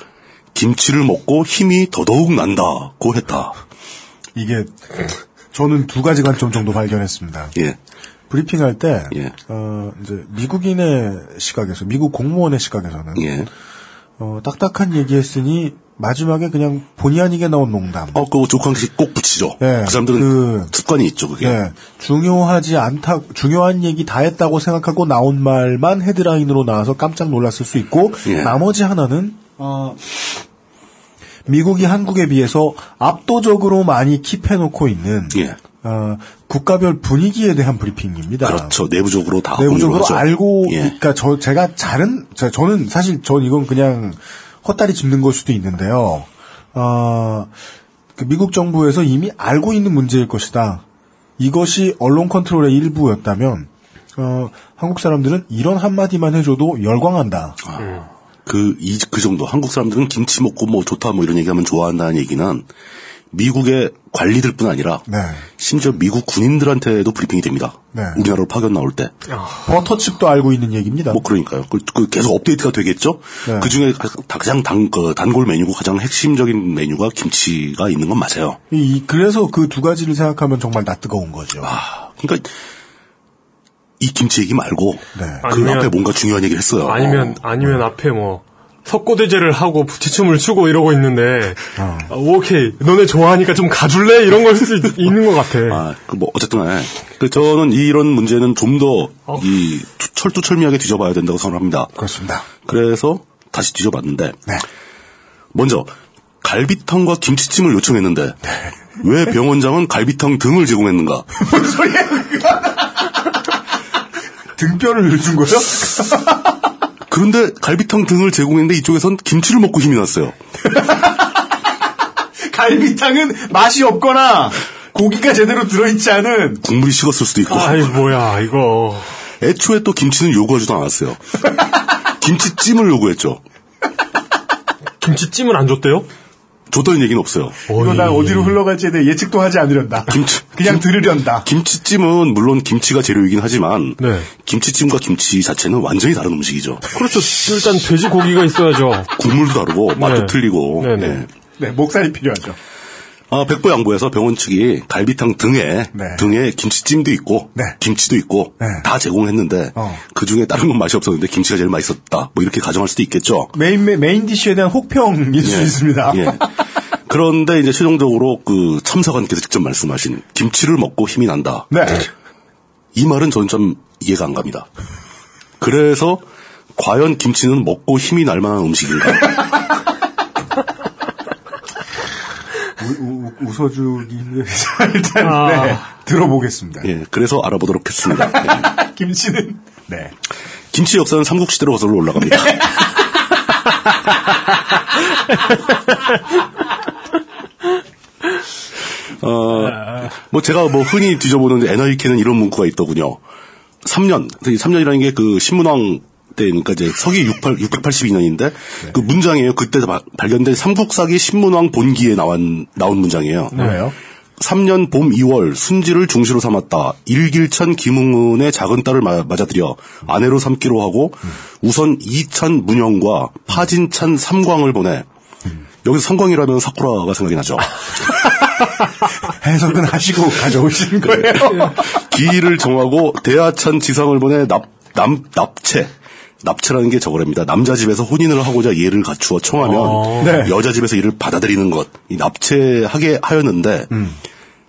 김치를 먹고 힘이 더더욱 난다고 했다. 이게 저는 두 가지 관점 정도 발견했습니다. 예. 브리핑할 때 예. 어, 이제 미국인의 시각에서 미국 공무원의 시각에서는 예. 어, 딱딱한 얘기했으니 마지막에 그냥 본의 아니게 나온 농담. 어, 그거 조광식 꼭 붙이죠. 예, 그 사람들은 그- 습관이 있죠, 그게. 예. 중요하지 않다, 중요한 얘기 다 했다고 생각하고 나온 말만 헤드라인으로 나와서 깜짝 놀랐을 수 있고, 예. 나머지 하나는, 어, 미국이 한국에 비해서 압도적으로 많이 킵해놓고 있는, 예. 어, 국가별 분위기에 대한 브리핑입니다. 그렇죠. 내부적으로 다 내부적으로 공유를 하죠. 알고, 예. 그러니까 저 제가 잘은 저- 저는 사실 전 이건 그냥 헛다리 짚는 걸 수도 있는데요. 어, 그 미국 정부에서 이미 알고 있는 문제일 것이다. 이것이 언론 컨트롤의 일부였다면 어, 한국 사람들은 이런 한마디만 해줘도 열광한다. 그, 이, 그 정도. 한국 사람들은 김치 먹고 뭐 좋다 뭐 이런 얘기하면 좋아한다는 얘기는 미국의 관리들 뿐 아니라 네. 심지어 미국 군인들한테도 브리핑이 됩니다. 네. 아. 우리나라로 파견 나올 때. 버터칩도 알고 있는 얘기입니다. 뭐 그러니까요. 그, 그 계속 업데이트가 되겠죠. 네. 그 중에 가장 단, 그 단골 메뉴고 가장 핵심적인 메뉴가 김치가 있는 건 맞아요. 이- 이- 그래서 그 두 가지를 생각하면 정말 나 뜨거운 거죠. 그러니까 이 김치 얘기 말고 네. 그 아니면- 앞에 뭔가 중요한 얘기를 했어요. 아니면 아니면 앞에 뭐 석고대제를 하고 부채춤을 추고 이러고 있는데 아, 오케이 너네 좋아하니까 좀 가줄래 이런 걸 수 있는 것 같아. 아, 그 뭐 어쨌든 간에 그 저는 이런 문제는 좀 더 이 철두철미하게 뒤져봐야 된다고 생각합니다. 그렇습니다. 그래서 다시 뒤져봤는데 네. 먼저 갈비탕과 김치찜을 요청했는데 왜 병원장은 갈비탕 등을 제공했는가? 등뼈를 준 거죠? 그런데 갈비탕 등을 제공했는데 이쪽에선 김치를 먹고 힘이 났어요. 갈비탕은 맛이 없거나 고기가 제대로 들어있지 않은 국물이 식었을 수도 있고. 아이 뭐야 이거 애초에 또 김치는 요구하지도 않았어요. 김치찜을 요구했죠. 김치찜을 안 줬대요? 줬다는 얘기는 없어요. 이거 난 어디로 흘러갈지에 대해 예측도 하지 않으련다. 김치- 그냥 들으련다. 김치찜은 물론 김치가 재료이긴 하지만 네. 김치찜과 김치 자체는 완전히 다른 음식이죠. 그렇죠. 일단 돼지고기가 있어야죠. 국물도 다르고 맛도 네. 틀리고. 네네. 예. 네, 목살이 필요하죠. 아, 백보양보에서 병원 측이 갈비탕 등에 네. 등에 김치찜도 있고 네. 김치도 있고 네. 다 제공했는데 어. 그 중에 다른 건 맛이 없었는데 김치가 제일 맛있었다. 뭐 이렇게 가정할 수도 있겠죠. 메인, 메- 메인 디쉬에 대한 혹평일 수 예. 있습니다. 예. 그런데 이제 최종적으로 그 참사관께서 직접 말씀하신 김치를 먹고 힘이 난다. 네. 이 말은 저는 좀 이해가 안 갑니다. 그래서 과연 김치는 먹고 힘이 날 만한 음식인가? 우, 우, 웃어주기 힘들 일단, 아. 네. 들어보겠습니다. 예, 그래서 알아보도록 했습니다. 예. 김치는, 네. 김치 역사는 삼국시대로 거슬러 올라갑니다. 어, 뭐 제가 뭐 흔히 뒤져보는 NIK는 이런 문구가 있더군요. 3년, 3년이라는 게 그 신문왕 때니까 이제 서기 68, 682년인데 그 문장이에요. 그때 바- 발견된 삼국사기 신문왕 본기에 나온, 나온 문장이에요. 왜요? 3년 봄 2월 순지를 중시로 삼았다. 일길찬 김웅은의 작은 딸을 마- 맞아들여 아내로 삼기로 하고 우선 이찬 문영과 파진찬 삼광을 보내 여기서 삼광이라면 사쿠라가 생각이 나죠. 해석은 하시고 가져오시는 거예요. 기일을 정하고 대하찬 지상을 보내 납, 남, 납채. 납채라는 게 저거랍니다. 남자 집에서 혼인을 하고자 예를 갖추어 청하면 네. 여자 집에서 이를 받아들이는 것. 이 납채하게 하였는데 음.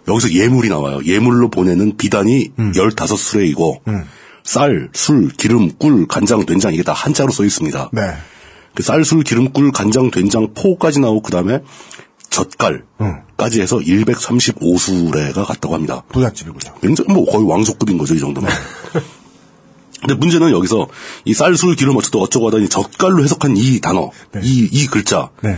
여기서 예물이 나와요. 예물로 보내는 비단이 음. 15수레이고 쌀, 술, 기름, 꿀, 간장, 된장 이게 다 한자로 써 있습니다. 네. 그 쌀, 술, 기름, 꿀, 간장, 된장, 포까지 나오고 그 다음에 젓갈까지 해서 135수레가 갔다고 합니다. 부잣집이군요. 굉장히 뭐 거의 왕족급인 거죠 이 정도면. 근데 문제는 여기서 이 쌀술 기름 어쩌고 어쩌고 하다니 젓갈로 해석한 이 단어, 이 이 글자 네.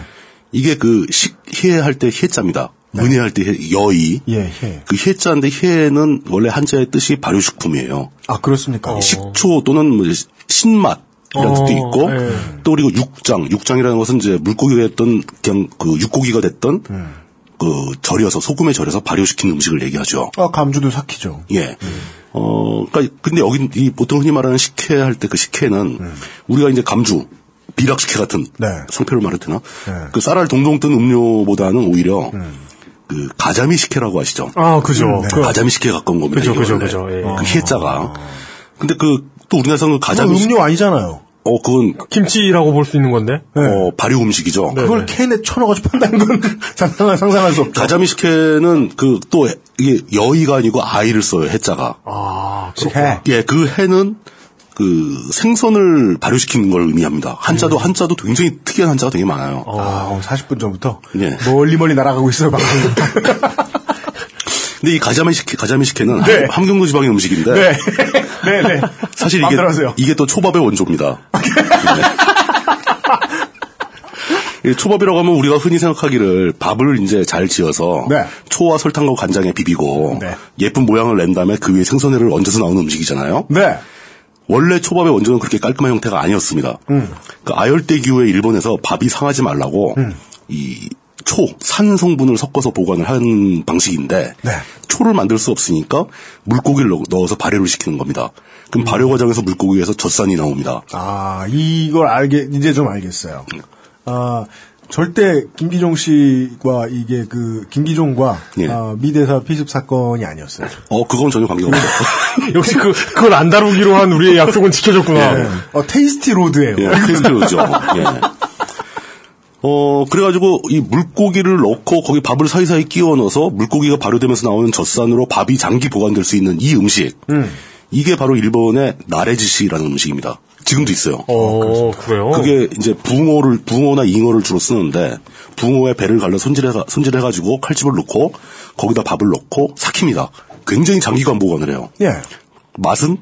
이게 그 식혜 할 때 혜자입니다. 네. 은혜할 때 해, 여의. 예, 해. 그 해자인데 해는 원래 한자의 뜻이 발효식품이에요. 아 그렇습니까? 어. 식초 또는 뭐 신맛. 이라는 어, 뜻도 있고 예. 또 그리고 육장 육장이라는 것은 이제 물고기가 됐던 그냥 그 육고기가 됐던 음. 그 절여서 소금에 절여서 발효시킨 음식을 얘기하죠. 아 감주도 삭히죠. 예. 음. 어, 그러니까 근데 여기 이 보통 흔히 말하는 식혜 할 때 그 식혜는 음. 우리가 이제 감주 비락식혜 같은 네. 상표를 말해도 되나? 네. 그 쌀알 동동 뜬 음료보다는 오히려 음. 그 가자미 식혜라고 아시죠? 아, 그죠. 음, 네. 그 가자미 식혜 갖고 온 겁니다. 그죠, 그죠, 그죠. 예. 그 희자가. 근데 그 또 우리나라에서는 그 가자미 음료 아니잖아요. 어, 그건 김치라고 볼 수 있는 건데. 네. 어, 발효 음식이죠. 네네. 그걸 캔에 쳐넣어가지고 판다는 건 상상할, 상상할 수 없죠. 가자미 식혜는 그 또 이게 여의가 아니고 아이를 써요 해자가. 아, 식혜. 예, 그 해는 그 생선을 발효시키는 걸 의미합니다. 한자도 음. 한자도 굉장히 특이한 한자가 되게 많아요. 어. 아, 40분 전부터 네. 예. 멀리 멀리 날아가고 있어요. 방 근데 이 가자미 식혜, 가자미 식혜는 네. 함경도 지방의 음식인데. 네. 네, 네. 사실 이게 이게 또 초밥의 원조입니다. 네. 초밥이라고 하면 우리가 흔히 생각하기를 밥을 이제 잘 지어서 네. 초와 설탕과 간장에 비비고 네. 예쁜 모양을 낸 다음에 그 위에 생선회를 얹어서 나오는 음식이잖아요. 네. 원래 초밥의 원조는 그렇게 깔끔한 형태가 아니었습니다. 음. 그 아열대 기후에 일본에서 밥이 상하지 말라고 음. 이 초, 산 성분을 섞어서 보관을 한 방식인데 네. 초를 만들 수 없으니까 물고기를 넣어서 발효를 시키는 겁니다. 그럼 음. 발효 과정에서 물고기에서 젖산이 나옵니다. 아 이걸 알게 이제 좀 알겠어요. 음. 아 절대 김기종 씨와 이게 그 김기종과 예. 아, 미대사 피습 사건이 아니었어요. 어 그건 전혀 관계없어요. 역시 그 그걸 안 다루기로 한 우리의 약속은 지켜졌구나. 네. 예. 어 테이스티 로드예요. 예, 테이스티 로드죠. 어, 그래가지고 이 물고기를 넣고 거기 밥을 사이사이 끼워 넣어서 물고기가 발효되면서 나오는 젖산으로 밥이 장기 보관될 수 있는 이 음식. 음. 이게 바로 일본의 나레지시라는 음식입니다. 지금도 있어요. 어, 그래요? 그게 이제 붕어를, 붕어나 잉어를 주로 쓰는데, 붕어의 배를 갈라 손질해, 손질해가지고 칼집을 넣고, 거기다 밥을 넣고, 삭힙니다. 굉장히 장기간 보관을 해요. 예. 맛은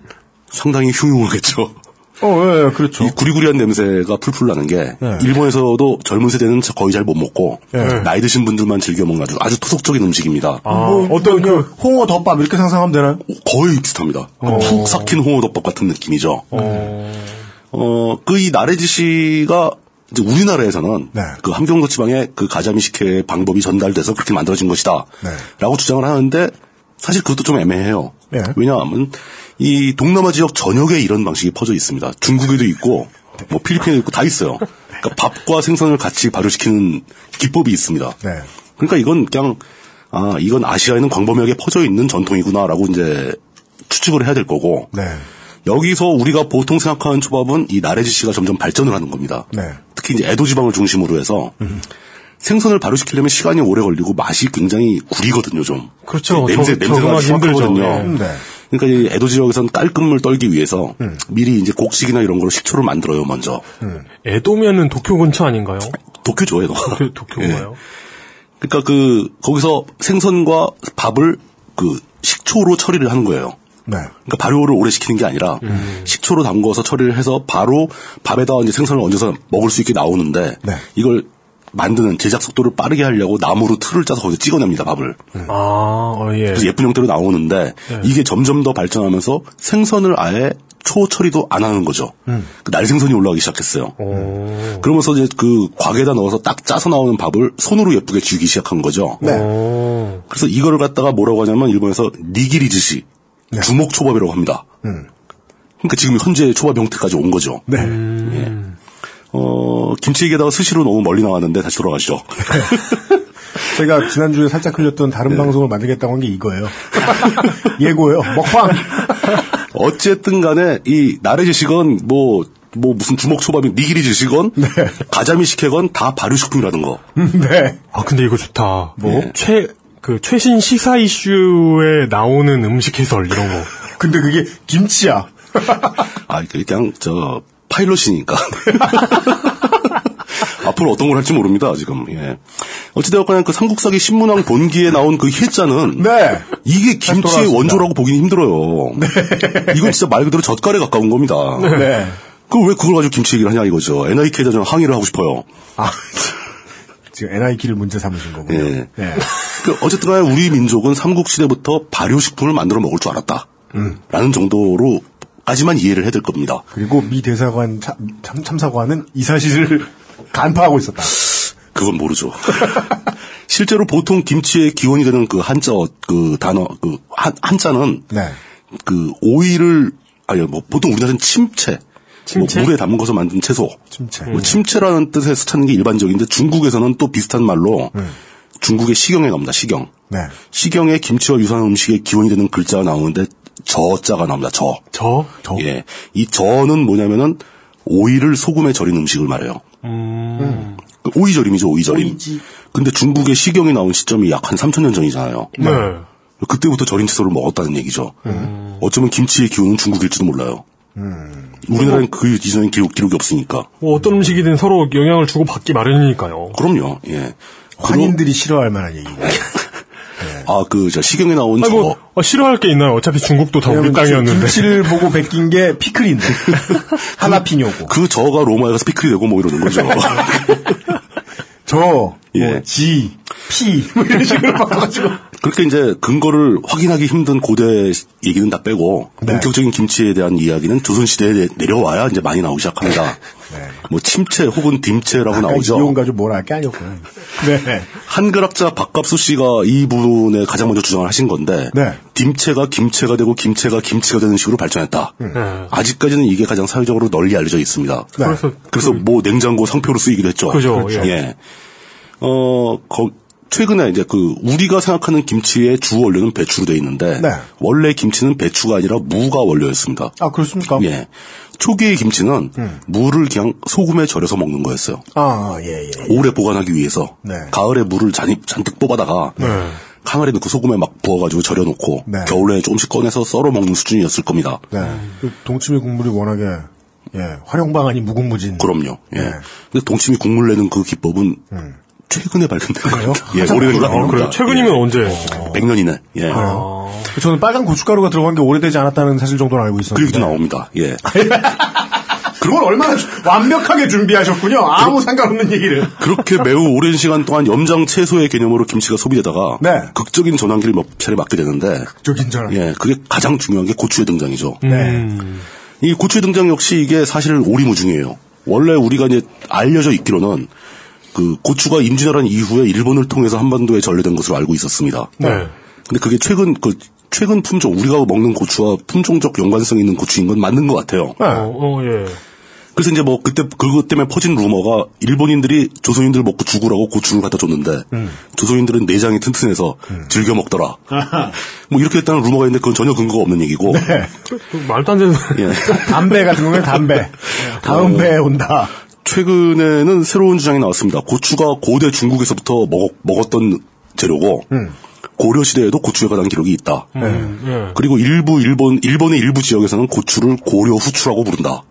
상당히 흉흉하겠죠. 어, 예, 예, 그렇죠. 이 구리구리한 냄새가 풀풀 나는 게 예. 일본에서도 젊은 세대는 거의 잘 못 먹고 예. 나이 드신 분들만 즐겨 먹는 아주, 아주 토속적인 음식입니다. 아, 뭐, 어떤 그 홍어 덮밥 이렇게 상상하면 되나요? 거의 비슷합니다. 그 어. 푹 삭힌 홍어 덮밥 같은 느낌이죠. 어, 어 그 이 나레지 씨가 이제 우리나라에서는 네. 그 함경도 지방의 그 가자미 식혜 방법이 전달돼서 그렇게 만들어진 것이다라고 네. 주장을 하는데 사실 그것도 좀 애매해요. 예. 왜냐하면 이 동남아 지역 전역에 이런 방식이 퍼져 있습니다. 중국에도 있고 뭐 필리핀에도 있고 다 있어요. 그러니까 밥과 생선을 같이 발효시키는 기법이 있습니다. 네. 그러니까 이건 그냥 아 이건 아시아에는 광범위하게 퍼져 있는 전통이구나라고 이제 추측을 해야 될 거고 네. 여기서 우리가 보통 생각하는 초밥은 이 나레지 씨가 점점 발전을 하는 겁니다. 네. 특히 이제 에도 지방을 중심으로 해서 음. 생선을 발효시키려면 시간이 오래 걸리고 맛이 굉장히 구리거든요, 좀. 네, 그렇죠. 냄새, 적- 냄새가 적응하기 힘들죠. 심하거든요. 네. 그러니까 이 에도 지역에선 깔끔을 떨기 위해서 음. 미리 이제 곡식이나 이런 걸로 식초를 만들어요, 먼저. 음. 에도면은 도쿄 근처 아닌가요? 도쿄죠, 예. 에도. 도쿄, 도쿄인가요? 그러니까 그, 거기서 생선과 밥을 그 식초로 처리를 하는 거예요. 네. 그러니까 발효를 오래 시키는 게 아니라 식초로 담궈서 처리를 해서 바로 밥에다 이제 생선을 얹어서 먹을 수 있게 나오는데 네. 이걸 만드는 제작 속도를 빠르게 하려고 나무로 틀을 짜서 거기서 찍어냅니다 밥을. 아, 어, 예. 그래서 예쁜 형태로 나오는데 네. 이게 점점 더 발전하면서 생선을 아예 초 처리도 안 하는 거죠. 음. 그 날생선이 올라가기 시작했어요. 오. 그러면서 이제 그 곽에다 넣어서 딱 짜서 나오는 밥을 손으로 예쁘게 쥐기 시작한 거죠. 네. 오. 그래서 이거를 갖다가 뭐라고 하냐면 일본에서 니기리즈시 주먹 초밥이라고 합니다. 음. 그러니까 지금 현재 초밥 형태까지 온 거죠. 네. 어, 김치에다가 스시로 너무 멀리 나왔는데 다시 돌아가시죠. 제가 지난주에 살짝 흘렸던 다른 방송을 만들겠다고 한 게 이거예요. 예고요. 먹방. 어쨌든 간에 이 나레지식은 뭐, 뭐 무슨 주먹 초밥이 니기리지식은 가자미 식혜건 다 발효식품이라는 거. 네. 아, 근데 이거 좋다. 뭐, 예. 최, 그, 최신 시사 이슈에 나오는 음식 해설, 이런 거. 근데 그게 김치야. 아, 그 그냥 저 파일럿이니까. 앞으로 어떤 걸 할지 모릅니다, 지금. 예. 어찌되었건 그냥 그 삼국사기 신문왕 본기에 나온 그 해자는 네. 이게 김치의 돌아왔습니다. 원조라고 보기는 힘들어요. 이건 진짜 말 그대로 젓갈에 가까운 겁니다. 그 네. 그럼 왜 그걸 가지고 김치 얘기를 하냐 이거죠. NIK에 대해서 저는 항의를 하고 싶어요. 아. 지금 NI키를 문제 삼으신 거군요. 예. 예. 그 어쨌든 간에 우리 민족은 삼국시대부터 발효식품을 만들어 먹을 줄 알았다. 음. 라는 정도로 까지만 이해를 해야 될 겁니다. 그리고 미 대사관 참, 참, 사관은이 사실을 간파하고 있었다. 그건 모르죠. 실제로 보통 김치의 기원이 되는 그 한자 그 단어 그 한, 한자는 네. 그 오이를 아니 뭐 보통 우리나라는 침채, 침채? 뭐 물에 담궈서 만든 채소 침채 뭐 침채라는 뜻에서 찾는 게 일반적인데 중국에서는 또 비슷한 말로 음. 중국의 시경에 나옵니다. 시경. 네. 시경에 김치와 유사한 음식의 기원이 되는 글자가 나오는데 저자가 나옵니다. 저. 저? 저. 예. 이 저는 뭐냐면은 오이를 소금에 절인 음식을 말해요. 음. 그 오이절임이죠, 오이절임. 오이지. 근데 중국의 시경이 나온 시점이 약 한 3천년 전이잖아요. 네. 그때부터 절인 채소를 먹었다는 얘기죠. 네. 음. 어쩌면 김치의 기운은 중국일지도 몰라요. 음. 우리나라는 그 이전에 기록, 기록이 없으니까. 뭐 어떤 음식이든 서로 영향을 주고 받기 마련이니까요. 그럼요, 예. 환인들이 그러... 싫어할 만한 얘기고. 아, 그, 저, 시경에 나온 아이고, 저. 아, 싫어할 게 있나요? 어차피 중국도 다 우리 땅이었는데. 김치를 보고 베낀 게 피클인데. 하나피뇨고. 그, 그 저가 로마에 가서 피클이 되고 뭐 이러는 거죠. 저, 뭐, 예. 지, 피, 뭐 이런 식으로 바꿔가지고. 그렇게 이제 근거를 확인하기 힘든 고대 얘기는 다 빼고, 네. 본격적인 김치에 대한 이야기는 조선시대에 내려와야 이제 많이 나오기 시작합니다. 네. 뭐, 침체 혹은 딤체라고 나오죠. 그러니까 이용 가지고 뭐라 할게 아니었구나. 네. 한글학자 박갑수 씨가 이 부분에 가장 먼저 주장을 하신 건데, 네. 딤체가 김체가 되고 김체가 김치가 되는 식으로 발전했다. 네. 음. 아직까지는 이게 가장 사회적으로 널리 알려져 있습니다. 그래서, 그래서 뭐 냉장고 상표로 쓰이기도 했죠. 그죠. 예. 예. 어, 거, 최근에 이제 그 우리가 생각하는 김치의 주 원료는 배추로 돼 있는데 네. 원래 김치는 배추가 아니라 무가 원료였습니다. 아 그렇습니까? 예. 초기의 김치는 음. 무를 그냥 소금에 절여서 먹는 거였어요. 아 예예. 예, 오래 보관하기 위해서 네. 가을에 무를 잔입, 잔뜩 뽑아다가 네. 항아리 넣고 소금에 막 부어가지고 절여놓고 네. 겨울에 조금씩 꺼내서 썰어 먹는 수준이었을 겁니다. 네. 그 동치미 국물이 워낙에 예 활용 방안이 무궁무진. 그럼요. 예. 근데 동치미 국물 내는 그 기법은 음. 최근에 발견된 거예요? 예, 가장 오래된 거 그래요? 아닙니다. 그래요? 최근이면 예. 언제? 100년 이내. 예. 아, 저는 빨간 고춧가루가 들어간 게 오래되지 않았다는 사실 정도는 알고 그 있었는데. 얘기도 나옵니다. 예. 그걸 얼마나 주- 완벽하게 준비하셨군요. 아무 상관없는 얘기를. 그렇게 매우 오랜 시간 동안 염장 채소의 개념으로 김치가 소비되다가 네. 극적인 전환기를 몇 차례 맞게 되는데 극적인 그렇죠. 전환. 예, 그게 가장 중요한 게 고추의 등장이죠. 예. 네. 음. 이 고추의 등장 역시 이게 사실 오리무중이에요. 원래 우리가 이제 알려져 있기로는 그 고추가 임진왜란 이후에 일본을 통해서 한반도에 전래된 것으로 알고 있었습니다. 예. 네. 근데 그게 최근 그 최근 품종 우리가 먹는 고추와 품종적 연관성 있는 고추인 건 맞는 것 같아요. 어, 어, 예. 그래서 이제 뭐 그때 그것 때문에 퍼진 루머가 일본인들이 조선인들 먹고 죽으라고 고추를 갖다 줬는데 조선인들은 내장이 튼튼해서 즐겨 먹더라. 뭐 이렇게 했다는 루머가 있는데 그건 전혀 근거가 없는 얘기고. 그 말도 안 되는. 예. 담배 같은 거면 담배. 다음 배에 온다. 최근에는 새로운 주장이 나왔습니다. 고추가 고대 중국에서부터 먹, 었던 재료고 고려 시대에도 고추에 관한 기록이 있다. 음, 예. 그리고 일부 일본 일본의 일부 지역에서는 고추를 고려 후추라고 부른다.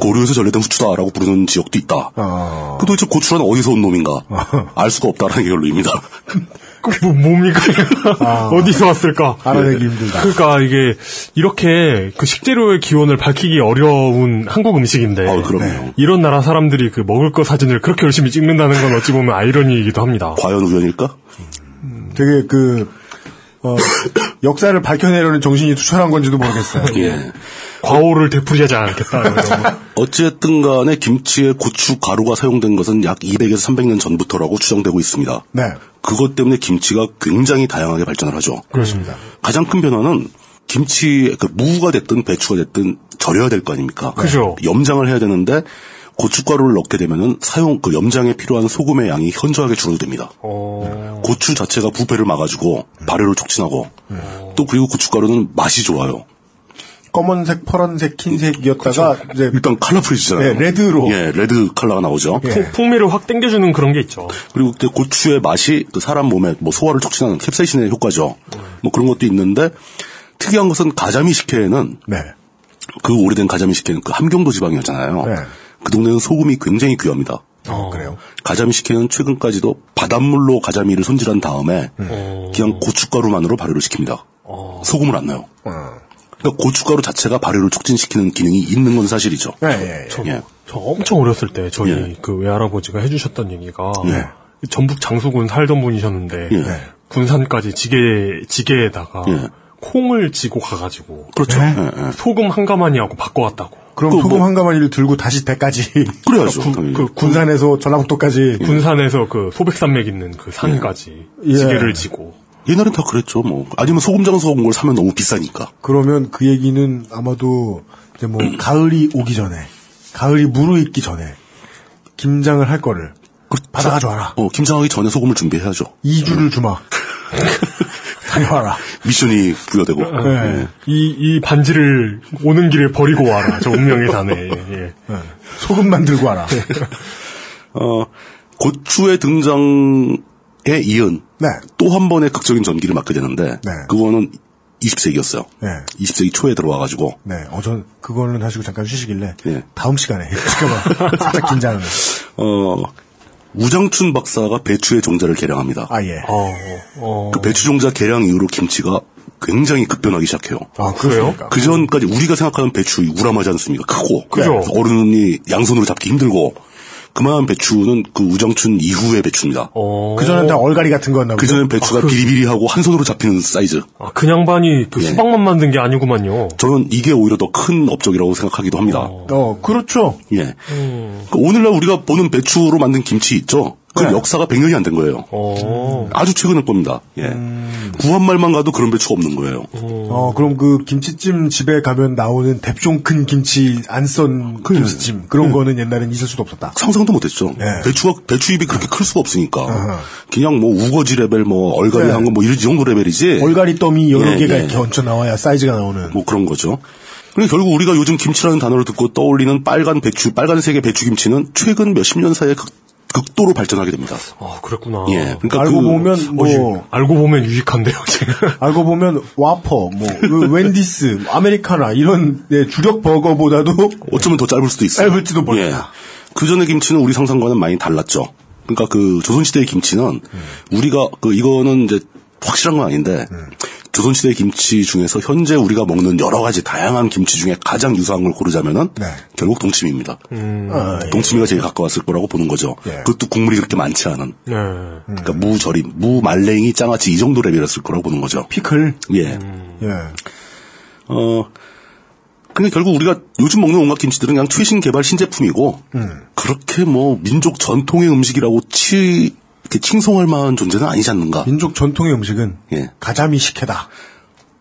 고려에서 전래된 후추다라고 부르는 지역도 있다. 어, 아. 그 도대체 고추란 어디서 온 놈인가? 알 수가 없다라는 게 결론입니다. 그 뭐, 뭡니까? 어디서 왔을까? 아. 알아내기 힘들다. 그러니까 이게 이렇게 그 식재료의 기원을 밝히기 어려운 한국 음식인데 아, 그럼요. 이런 나라 사람들이 그 먹을 거 사진을 그렇게 열심히 찍는다는 건 어찌 보면 아이러니이기도 합니다. 과연 우연일까? 되게 그 어, 역사를 밝혀내려는 정신이 투철한 건지도 모르겠어요. 예. 과오를 네. 되풀이하지 않겠다. 이런 거. 어쨌든 간에 김치에 고추 가루가 사용된 것은 약 200에서 300년 전부터라고 추정되고 있습니다. 네. 그것 때문에 김치가 굉장히 다양하게 발전을 하죠. 그렇습니다. 가장 큰 변화는 김치, 그 무가 됐든 배추가 됐든 절여야 될 거 아닙니까? 네. 그죠. 염장을 해야 되는데 고춧가루를 넣게 되면은 사용 그 염장에 필요한 소금의 양이 현저하게 줄어듭니다. 어, 고추 자체가 부패를 막아주고 발효를 촉진하고 네. 또 그리고 고춧가루는 맛이 좋아요. 검은색, 파란색, 흰색이었다가 이제 일단 컬러풀이잖아요. 네, 레드로. 예, 레드 컬러가 나오죠. 풍- 풍미를 확 땡겨주는 그런 게 있죠. 그리고 그 고추의 맛이 그 사람 몸에 뭐 소화를 촉진하는 캡사이신의 효과죠. 뭐 그런 것도 있는데 특이한 것은 가자미 식혜에는 네. 그 오래된 가자미 식혜는 그 함경도 지방이었잖아요. 네. 그 동네는 소금이 굉장히 귀합니다. 어, 그래요. 가자미 식혜는 최근까지도 바닷물로 가자미를 손질한 다음에 그냥 고춧가루만으로 발효를 시킵니다. 소금을 안 넣어요. 어. 그러니까 고춧가루 자체가 발효를 촉진시키는 기능이 있는 건 사실이죠. 네, 예, 예, 예. 예. 저 엄청 어렸을 때 저희 예. 그 외할아버지가 해주셨던 얘기가 예. 전북 장수군 살던 분이셨는데 예. 군산까지 지게 지게에다가 콩을 지고 가가지고 그렇죠 소금 한 가마니 하고 바꿔왔다고. 그럼 소금 뭐, 한 가마니를 들고 다시 배까지 그래야죠. 그, 그 군산에서 전라북도까지 군산에서 그 소백산맥 있는 그 산까지 지게를 지고 옛날엔 다 그랬죠, 뭐. 아니면 소금 장사 온 걸 사면 너무 비싸니까. 그러면 그 얘기는 아마도 이제 뭐, 음. 가을이 오기 전에, 가을이 무르익기 전에, 김장을 할 거를. 그, 받아가져 와라. 어, 김장하기 전에 소금을 준비해야죠. 2주를 주마. 다녀와라. 미션이 부여되고. 아, 네. 네. 이, 이 반지를 오는 길에 버리고 와라. 저 운명의 산에. 예. 네. 소금만 들고 와라. 어, 고추의 등장, 에 이은 네. 또 한 번의 극적인 전기를 맞게 되는데 네. 그거는 20세기였어요. 네. 20세기 초에 들어와가지고. 네. 어전 그거는 하시고 잠깐 쉬시길래 다음 시간에 시켜봐. 살짝 긴장을. 어 우장춘 박사가 배추의 종자를 개량합니다. 아 예. 어, 어. 그 배추 종자 개량 이후로 김치가 굉장히 급변하기 시작해요. 아, 그래요? 그 전까지 우리가 생각하는 배추 우람하지 않습니까? 크고. 그죠. 어른이 양손으로 잡기 힘들고. 그만한 배추는 그 우정춘 이후의 배추입니다. 그 전엔 다 얼갈이 같은 거였나 보죠. 그 전엔 배추가 아, 그... 비리비리하고 한 손으로 잡히는 사이즈. 아, 그냥 반이 그 예. 수박만 만든 게 아니구만요. 저는 이게 오히려 더 큰 업적이라고 생각하기도 합니다. 어, 어 그렇죠. 예. 음... 그 오늘날 우리가 보는 배추로 만든 김치 있죠. 그 네. 역사가 100년이 안 된 거예요. 오. 아주 최근일 겁니다. 예. 음. 구한말만 가도 그런 배추가 없는 거예요. 오. 어, 그럼 그 김치찜 집에 가면 나오는 대종 큰 김치 안썬 그, 김치찜 그런 네. 거는 옛날엔 있을 수도 없었다. 상상도 못했죠. 네. 배추가 배추잎이 그렇게 클 수가 없으니까 아하. 그냥 뭐 우거지 레벨, 뭐 얼갈이 한 거 뭐 이런 정도 레벨이지. 얼갈이 덤이 여러 개가 이렇게 얹혀 나와야 사이즈가 나오는. 뭐 그런 거죠. 그리고 결국 우리가 요즘 김치라는 단어를 듣고 떠올리는 빨간 배추, 빨간색의 배추김치는 최근 몇십 년 사이에 극도로 발전하게 됩니다. 아, 그랬구나. 예. 그러니까 알고 그, 보면 뭐 어, 알고 보면 유익한데요, 제가. 알고 보면 와퍼, 뭐 웬디스, 아메리카나 이런 네, 주력 버거보다도 어쩌면 더 짧을 수도 있어요. 짧을지도 몰라. 예. 그 전의 김치는 우리 상상과는 많이 달랐죠. 그러니까 그 조선시대의 김치는 음. 우리가 그 이거는 이제 확실한 건 아닌데 음. 조선시대 김치 중에서 현재 우리가 먹는 여러 가지 다양한 김치 중에 가장 유사한 걸 고르자면은 네. 결국 동치미입니다. 음. 아, 네. 예. 동치미가 제일 가까웠을 거라고 보는 거죠. 예. 그것도 국물이 그렇게 많지 않은. 예. 네. 그러니까 음. 무절임, 무말랭이, 장아찌 이 정도 레벨이었을 거라고 보는 거죠. 피클. 예. 음. 예. 어. 근데 결국 우리가 요즘 먹는 온갖 김치들은 그냥 최신 개발 신제품이고 그렇게 뭐 민족 전통의 음식이라고 치 이렇게 칭송할 만한 존재는 아니지 않는가. 민족 전통의 음식은 예. 가자미 식혜다.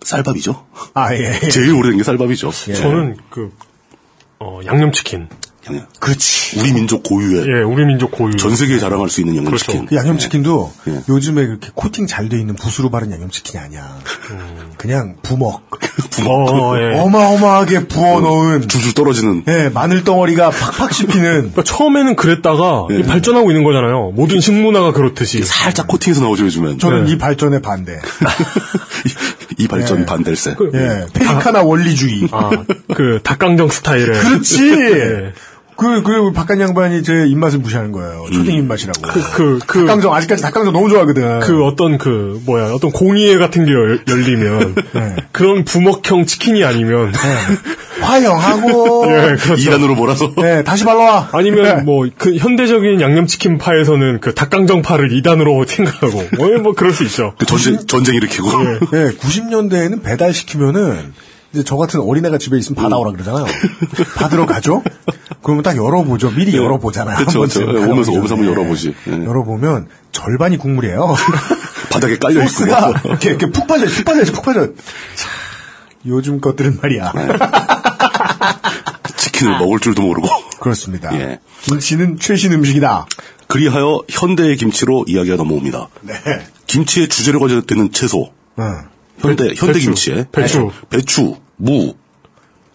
쌀밥이죠. 아 예. 예. 제일 오래된 게 쌀밥이죠. 예. 저는 그 어, 양념치킨. 양념. 그렇지. 우리 민족 고유의. 예, 우리 민족 고유. 전 세계에 자랑할 수 있는 양념치킨. 그렇죠. 그 양념치킨도 요즘에 그렇게 코팅 잘 돼 있는 붓으로 바른 양념치킨이 아니야. 음. 그냥 부먹. 부먹. 예. 네. 어, 마어마하게 부어 넣은. 줄줄 떨어지는. 예, 마늘 덩어리가 팍팍 씹히는. 그러니까 처음에는 그랬다가 발전하고 있는 거잖아요. 모든 식문화가 그렇듯이. 살짝 코팅해서 나오죠, 요즘엔. 저는 이 발전에 반대. 이, 이 발전 반댈세. 그, 예. 페리카나 원리주의. 아, 네. 그 닭강정 스타일에. 그렇지. 그, 그, 박간 양반이 제 입맛을 무시하는 거예요. 초딩 입맛이라고. 그, 그, 그. 닭강정, 아직까지 닭강정 너무 좋아하거든. 그 어떤 그, 뭐야, 어떤 공의회 같은 게 열, 열리면. 네. 그런 부먹형 치킨이 아니면. 네, 네. 화영하고. 예, 그렇죠. 이단으로 몰아서. 네, 다시 발라와. 네. 네. 아니면 뭐, 그 현대적인 양념치킨 파에서는 그 닭강정 파를 이단으로 생각하고. 뭐, 뭐, 그럴 수 있죠. 그 전쟁, 전쟁 일으키고. 네. 네, 90년대에는 배달시키면은. 이제 저 같은 어린애가 집에 있으면 받아오라 그러잖아요. 받으러 가죠? 그러면 딱 열어보죠. 미리 네. 열어보잖아요. 그렇죠. 오면서 오면서 한번 열어보지. 네. 열어보면 절반이 국물이에요. 바닥에 깔려 있고 이렇게 이렇게 푹 빠져, 푹 빠져, 푹 빠져. 요즘 것들은 말이야. 네. 치킨을 먹을 줄도 모르고. 그렇습니다. 예. 김치는 최신 음식이다. 그리하여 현대의 김치로 이야기가 넘어옵니다. 네. 김치의 주재료 가져야 되는 채소. 음. 현대 배, 현대 김치에 배추 배추 무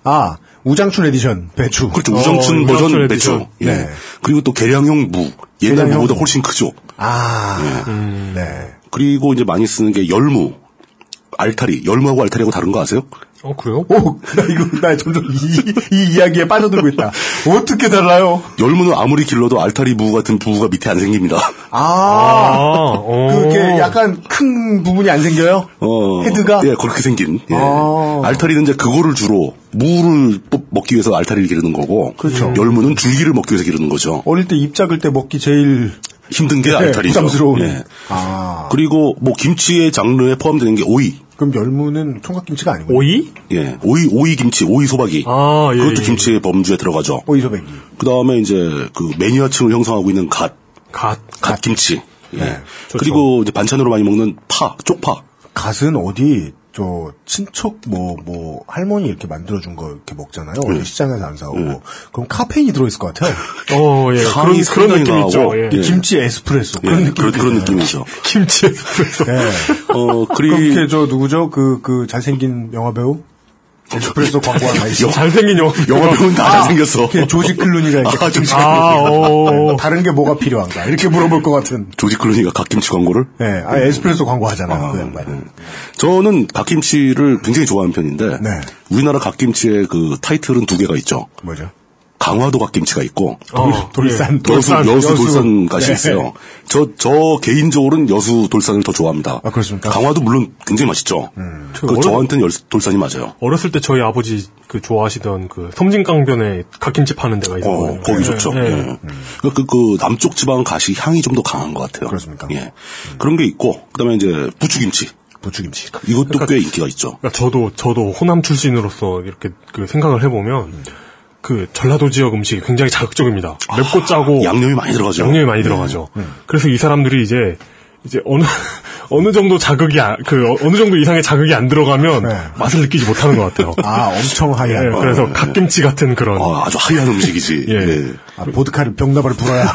아, 우장춘 에디션 배추. 그렇죠. 우장춘 어, 버전 우장춘 배추. 예. 네. 그리고 또 계량형 무. 옛날 무보다 훨씬 크죠. 아. 예. 음. 네. 그리고 이제 많이 쓰는 게 열무. 알타리, 열무하고 알타리하고 다른 거 아세요? 어, 그래요? 오, 나 이거, 나 점점 이, 이 이야기에 빠져들고 있다. 어떻게 달라요? 열무는 아무리 길러도 알타리 무구 같은 부부가 밑에 안 생깁니다. 아, 아 그게 약간 큰 부분이 안 생겨요? 어, 헤드가? 예, 그렇게 생긴. 예. 아~ 알타리는 이제 그거를 주로, 무를 먹기 위해서 알타리를 기르는 거고. 음. 그렇죠. 열무는 줄기를 먹기 위해서 기르는 거죠. 어릴 때 입 작을 때 먹기 제일 힘든 게 알타리죠. 네, 부담스러운. 예. 아. 그리고 뭐 김치의 장르에 포함되는 게 오이. 그럼 열무는 총각김치가 아니고 오이? 예, 오이 오이 김치, 오이 소박이. 아, 예, 그것도 예. 김치의 범주에 들어가죠. 오이 소박이. 그다음에 이제 그 매니아층을 형성하고 있는 갓, 갓, 갓 김치. 예. 네, 그리고 이제 반찬으로 많이 먹는 파, 쪽파. 갓은 어디 저 친척 뭐 뭐 할머니 이렇게 만들어 준 거 이렇게 먹잖아요. 어디 시장에서 안 사오고 그럼 카페인이 들어 있을 것 같아요. 어, 예. 그런, 향이 그런 상당히 느낌 있죠. 나고. 예. 예. 김치 에스프레소 예, 어, 그런 느낌. 그런, 그런 느낌이죠. 김치 에스프레소. 예. 어, 그렇게 그리고 저 누구죠? 그 그 잘생긴 영화 배우 에스프레소 광고한 아이씨. 잘생긴 영화. 영화 배우는 다 잘생겼어. 이렇게 조지 클루니가 이렇게 아, 조지 아, 오. 다른 게 뭐가 필요한가 이렇게 물어볼 것 같은. 조지 클루니가 갓김치 광고를? 예, 아 에스프레소 광고하잖아요. 그 양반. 저는 갓김치를 굉장히 좋아하는 편인데 네. 우리나라 갓김치의 그 타이틀은 두 개가 있죠. 뭐죠? 강화도 갓김치가 있고 어, 돌산, 여수, 돌산, 예. 여수 여수. 돌산 갓이 네. 있어요. 저, 저 개인적으로는 여수 돌산을 더 좋아합니다. 아, 그렇습니까? 강화도 물론 굉장히 맛있죠. 그 원래- 저한테는 여 돌산이 맞아요. 어렸을 때 저희 아버지 그 좋아하시던 그 섬진강변에 갓김치 파는 데가 어, 있어요. 네. 그러니까 거기 좋죠. 예. 그, 그, 그 남쪽 지방 가시 향이 좀 더 강한 것 같아요. 그렇습니까? 예. 그런 게 있고, 그 다음에 이제 부추김치. 예. 부추김치. 이것도 꽤 인기가 있죠. 그러니까 저도 저도 호남 출신으로서 이렇게 그 생각을 해보면 그 전라도 지역 음식이 굉장히 자극적입니다. 맵고 짜고 아, 양념이 많이 들어가죠. 예. 네. 양념이 많이 들어가죠. 그래서 이 사람들이 이제 이제 어느 어느 정도 자극이 안- 그 어- 어느 정도 이상의 자극이 안 들어가면 네. 맛을 느끼지 못하는 것 같아요. 아 엄청 예, 하이한 거. 그래서 갓김치 같은 그런 네. 아, 아주 하이한 음식이지. 예. 예. 아, 보드카를 병나발을 불어야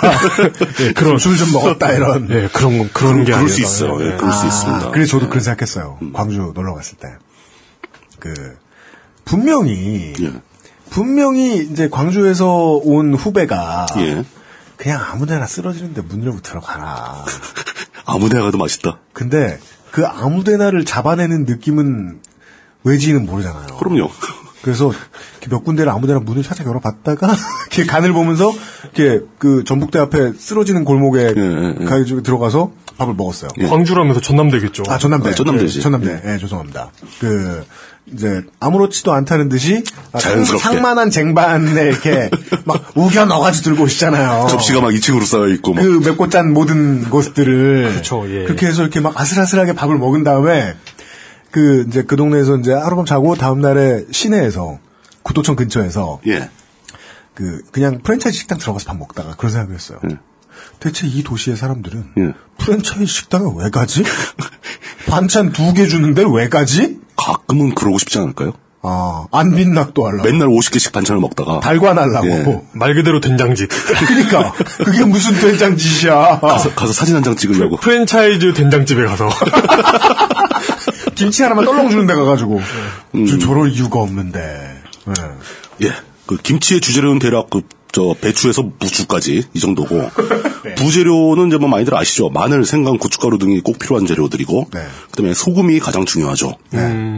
예, 그런 술 좀 먹었다 이런. 예, 그런 건- 그런 게 그럴 수 아니라, 있어요. 예. 예, 그럴 수 있습니다. 아, 네. 음. 그래 서 저도 그런 생각했어요. 광주 놀러 갔을 때. 그 분명히 예. 분명히 이제 광주에서 온 후배가 예. 그냥 아무데나 쓰러지는데 문 열고 들어가라. 아무 데나 가도 맛있다. 근데 그 아무데나를 잡아내는 느낌은 외지인은 모르잖아요. 그럼요. 그래서 이렇게 몇 군데를 아무데나 문을 살짝 열어봤다가 이렇게 간을 보면서 이렇게 그 전북대 앞에 쓰러지는 골목에 예, 예. 가지고 들어가서 밥을 먹었어요. 광주라면서 전남대겠죠. 아 전남대, 아, 전남대지. 예, 전남대. 예, 죄송합니다. 그 이제 아무렇지도 않다는 듯이 아, 자연스럽게. 상- 상만한 쟁반에 이렇게 막 우겨 넣어가지고 들고 오시잖아요. 접시가 뭐. 막 2층으로 쌓여있고, 막. 그 맵고 짠 모든 것들을 그쵸, 예. 그렇게 해서 이렇게 막 아슬아슬하게 밥을 먹은 다음에 그 이제 그 동네에서 이제 하룻밤 자고 다음 날에 시내에서 구도청 근처에서 예. 그 그냥 프랜차이즈 식당 들어가서 밥 먹다가 그런 생각을 했어요. 대체 이 도시의 사람들은 예. 프랜차이즈 식당을 왜 가지? 반찬 두 개 주는데 왜 가지? 가끔은 그러고 싶지 않을까요? 아, 안빈낙도 하려고. 맨날 50개씩 반찬을 먹다가. 달관 하려고. 예. 말 그대로 된장집. 그러니까 그게 무슨 된장 짓이야. 가서, 가서 사진 한 장 찍으려고. 그, 프랜차이즈 된장집에 가서 김치 하나만 떨렁 주는 데 가가지고 음. 저- 저럴 이유가 없는데. 예. 예. 그 김치의 주재료는 대략 그, 저, 배추에서 부추까지 이 정도고. 부재료는 이제 뭐 많이들 아시죠? 마늘, 생강, 고춧가루 등이 꼭 필요한 재료들이고. 네. 그 다음에 소금이 가장 중요하죠.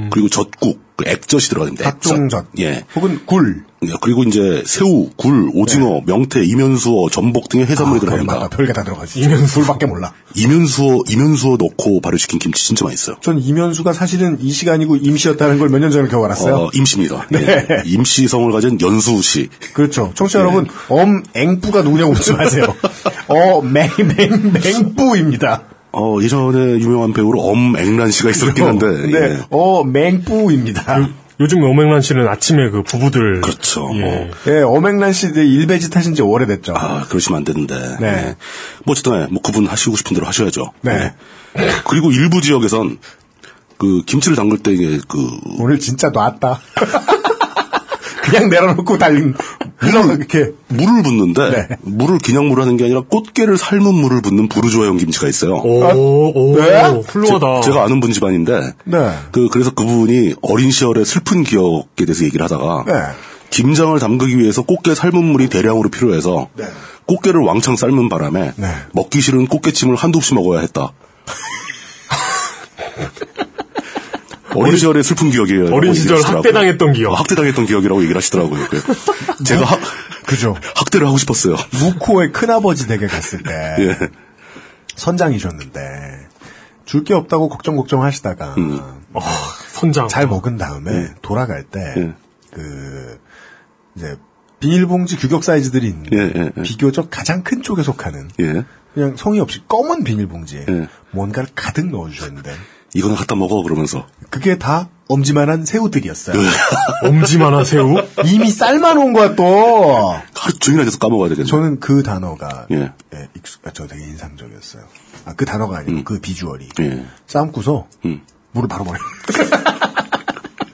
그리고 젖국, 그 액젓이 들어갑니다. 각종젓 예. 혹은 굴. 예, 그리고 이제 새우, 굴, 오징어, 명태, 이면수어, 전복 등의 네. 아, 해산물이 그래, 들어갑니다. 맞다. 별게 다 들어가지. 이면수. 굴밖에 몰라. 이면수어, 이면수어 넣고 발효시킨 김치 진짜 맛있어요. 전 이면수가 사실은 이 시간이고 임시였다는 걸 몇 년 전에 겨우 알았어요. 네. 어, 임시입니다. 예. 임시성을 가진 연수시. 그렇죠. 청취자 여러분, 엄앵뿌가 누구냐고 묻지 마세요. 어, 맹맹맹뿌입니다. 어, 예전에 유명한 배우로 엄앵란 씨가 있었긴 한데. 네, 예. 어, 맹뿌입니다. 요즘 어맹란 씨는 아침에 그 부부들 그렇죠. 예. 예, 어맹란 씨 이제 일베짓 하신 지 오래됐죠. 아, 그러시면 안 되는데. 네. 예. 뭐, 어쨌든, 예, 뭐, 그분 하시고 싶은 대로 하셔야죠. 네. 예. 그리고 일부 지역에선, 그, 김치를 담글 때, 이게, 그, 오늘 진짜 놨다. 그냥 내려놓고 달린, 흘러, 이렇게. 물을 붓는데, 네. 물을 그냥 물 하는 게 아니라 꽃게를 삶은 물을 붓는 부르주아형 김치가 있어요. 오, 오, 네? 훌륭하다. 아, 제, 가 아는 분 집안인데, 네. 그, 그래서 그분이 어린 시절의 슬픈 기억에 대해서 얘기를 하다가, 네. 김장을 담그기 위해서 꽃게 삶은 물이 대량으로 필요해서, 네. 꽃게를 왕창 삶은 바람에, 네. 먹기 싫은 꽃게찜을 한두 없이 먹어야 했다. 어린 시절의 슬픈 기억이에요. 어린 시절 학대당했던 기억. 어? 아, 학대당했던 기억이라고 얘기를 하시더라고요. 그, 제가 학, 그죠. 학대를 하고 싶었어요. 무코의 큰아버지 댁에 갔을 때 예. 선장이셨는데 줄 게 없다고 걱정 걱정 하시다가 음. 어, 선장 잘 먹은 다음에 예. 돌아갈 때그 예. 이제 비닐봉지 규격 사이즈들이 있는 비교적 가장 큰 쪽에 속하는 예. 그냥 성의 없이 검은 비닐봉지에 뭔가를 가득 넣어주셨는데 이거는 갖다 먹어 그러면서 그, 그게 다 엄지만한 새우들이었어요. 엄지만한 새우? 이미 삶아놓은 거야 또. 하루 종일 앉아서 까먹어야 되겠네. 저는 그 단어가 예, 예 익숙, 아, 저 되게 인상적이었어요. 아, 그 단어가 아니고 음. 그 비주얼이 예. 삶고서 음. 물을 바로 버려.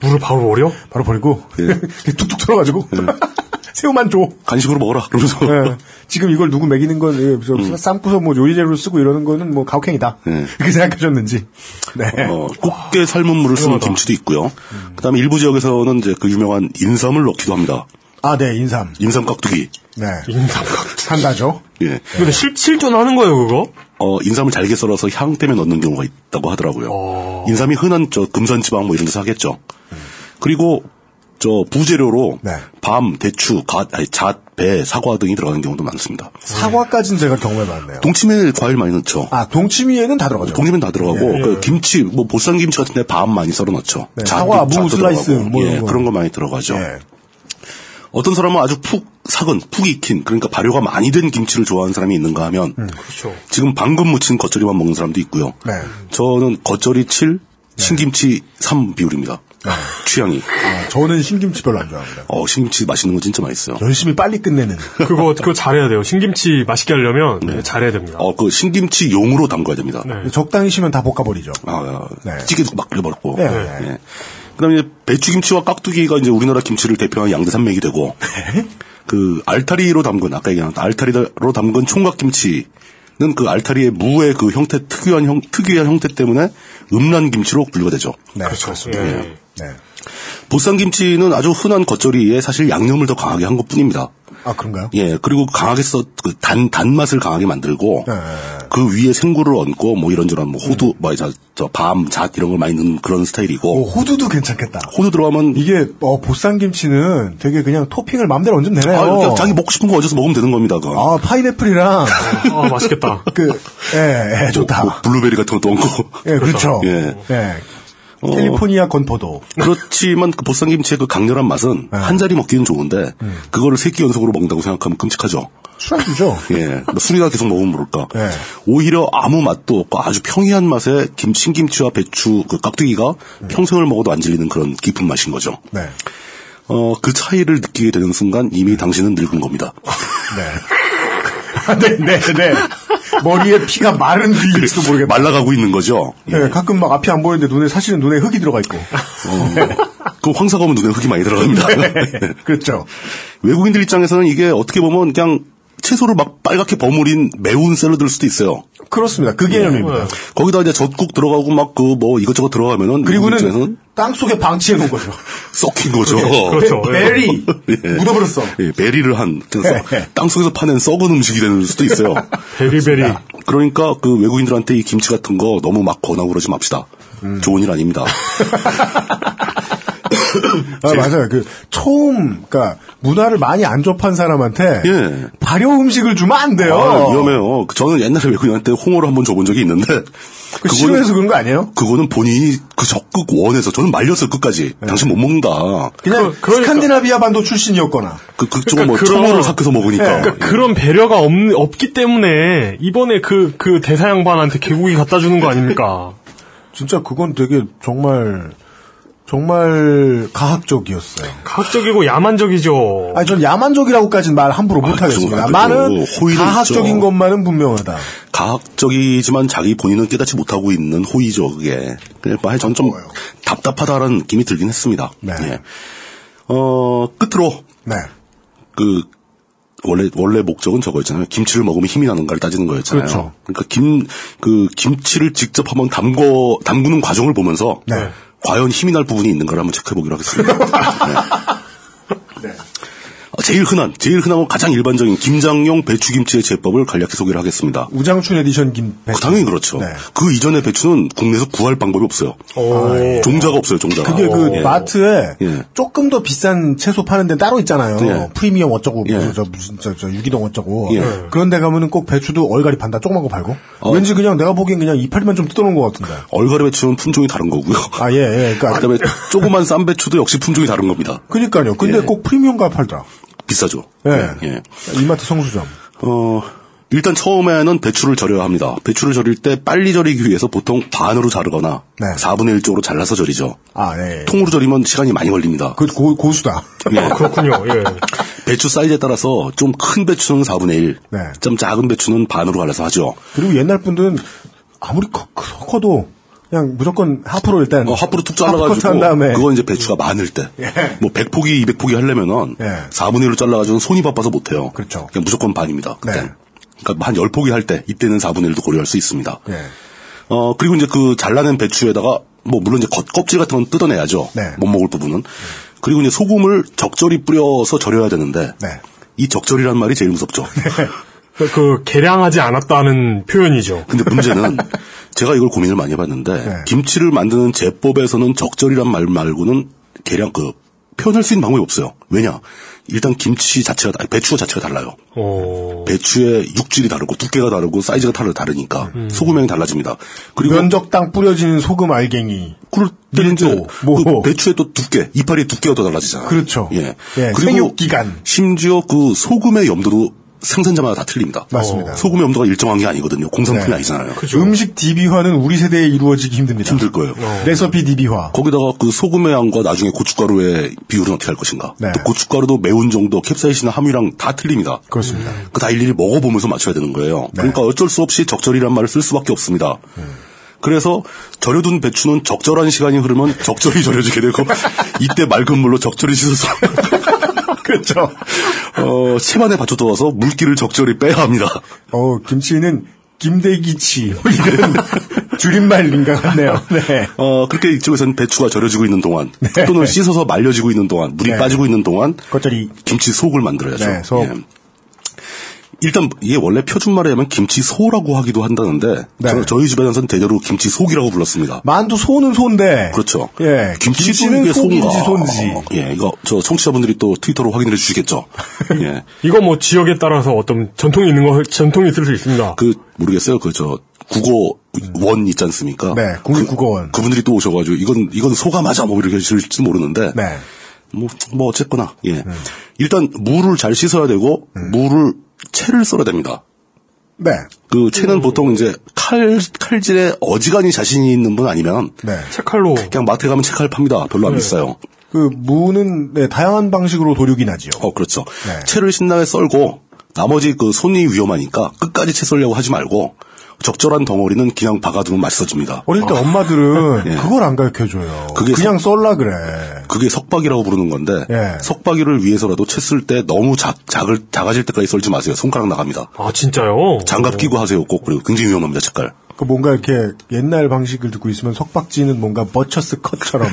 물을 바로 버려? 바로 버리고 예. 툭툭 털어가지고 새우만 줘. 간식으로 먹어라. 그러면서 예. 음. 지금 이걸 누구 먹이는 건 예, 삶고서 뭐 요리재료로 쓰고 이러는 거는 뭐 가혹행위다. 예. 그렇게 생각하셨는지. 네. 어, 꽃게 삶은 물을 쓰는 와, 김치도 있고요. 음. 그다음에 일부 지역에서는 이제 그 유명한 인삼을 넣기도 합니다. 아, 네, 인삼. 인삼 깍두기. 네. 인삼 깍두기. 산다죠? 예. 네. 근데 실, 실존하는 거예요, 그거? 어, 인삼을 잘게 썰어서 향 때문에 넣는 경우가 있다고 하더라고요. 오. 인삼이 흔한 저 금산지방 뭐 이런 데서 하겠죠. 음. 그리고 저 부재료로 네. 밤, 대추, 가, 아니, 잣, 배, 사과 등이 들어가는 경우도 많습니다. 네. 사과까지는 제가 경험해봤네요. 동치미에 과일 많이 넣죠. 아 동치미에는 다 들어가죠. 네. 동치미는 다 들어가고 예, 예. 그 김치, 뭐 보쌈 김치 같은데 밤 많이 썰어 넣죠. 네. 사과, 무, 슬라이스 뭐 예, 그런 거 많이 들어가죠. 어떤 사람은 아주 푹 삭은 푹 익힌 그러니까 발효가 많이 된 김치를 좋아하는 사람이 있는가 하면 음, 그렇죠. 지금 방금 무친 겉절이만 먹는 사람도 있고요. 네. 저는 겉절이 7, 신김치 3 비율입니다. 네. 아, 취향이. 아, 저는 신김치 별로 안 좋아합니다. 어, 신김치 맛있는 거 진짜 맛있어요. 열심히 빨리 끝내는. 그거, 그거 잘해야 돼요. 신김치 맛있게 하려면 네. 잘해야 됩니다. 어, 그 신김치 용으로 담가야 됩니다. 네. 적당히 쉬면 다 볶아버리죠. 아, 네. 찌개도 막 끓여버렸고. 그 다음에 배추김치와 깍두기가 이제 우리나라 김치를 대표하는 양대산맥이 되고. 그 알타리로 담근, 아까 얘기한 알타리로 담근 총각김치. 는그 알타리의 무의 그 형태 특유한 형 특유한 형태 때문에 음란 김치로 분류가 되죠. 예. 네, 그렇죠. 네. 네. 보쌈 김치는 아주 흔한 겉절이에 사실 양념을 더 강하게 한 것뿐입니다. 아 그런가요? 예, 그리고 강하게 써그단 단맛을 강하게 만들고 네. 그 위에 생굴을 얹고 뭐 이런저런 뭐 호두, 뭐 저, 저 밤, 잣 이런 걸 많이 넣는 그런 스타일이고. 오, 어, 호두도 괜찮겠다. 호두 들어가면 이게 어, 보쌈 김치는 되게 그냥 토핑을 마음대로 얹으면 되네요. 아, 자기 먹고 싶은 거 얹어서 먹으면 되는 겁니다. 그. 아 파인애플이랑 아 맛있겠다. 그 예, 예 좋다. 뭐, 뭐 블루베리 같은 것도 얹고. 예, 그렇죠. 예. 예. 어, 캘리포니아 건포도. 그렇지만 그 보쌈김치의 그 강렬한 맛은 네. 한 자리 먹기는 좋은데 음. 그거를 세 끼 연속으로 먹는다고 생각하면 끔찍하죠. 술안주죠. 예, 술이나 계속 먹으면 모를까. 네. 오히려 아무 맛도 없고 아주 평이한 맛에 김 신김치와 배추 그 깍두기가 음. 평생을 먹어도 안 질리는 그런 깊은 맛인 거죠. 네. 어, 그 차이를 느끼게 되는 순간 이미 당신은 늙은 겁니다. 어, 네. 네, 네, 네. 머리에 피가 마른 뒤일지도 모르겠 말라가고 있는 거죠. 네, 예. 가끔 막 앞이 안 보이는데 눈에 사실은 눈에 흙이 들어가 있고. 어, 네. 그 황사검은 눈에 흙이 많이 들어갑니다. 네, 그렇죠. 외국인들 입장에서는 이게 어떻게 보면 그냥 채소를 막 빨갛게 버무린 매운 샐러드일 수도 있어요. 그렇습니다. 그 개념입니다. 네. 예. 거기다 이제 젖국 들어가고 막 그 뭐 이것저것 들어가면은 그리고는 땅 속에 방치해 놓은 거죠. 썩힌 거죠. 네, 그렇죠. 베, 베리 예. 묻어버렸어. 네. 예, 베리를 한 땅 속에서 파낸 썩은 음식이 되는 수도 있어요. 베리 베리. 그러니까 그 외국인들한테 이 김치 같은 거 너무 막 권하고 그러지 맙시다. 음. 좋은 일 아닙니다. 아, 맞아요. 그 처음 그러니까 문화를 많이 안 접한 사람한테 예. 발효 음식을 주면 안 돼요. 아, 위험해요. 저는 옛날에 외국인한테 홍어를 한 번 줘본 적이 있는데 어. 그 싫어해서 그런 거 아니에요? 그거는 본인이 그 적극 원해서 저는 말렸어요 끝까지. 네. 당신 못 먹는다. 그냥 그, 그러니까. 스칸디나비아 반도 출신이었거나 그 그쪽은 그러니까 뭐 청어를 삭혀서 먹으니까 네. 그러니까 예. 그런 배려가 없, 없기 때문에 이번에 그그 그 대사 양반한테 개국이 갖다 주는 거 아닙니까? 진짜 그건 되게 정말 정말 가학적이었어요. 가학적이고 야만적이죠. 아니 전 야만적이라고까지는 말 함부로 못 하겠습니다. 나는 가학적인 있죠. 것만은 분명하다. 가학적이지만 자기 본인은 깨닫지 못하고 있는 호의죠 그게. 그래서 전좀 답답하다라는 느낌이 들긴 했습니다. 네. 예. 어 끝으로 네. 그 원래 원래 목적은 저거였잖아요. 김치를 먹으면 힘이 나는가를 따지는 거였잖아요. 그렇죠. 그러니까 김 그 김치를 직접 한번 담궈 담그는 과정을 보면서 네. 과연 힘이 날 부분이 있는가를 한번 체크해보기로 하겠습니다. 네. 네. 제일 흔한, 제일 흔하고 가장 일반적인 김장용 배추김치의 제법을 간략히 소개를 하겠습니다. 우장춘 에디션 김 배추. 당연히 그렇죠. 네. 그 이전의 배추는 국내에서 구할 방법이 없어요. 오. 종자가 없어요, 종자가. 예. 그게 그 오. 마트에 예. 조금 더 비싼 채소 파는 데 따로 있잖아요. 예. 프리미엄 어쩌고, 예. 무슨, 저, 무슨 저, 저 유기농 어쩌고. 그런 데 가면은 꼭 배추도 얼갈이 판다. 조그만 거 팔고. 어. 왠지 그냥 내가 보기엔 그냥 이파리만 좀 뜯어놓은 것 같은데. 얼갈이 배추는 품종이 다른 거고요. 아, 예, 예. 그러니까 그다음에 조그만 쌈 배추도 역시 품종이 다른 겁니다. 그러니까요. 예. 근데 꼭 프리미엄가 팔더라. 비싸죠. 예. 예. 이마트 성수점. 어, 일단 처음에는 배추를 절여야 합니다. 배추를 절일 때 빨리 절이기 위해서 보통 반으로 자르거나 네. 4분의 1쪽으로 잘라서 절이죠. 아, 예, 예. 통으로 절이면 시간이 많이 걸립니다. 그 고, 고수다. 예. 그렇군요. 예. 배추 사이즈에 따라서 좀 큰 배추는 4분의 1, 네. 좀 작은 배추는 반으로 갈라서 하죠. 그리고 옛날 분들은 아무리 커, 커도 그냥 무조건 하프로 일단 어, 하프로 툭 잘라가지고 그건 이제 배추가 많을 때뭐 예. 100포기 200포기 하려면은 예. 4분의 1로 잘라가지고 손이 바빠서 못해요. 그렇죠. 그냥 무조건 반입니다. 그때 네. 그러니까 한 10포기 할 때 이때는 4분의 1도 고려할 수 있습니다. 예. 어 그리고 이제 그 잘라낸 배추에다가 뭐 물론 이제 껍질 같은 건 뜯어내야죠. 네. 못 먹을 부분은 그리고 이제 소금을 적절히 뿌려서 절여야 되는데 네. 이 적절이란 말이 제일 무섭죠. 그 계량하지 않았다는 표현이죠. 근데 문제는 제가 이걸 고민을 많이 해봤는데 네. 김치를 만드는 제법에서는 적절이란 말 말고는 계량 그 표현할 수 있는 방법이 없어요. 왜냐? 일단 김치 자체가 아니, 배추 자체가 달라요. 오. 배추의 육질이 다르고 두께가 다르고 사이즈가 다르 다르니까 음. 소금향이 달라집니다. 그리고 면적당 뿌려지는 소금 알갱이. 그럴 때는 이제 뭐. 그 배추의 또 두께, 이파리의 두께가 더 달라지잖아요. 그렇죠. 예. 예 그리고 기간. 심지어 그 소금의 염도도 생산자마다 다 틀립니다. 맞습니다. 소금의 염도가 일정한 게 아니거든요. 공산품이 네. 아니잖아요. 그죠. 음식 DB화는 우리 세대에 이루어지기 힘듭니다. 힘들 거예요. 어. 레시피 DB화. 거기다가 그 소금의 양과 나중에 고춧가루의 비율은 어떻게 할 것인가. 네. 또 고춧가루도 매운 정도, 캡사이신이나 함유랑 다 틀립니다. 그렇습니다. 그 다 일일이 먹어보면서 맞춰야 되는 거예요. 네. 그러니까 어쩔 수 없이 적절이란 말을 쓸 수밖에 없습니다. 음. 그래서 절여둔 배추는 적절한 시간이 흐르면 적절히 절여지게 되고 이때 맑은 물로 적절히 씻어서 그렇죠. 어, 체반에 받쳐두어서 물기를 적절히 빼야 합니다. 어, 김치는 김대기치 뭐 이런 줄임말인가 같네요. 네. 어, 그렇게 이쪽에서는 배추가 절여지고 있는 동안 네. 또는 씻어서 말려지고 있는 동안 물이 네. 빠지고 있는 동안 겉절이 김치 속을 만들어야죠. 네, 속. 예. 일단 이게 원래 표준말에 하면 김치소라고 하기도 한다는데 네. 저, 희 집에서는 대대로 김치속이라고 불렀습니다. 만두 소는 소인데 그렇죠. 예, 김치는 소인지 소인지. 예, 이거 저 청취자분들이 또 트위터로 확인해 주시겠죠. 예. 이거 뭐 지역에 따라서 어떤 전통이 있는 거 전통이 있을 수 있습니다. 그 모르겠어요. 그 저 국어 원 있지 않습니까? 네, 국립 그, 국어원. 그분들이 또 오셔가지고 이건 이건 소가 맞아 뭐 이렇게 하실지 모르는데. 네. 뭐, 뭐, 어쨌거나, 예. 음. 일단, 물을 잘 씻어야 되고, 음. 물을 채를 썰어야 됩니다. 네. 그 채는 음. 보통 이제 칼 칼질에 어지간히 자신이 있는 분 아니면 네. 채칼로 그냥 마트 가면 채칼 팝니다. 별로 안 네. 비싸요. 그 무는 네, 다양한 방식으로 도륙이 나지요. 어 그렇죠. 네. 채를 신나게 썰고 나머지 그 손이 위험하니까 끝까지 채 썰려고 하지 말고 적절한 덩어리는 그냥 박아두면 맛있어집니다. 어릴 때 아. 엄마들은 예. 그걸 안 가르쳐줘요. 그게 그냥 석, 썰라 그래. 그게 석박이라고 부르는 건데 예. 석박이를 위해서라도 채 쓸 때 너무 작, 작을, 작아질 때까지 썰지 마세요. 손가락 나갑니다. 아 진짜요? 장갑 끼고 하세요. 꼭 그리고 굉장히 위험합니다. 색깔. 그 뭔가 이렇게 옛날 방식을 듣고 있으면 석박지는 뭔가 버처스 컷처럼.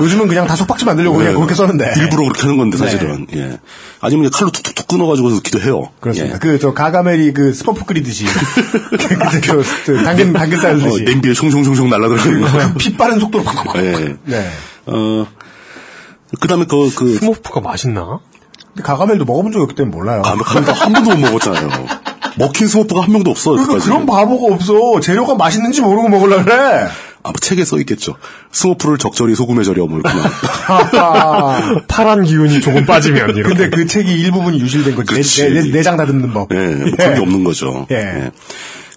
요즘은 그냥 다 석박지 만들려고 네. 그냥 그렇게 썼는데. 예. 일부러 그렇게 하는 건데 사실은. 네. 예. 아니면 칼로 툭툭툭 끊어가지고 넣기도 해요. 그렇습니다. 예. 그저 가가멜이 그 스퍼프 끓이듯이. 그때 저, 저 당근 당근 쌀듯이. 어, 냄비에 숑숑숑숑 날라들어가는 거. 네. 피 빠른 속도로 팍팍. 예. 네. 어. 그다음에 그, 그. 스머프가 맛있나? 근데 가가멜도 먹어본 적이 없기 때문에 몰라요. 가가멜도 한 번도 못 먹었잖아요. 먹힌 스머프가 한 명도 없어. 그러니까 그런 바보가 없어. 재료가 맛있는지 모르고 먹으려 그래. 아마 뭐 책에 써 있겠죠. 스머프를 적절히 소금에 절여 뭐 먹을구나. 파란 기운이 조금 빠지면. 이렇게. 근데 그 책이 일부분이 유실된 거지. 내, 내, 내, 내장 다듬는 법. 예, 예. 그런 게 없는 거죠. 예. 예.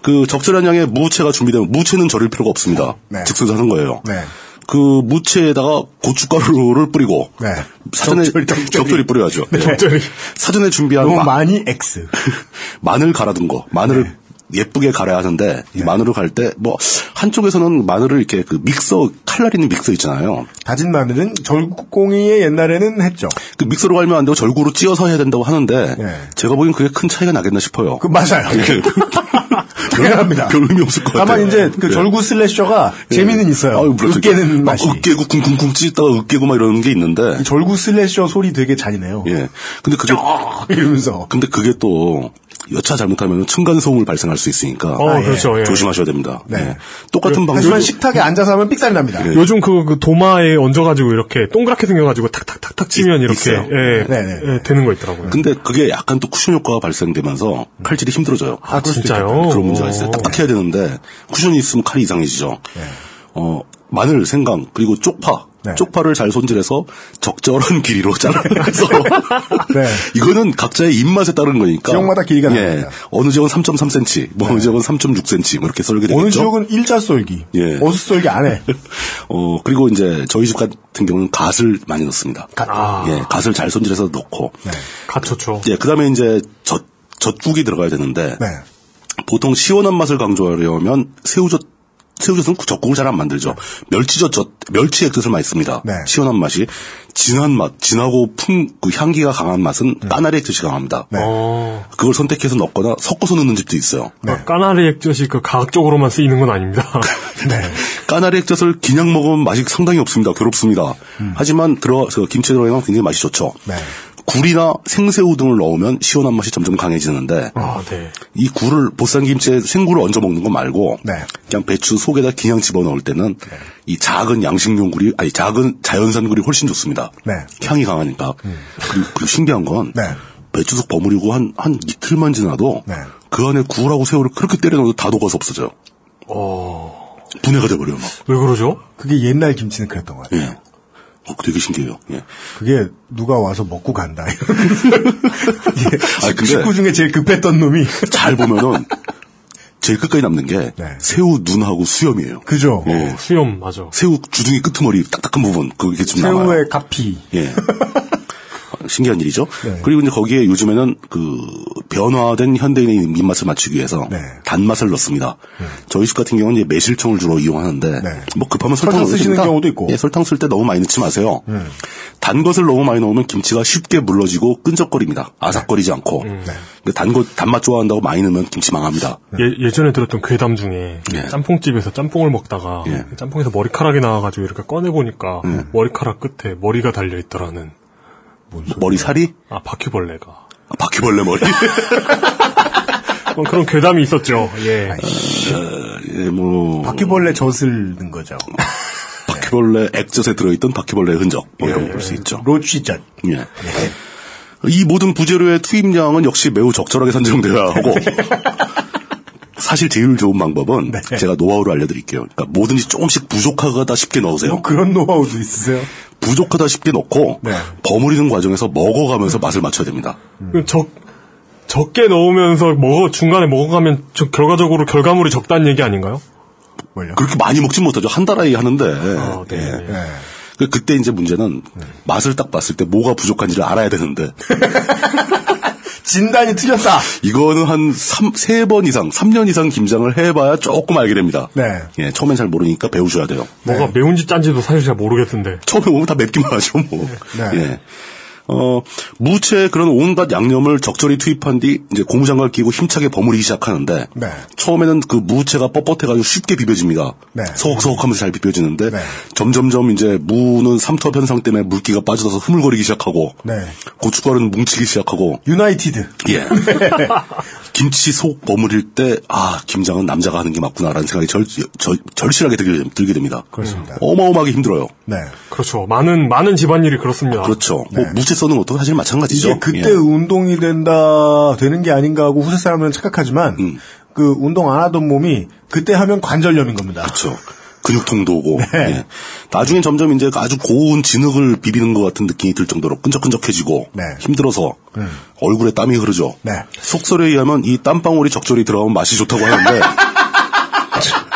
그 적절한 양의 무채가 준비되면 무채는 절일 필요가 없습니다. 네. 즉석하는 거예요. 네. 그 무채에다가 고춧가루를 뿌리고 네. 사전에 적절히, 적절히. 적절히 뿌려야죠. 예. 네. 적절히 사전에 아, 준비한 너무 많이 X 마늘 갈아둔 거 마늘을 네. 예쁘게 갈아야 하는데 이 마늘을 갈 때 뭐 한쪽에서는 마늘을 이렇게 그 믹서 칼날 있는 믹서 있잖아요. 다진 마늘은 절공이에 옛날에는 했죠. 그 믹서로 갈면 안 되고 절구로 그, 찧어서 해야 된다고 하는데 제가 보기엔 그게 큰 차이가 나겠나 싶어요. 그 맞아요. 당연합니다. 별 예. 의미 없을 것 같아요. 예. 다만 이제 그 절구 슬래셔가 재미는 있어요. 아유, 물론 으깨는 막 맛이. 으깨고 쿵쿵쿵 찢다가 으깨고 막 이러는 게 있는데. 이 절구 슬래셔 소리 되게 잔인해요. 예. 근데 그게 아, 이러면서. 근데 그게 또 여차 잘못하면 층간 소음을 발생할 수 있으니까 어, 그렇죠. 예. 그 조심하셔야 됩니다. 아, 네. 예. 똑같은 방식. 하지만 식탁에 앉아서 하면 삑살이 납니다. 예. 요즘 그, 그 도마에 얹어가지고 이렇게 동그랗게 생겨가지고 탁탁탁탁 치면 이렇게 있어요. 예, 네네. 예, 되는 거 있더라고요. 근데 그게 약간 또 쿠션 효과가 발생되면서 칼질이 힘들어져요. 아, 진짜요? 그런 문제가 있어요. 오. 딱딱해야 되는데 쿠션이 있으면 칼이 이상해지죠. 어, 마늘, 생강 그리고 쪽파. 네. 쪽파를 잘 손질해서 적절한 길이로 잘라서 네. 이거는 각자의 입맛에 따른 거니까 지역마다 길이가 예. 다릅니다. 네. 어느 지역은 3.3cm, 뭐 어느 지역은 3.6cm 뭐 이렇게 썰게 되겠죠. 어느 지역은 일자 썰기, 예. 어수 썰기 안 해. 어, 그리고 이제 저희 집 같은 경우는 갓을 많이 넣습니다. 아. 예, 갓을 잘 손질해서 넣고. 네. 네. 갖췄죠. 예, 그 다음에 이제 젖, 젖국이 들어가야 되는데. 네. 보통 시원한 맛을 강조하려면 새우젓, 새우젓은 그 젖국을 잘 안 만들죠. 멸치젓, 젓, 멸치의 뜻을 많이 씁니다. 네. 시원한 맛이. 진한 맛, 진하고 풍, 그 향기가 강한 맛은 까나리의 뜻이 강합니다. 어, 그걸 선택해서 넣거나 섞어서 넣는 집도 있어요. 그러니까 까나리 액젓이 그 과학적으로만 쓰이는 건 아닙니다. 까나리 액젓을 그냥 먹으면 맛이 상당히 없습니다. 괴롭습니다. 하지만 들어 그 김치 들어가면 굉장히 맛이 좋죠. 음. 네. 굴이나 생새우 등을 넣으면 시원한 맛이 점점 강해지는데 어. 아, 네. 이 굴을 보쌈김치에 생굴을 얹어 먹는 거 말고 네. 그냥 배추 속에다 그냥 집어 넣을 때는 이 작은 양식용 굴이 아니 작은 자연산 굴이 훨씬 좋습니다. 네. 음. 향이 강하니까 그리고, 그리고 신기한 건 네. 배추 속 버무리고 한 한 이틀만 지나도 네. 그 안에 굴하고 새우를 그렇게 때려 넣어도 다 녹아서 없어져요. 분해가 돼버려요. 막. 왜 그러죠? 그게 옛날 김치는 그랬던 것 같아요. 예. 어, 되게 신기해요. 예. 그게 누가 와서 먹고 간다. 이게 아, 근데- 식구 중에 제일 급했던 놈이. 잘 보면은 제일 끝까지 남는 게 네. 새우 눈하고 수염이에요. 그죠. 예. 수염, 맞아. 새우 주둥이 끄트머리 딱딱한 부분 그게 좀 남아요. 새우의 가피. 예. 아, 신기한 일이죠. 네. 그리고 이제 거기에 요즘에는 그 변화된 현대인의 입맛을 맞추기 위해서 네. 단맛을 넣습니다. 저희 집 같은 경우는 이제 매실청을 주로 이용하는데 네. 뭐 급하면 설탕 설탕 넣어도 쓰시는 됩니다. 경우도 있고. 네. 예, 설탕 쓸 때 너무 많이 넣지 마세요. 단 것을 너무 많이 넣으면 김치가 쉽게 물러지고 끈적거립니다. 아삭거리지 않고. 음, 네. 근데 단 것, 단맛 좋아한다고 많이 넣으면 김치 망합니다. 예, 예전에 들었던 괴담 중에 예. 짬뽕집에서 짬뽕을 먹다가 예. 음. 짬뽕에서 머리카락이 나와가지고 이렇게 꺼내보니까 머리카락 끝에 머리가 달려있더라는 머리살이? 아 바퀴벌레가 아, 바퀴벌레 머리. 어, 그런 괴담이 있었죠. 예. 아, 예, 뭐. 바퀴벌레 젖을 넣은 거죠. 바퀴벌레 액젓에 들어있던 바퀴벌레의 흔적 뭐 예. 이런 걸 볼 수 있죠. 네. 로치젓. 예. 이 모든 부재료의 투입량은 역시 매우 적절하게 산정되어야 하고 사실 제일 좋은 방법은 네. 제가 노하우를 알려드릴게요. 그러니까 뭐든지 조금씩 부족하다 싶게 넣으세요. 어, 뭐 그런 노하우도 있으세요? 부족하다 싶게 넣고 네. 버무리는 과정에서 먹어가면서 맛을 맞춰야 됩니다. 그 적, 적게 넣으면서 먹어, 중간에 먹어가면 저- 결과적으로 결과물이 적다는 얘기 아닌가요? 네. 뭘요? 그렇게 많이 먹진 못하죠. 한 달 아이 하는데 어, 네. 예. 네. 그- 그때 이제 문제는 맛을 딱 봤을 때 뭐가 부족한지를 알아야 되는데 진단이 틀렸다. 이거는 한 3, 3번 이상, 3년 이상 김장을 해봐야 조금 알게 됩니다. 네. 예, 처음엔 잘 모르니까 배우셔야 돼요. 뭐가 네. 매운지 짠지도 사실 잘 모르겠는데. 처음에 오면 다 맵기만 하죠, 뭐. 네. 예. 어, 무채 그런 온갖 양념을 적절히 투입한 뒤 이제 고무장갑 끼고 힘차게 버무리기 시작하는데 네. 처음에는 그 무채가 뻣뻣해가지고 쉽게 비벼집니다. 네. 서걱서걱하면서 잘 비벼지는데 네. 점점점 이제 무는 삼투압 현상 때문에 물기가 빠져서 흐물거리기 시작하고 네. 고춧가루는 뭉치기 시작하고 유나이티드. 예. 김치 속 버무릴 때, 아, 김장은 남자가 하는 게 맞구나라는 생각이 절, 절, 절실하게 들게, 들게 됩니다. 그렇습니다. 어마어마하게 힘들어요. 네. 그렇죠. 많은, 많은 집안일이 그렇습니다. 그렇죠. 뭐, 무채 써는 것도 사실 마찬가지죠. 아, 이게 그때 예. 운동이 된다, 되는 게 아닌가 하고 후세 사람은 착각하지만, 음. 그 운동 안 하던 몸이 그때 하면 관절염인 겁니다. 그렇죠. 근육통도 오고. 네. 예. 나중에 점점 이제 아주 고운 진흙을 비비는 것 같은 느낌이 들 정도로 끈적끈적해지고 네. 힘들어서 얼굴에 땀이 흐르죠. 네. 속설에 의하면 이 땀방울이 적절히 들어가면 맛이 좋다고 하는데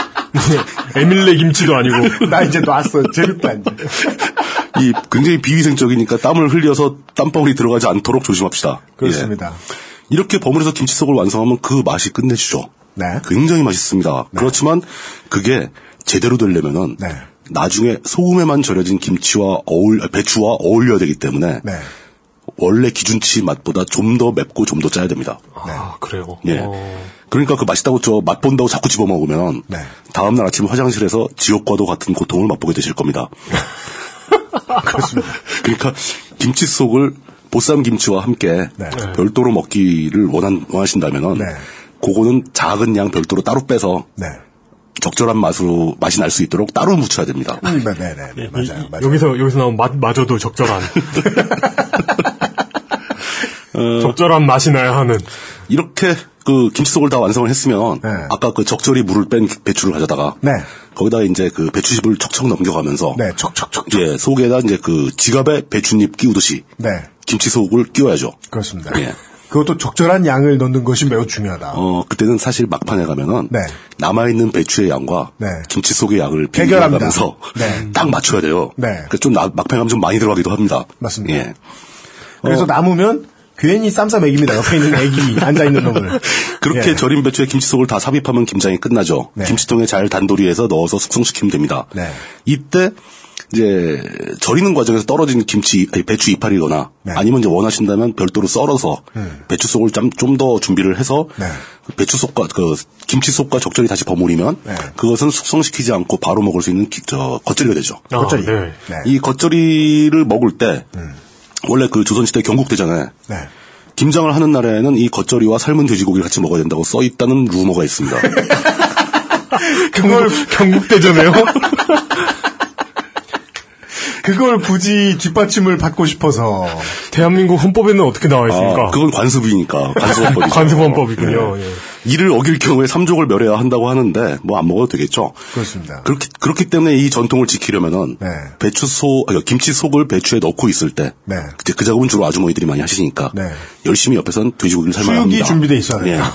에밀레 김치도 아니고. 네. 나 이제 놨어. 재밌다, 이제. 이 굉장히 비위생적이니까 땀을 흘려서 땀방울이 들어가지 않도록 조심합시다. 예. 그렇습니다. 이렇게 버무려서 김치속을 완성하면 그 맛이 끝내주죠. 네. 굉장히 맛있습니다. 그렇지만 그게 제대로 되려면은 네. 나중에 소금에만 절여진 김치와 어울 아, 배추와 어울려야 되기 때문에 네. 원래 기준치 맛보다 좀 더 맵고 좀 더 짜야 됩니다. 아, 그래요. 예. 어, 그러니까 그 맛있다고 저 맛본다고 자꾸 집어먹으면 네. 다음날 아침 화장실에서 지옥과도 같은 고통을 맛보게 되실 겁니다. 그렇습니다. 그러니까 김치 속을 보쌈 김치와 함께 네. 별도로 먹기를 원한, 원하신다면은 네. 그거는 작은 양 별도로 따로 빼서 네. 적절한 맛으로 맛이 날 수 있도록 따로 무쳐야 됩니다. 네, 네, 네, 네, 맞아요. 맞아요. 예, 여기서 여기서 나온 맛 마저도 적절한 어. 적절한 맛이 나야 하는 이렇게 그 김치 속을 다 완성을 했으면 아까 그 적절히 물을 뺀 배추를 가져다가 네. 거기다 이제 그 배추잎을 척척 넘겨가면서 네, 척척척. 예, 속에다 이제 그 지갑에 배추잎 끼우듯이 네, 김치 속을 끼워야죠. 그렇습니다. 예. 그것도 적절한 양을 넣는 것이 매우 중요하다. 어 그때는 사실 막판에 가면은 네. 남아 있는 배추의 양과 네. 김치 속의 양을 해결합니다. 비교하면서 네. 딱 맞춰야 돼요. 네. 그래서 좀 나- 막판에 가면 좀 많이 들어가기도 합니다. 맞습니다. 예. 그래서 어. 남으면 괜히 쌈싸 먹입니다. 옆에 있는 애기 앉아 있는 놈을. 그렇게 예. 절인 배추에 김치속을 다 삽입하면 김장이 끝나죠. 네. 김치통에 잘 단도리해서 넣어서 숙성시키면 됩니다. 네. 이때 이제 절이는 과정에서 떨어진 김치 아니, 배추 이파리거나 네. 아니면 이제 원하신다면 별도로 썰어서 음. 배추 속을 좀 더 준비를 해서 네. 배추 속과 그 김치 속과 적절히 다시 버무리면 네. 그것은 숙성시키지 않고 바로 먹을 수 있는 기- 저 겉절이가 되죠. 아, 겉절이. 네. 네. 음. 이 겉절이를 먹을 때 원래 그 조선시대 경국대전에 네. 김장을 하는 날에는 이 겉절이와 삶은 돼지고기를 같이 먹어야 된다고 써 있다는 루머가 있습니다. 그걸 경국대전에요? 그걸 굳이 뒷받침을 받고 싶어서 대한민국 헌법에는 어떻게 나와 있습니까? 아, 그건 관습이니까 관습헌법이죠. 관습헌법이군요. 네. 예. 예. 이를 어길 경우에 삼족을 멸해야 한다고 하는데 뭐 안 먹어도 되겠죠. 그렇습니다. 그렇기 그렇기 때문에 이 전통을 지키려면은 네. 배추소 아니, 그러니까 김치 속을 배추에 넣고 있을 때 네. 그때 그 작업은 주로 아주머니들이 많이 하시니까 네. 열심히 옆에선 돼지고기를 삶아야 수육이 합니다. 준비돼 있어야 예. 됩니다.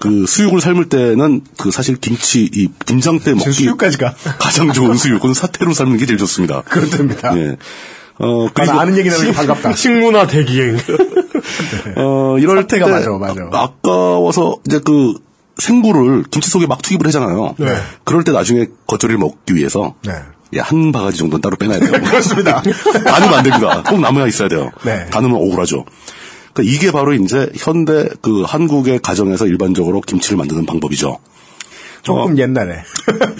그 수육을 삶을 때는 그 사실 김치 이 김장 때 지금 먹기 수육까지 가. 가장 좋은 수육은 사태로 삶는 게 제일 좋습니다. 그렇답니다. 예. 어, 난 아는 얘기 나는 게 반갑다. 식문화 대기행. 어, 이럴 예. 사태가 때 맞아, 맞아. 아, 까워서 이제 그 생굴을 김치 속에 막 투입을 하잖아요. 네. 그럴 때 나중에 겉절이를 먹기 위해서 네. 예, 한 바가지 정도는 따로 빼놔야 돼요. 그렇습니다. 간은 안 됩니다. 꼭 남아야 있어야 돼요. 네. 간으면 억울하죠. 그러니까 이게 바로 이제 현대 그 한국의 가정에서 일반적으로 김치를 만드는 방법이죠. 조금 옛날에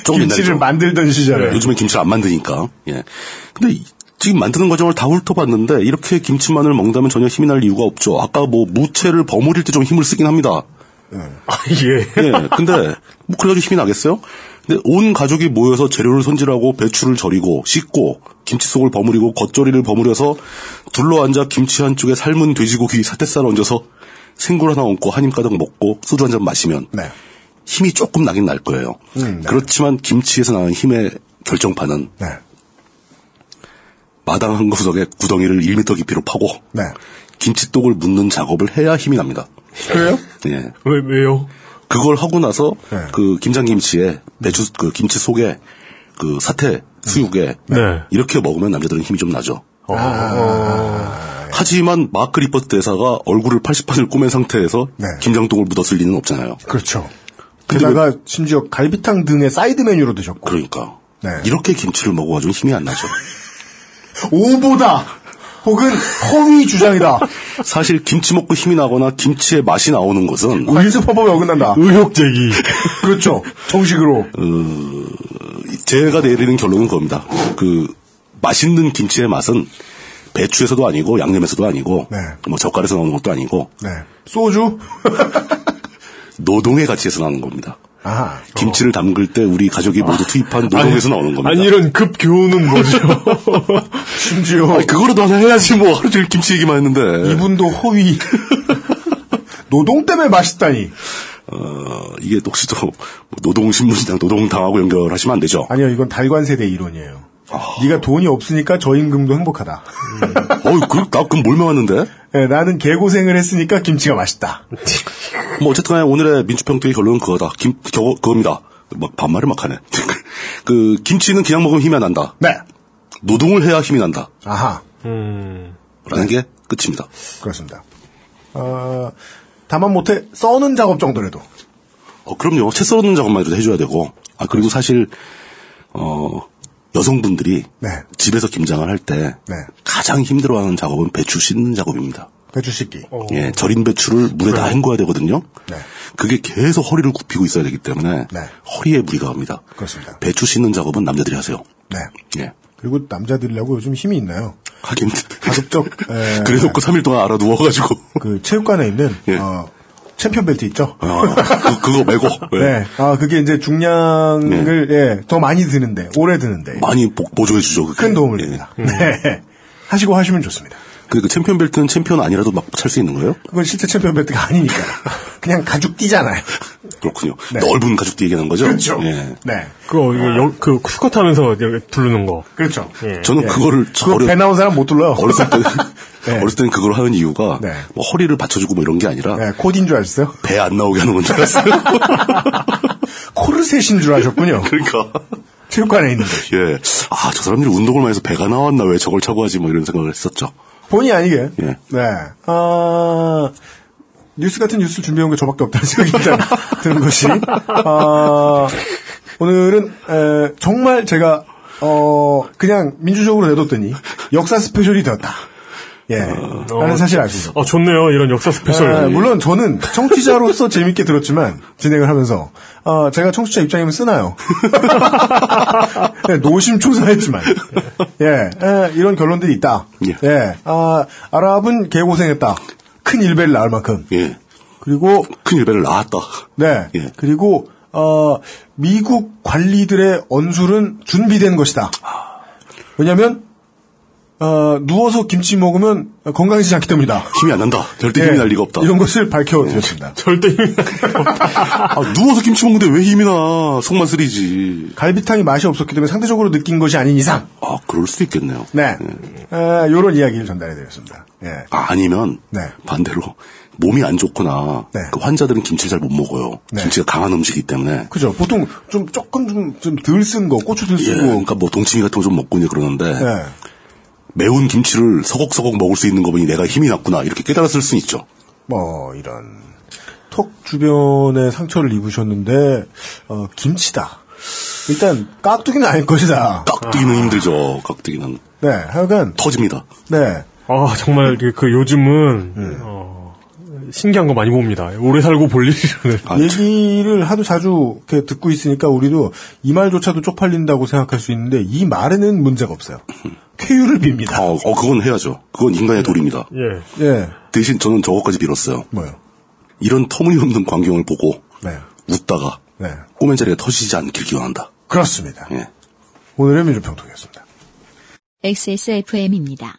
조금 김치를 네. 네. 옛날이죠. 만들던 시절에 요즘에 김치를 안 만드니까. 예. 근데 이- 지금 만드는 과정을 다 훑어봤는데 이렇게 김치만을 먹는다면 전혀 힘이 날 이유가 없죠. 아까 뭐 무채를 버무릴 때 좀 힘을 쓰긴 합니다. 아, 예. 예. 근데 뭐 그래가지고 힘이 나겠어요? 근데 온 가족이 모여서 재료를 손질하고 배추를 절이고 씻고 김치 속을 버무리고 겉절이를 버무려서 둘러앉아 김치 한쪽에 삶은 돼지고기 사태살 얹어서 생굴 하나 얹고 한 입 가득 먹고 소주 한 잔 마시면 네. 힘이 조금 나긴 날 거예요. 음, 네. 그렇지만 김치에서 나는 힘의 결정판은 네. 마당 한 구석에 구덩이를 1m 깊이로 파고 네. 김치독을 묻는 작업을 해야 힘이 납니다. 그래요? 예. 왜, 왜요? 그걸 하고 나서 네. 그 김장김치에 배추 그 김치 속에 그 사태 수육에 네. 이렇게 먹으면 남자들은 힘이 좀 나죠. 아, 하지만 마크 리퍼트 대사가 얼굴을 80판을 꼬맨 상태에서 네. 김장독을 묻었을 리는 없잖아요. 그렇죠. 게다가 심지어 갈비탕 등의 사이드 메뉴로 드셨고 그러니까 네. 이렇게 김치를 먹어가지고 힘이 안 나죠. 오보다 혹은 허위 주장이다. 사실 김치 먹고 힘이 나거나 김치의 맛이 나오는 것은 관습법에 어긋난다. 의혹 제기. 그렇죠. 정식으로 음. 제가 내리는 결론은 그겁니다. 그 맛있는 김치의 맛은 배추에서도 아니고 양념에서도 아니고 네. 뭐 젓갈에서 나오는 것도 아니고 네. 소주 노동의 가치에서 나오는 겁니다. 아 김치를 담글 때 우리 가족이 모두 투입한 노동에서 나오는 겁니다. 아니, 이런 급교훈은 뭐죠? 심지어 아니, 그거라도 하나 해야지 뭐 하루 종일 김치 얘기만 했는데 이분도 허위 노동 때문에 맛있다니. 어, 이게 혹시 또 노동신문이랑 노동당하고 연결하시면 안 되죠. 아, 아니요, 이건 달관 세대 이론이에요. 네가 돈이 없으니까 저임금도 행복하다. 어이 그나 그럼 몰매왔는데 예, 나는 개고생을 했으니까 김치가 맛있다. 뭐 어쨌든 간에 오늘의 민주평통의 결론은 그거다. 김, 겨, 그겁니다. 막 반말을 막 하네. 그 김치는 그냥 먹으면 힘이 안 난다. 네. 노동을 해야 힘이 난다. 아하. 라는 네. 게 끝입니다. 그렇습니다. 어, 다만 못해 써는 작업 정도라도. 어, 그럼요. 채 써는 작업만이라도 해줘야 되고. 아, 그리고 사실, 어, 여성분들이 네. 집에서 김장을 할 때 네. 가장 힘들어하는 작업은 배추 씻는 작업입니다. 배추 씻기. 예, 절인 배추를 물에 다 헹궈야 되거든요. 네. 그게 계속 허리를 굽히고 있어야 되기 때문에 네. 허리에 무리가 갑니다. 그렇습니다. 배추 씻는 작업은 남자들이 하세요. 네. 예. 그리고 남자들이라고 요즘 힘이 있나요? 하긴 가급적 예. 에, 그래놓고 3일 동안 알아 누워가지고 그 체육관에 있는 어, 챔피언 벨트 있죠? 예. 아, 그, 그거 말고. 어. 네. 아, 그게 이제 네. 중량을, 예, 더 많이 드는데, 오래 드는데. 예. 많이 보, 보조해주죠, 그게. 예. 큰 도움을 됩니다. 음. 네. 하시고 하시면 좋습니다. 그, 그 챔피언 벨트는 챔피언 아니라도 막 찰 수 있는 거예요? 그건 실제 챔피언 벨트가 아니니까. 그냥 가죽 띠잖아요. 그렇군요. 네. 넓은 가죽 띠 얘기하는 거죠? 그렇죠. 예. 네. 그거, 이거, 여, 그, 스쿼트 하면서 두르는 거. 그렇죠. 예. 저는 예. 그거를 그거 배 나온 사람 못 둘러요. 어렸을 때 네. 어렸을 때는 그걸 하는 이유가 네. 뭐 허리를 받쳐주고 뭐 이런 게 아니라 네, 코디인 줄 아셨어요? 배 안 나오게 하는 건 줄 알았어요. 코르셋인 줄 아셨군요. 그러니까 체육관에 있는 거. 예. 아, 저 사람들이 운동을 많이 해서 배가 나왔나 왜 저걸 차고 하지 뭐 이런 생각을 했었죠. 본의 아니게. 예. 네. 아, 뉴스 같은 뉴스를 준비해온 게 저밖에 없다는 생각이 일단 드는 것이. 아, 오늘은, 에, 정말 제가, 어, 그냥 민주적으로 내뒀더니 역사 스페셜이 되었다. 예. 라는 사실 알수 있어. 아, 좋네요. 이런 역사 스페셜. 아, 물론 저는 청취자로서 재밌게 들었지만 진행을 하면서 아, 제가 청취자 입장이면 쓰나요? 네, 노심초사했지만 예, 예, 이런 결론들이 있다. 예. 예, 아, 아랍은 개고생했다. 큰 일배를 낳을 만큼 예. 그리고 큰 일배를 낳았다. 네 예. 그리고 어, 미국 관리들의 언술은 준비된 것이다. 왜냐하면 어, 누워서 김치 먹으면 건강해지지 않기 때문이다. 힘이 안 난다. 절대 힘이 예, 날 리가 없다. 이런 것을 밝혀드렸습니다. 절대 힘이 아, 누워서 김치 먹는데 왜 힘이 나? 속만 쓰리지. 갈비탕이 맛이 없었기 때문에 상대적으로 느낀 것이 아닌 이상, 아, 그럴 수도 있겠네요. 예. 네, 음. 이런 이야기를 전달해드렸습니다. 예. 아, 아니면 네. 반대로 몸이 안 좋거나 네. 그 환자들은 김치를 잘 못 먹어요. 네. 김치가 강한 음식이기 때문에. 그죠? 보통 좀 조금 좀좀덜쓴 거, 고추들 예, 쓰고, 그러니까 뭐 동치미 같은 거 좀 먹고 이제 그러는데 예. 매운 김치를 서걱서걱 먹을 수 있는 거 보니 내가 힘이 났구나 이렇게 깨달았을 순 있죠. 뭐 이런 턱 주변에 상처를 입으셨는데 어, 김치다. 일단 깍두기는 아닐 것이다. 깍두기는 힘들죠. 깍두기는 네, 하여간 터집니다. 네, 아, 정말 그, 그 요즘은 네. 어, 신기한 거 많이 봅니다. 오래 살고 볼 일이라는. 아, 얘기를 하도 자주 이렇게 듣고 있으니까 우리도 이 말조차도 쪽팔린다고 생각할 수 있는데 이 말에는 문제가 없어요. 쾌유를 빕니다. 어, 어, 그건 해야죠. 그건 네. 인간의 도리입니다. 예. 예, 대신 저는 저것까지 빌었어요. 뭐요? 이런 터무니없는 광경을 보고 네, 웃다가 네, 꼬맨자리가 터지지 않길 기원한다. 그렇습니다. 예. 오늘의 민주평통이었습니다. XSFM입니다.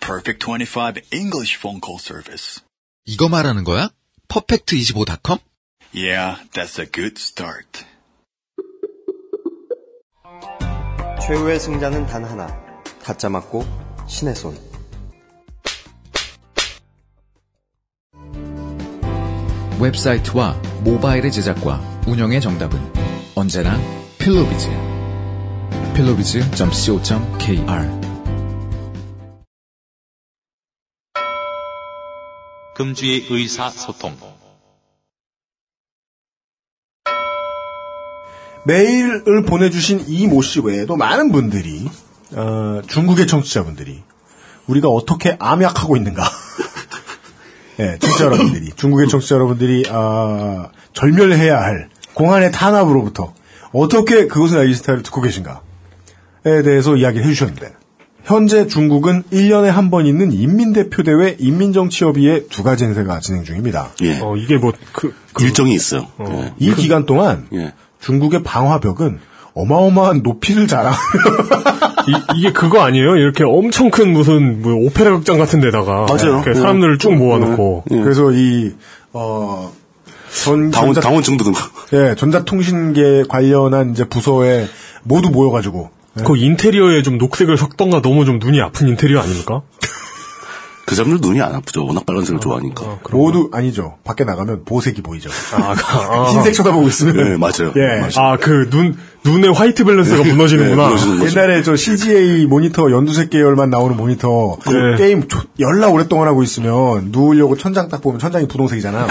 Perfect 25 English phone call service. 이거 말하는 거야? 퍼펙트25.com? Yeah, that's a good start. 최후의 승자는 단 하나. 타짜 맞고 신의 손. 웹사이트와 모바일의 제작과 운영의 정답은 언제나 필로비즈. 필로비즈.co.kr 금주의 의사소통. 메일을 보내주신 이 모 씨 외에도 많은 분들이 어, 중국의 청취자분들이 우리가 어떻게 암약하고 있는가 예, 청취자 여러분들이 중국의 청취자 여러분들이 아, 절멸해야 할 공안의 탄압으로부터 어떻게 그것은 알기 스타일을 듣고 계신가에 대해서 이야기를 해주셨는데 현재 중국은 1년에 한 번 있는 인민대표대회 인민정치협의회 두 가지 행사가 진행 중입니다. 예. 어, 이게 뭐, 그, 그 일정이 있어요. 예. 이 기간 동안 예. 중국의 방화벽은 어마어마한 높이를 자랑하는 이, 게 그거 아니에요? 이렇게 엄청 큰 무슨 뭐 오페라 극장 같은 데다가 맞아요. 이렇게 예. 사람들을 쭉 모아놓고 예. 그래서 이, 어, 전, 당원, 전자, 당원증도 넣- 예, 전자통신계 관련한 이제 부서에 모두 네. 모여가지고. 그 인테리어에 좀 녹색을 섞던가 너무 좀 눈이 아픈 인테리어 아닙니까? 그 사람들 눈이 안 아프죠. 워낙 빨간색을 좋아하니까. 모두 아니죠. 밖에 나가면 보색이 보이죠. 아, 아, 아. 흰색 쳐다보고 있으면. 네, 그, 맞아요. 예. 아, 그, 눈, 눈의 화이트 밸런스가 네, 무너지는구나. 네, 무너지는 거죠. 옛날에 저 CGA 모니터 연두색 계열만 나오는 모니터 그 네. 게임 조- 열나 오랫동안 하고 있으면 누우려고 천장 딱 보면 천장이 부동색이잖아.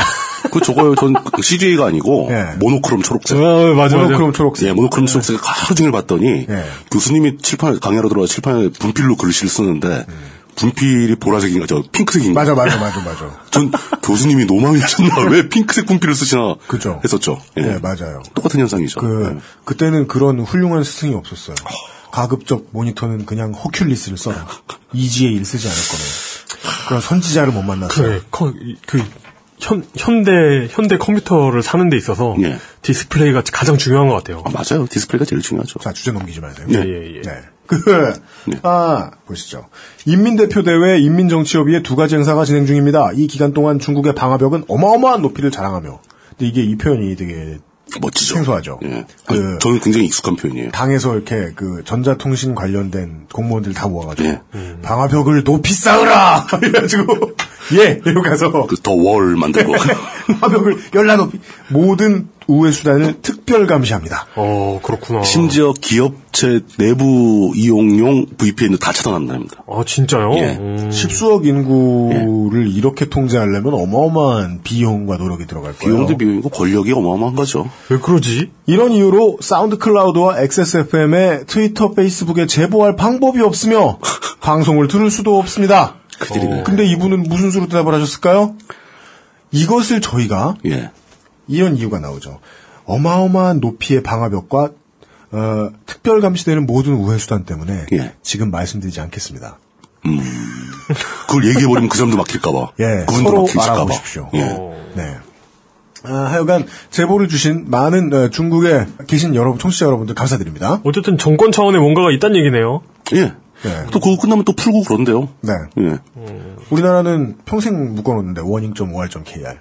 그 저거요. 전 CGA가 아니고 모노크롬 초록색. 어, 맞아, 맞아. 모노크롬 초록색. 예, 모노크롬 초록색을 하루 종일 봤더니 예. 교수님이 칠판에 강의하러 들어와 칠판에 분필로 글씨를 쓰는데 분필이 보라색인가 저 핑크색인가. 맞아, 맞아, 맞아, 맞아. 전 교수님이 노망이 하셨나 왜 핑크색 분필을 쓰시나 그죠. 했었죠. 예. 네, 맞아요. 똑같은 현상이죠. 예. 그 그때는 그런 훌륭한 스승이 없었어요. 가급적 모니터는 그냥 허큘리스를 써라. EGA를 쓰지 않을 거면 그런 선지자를 못 만났어요. 그, 커- 이- 그, 현, 현대, 현대 컴퓨터를 사는 데 있어서 예. 디스플레이가 가장 중요한 것 같아요. 아, 맞아요. 디스플레이가 제일 중요하죠. 자 주제 넘기지 말세요. 예, 예, 예. 네. 그, 아, 보시죠. 인민대표대회 인민정치협의회 두 가지 행사가 진행 중입니다. 이 기간 동안 중국의 방화벽은 어마어마한 높이를 자랑하며. 근데 이게 이 표현이 되게 멋지죠. 생소하죠. 예. 아니, 그, 저는 굉장히 익숙한 표현이에요. 당에서 이렇게 그 전자통신 관련된 공무원들 다 모아가지고 예. 방화벽을 높이 쌓으라! 이래가지고, 예! 이러고 가서 그 더월 만들고. 방화벽을 열나 높이. 모든 우회 수단을 특별 감시합니다. 어, 그렇구나. 심지어 기업체 내부 이용용 VPN도 다 차단한답니다. 아, 진짜요? 예. 음. 10수억 인구를 이렇게 통제하려면 어마어마한 비용과 노력이 들어갈 거예요. 비용도 비용이고 권력이 어마어마한 거죠. 왜 그러지? 이런 이유로 사운드 클라우드와 XSFM의 트위터, 페이스북에 제보할 방법이 없으며 방송을 들을 수도 없습니다. 그들이네. 근데 이분은 무슨 수로 대답을 하셨을까요? 이것을 저희가 예. 이런 이유가 나오죠. 어마어마한 높이의 방화벽과 어, 특별 감시되는 모든 우회 수단 때문에 예. 지금 말씀드리지 않겠습니다. 그걸 얘기해버리면 그 사람도 막힐까봐. 예, 그분도 서로 막힐까봐. 알아보십시오. 예. 네. 아, 하여간 제보를 주신 많은 어, 중국에 계신 여러분 청취자 여러분들 감사드립니다. 어쨌든 정권 차원의 뭔가가 있다는 얘기네요. 예. 네. 또 그거 끝나면 또 풀고 그런데요. 네. 예. 우리나라는 평생 묶어놓는데 warning.or.kr.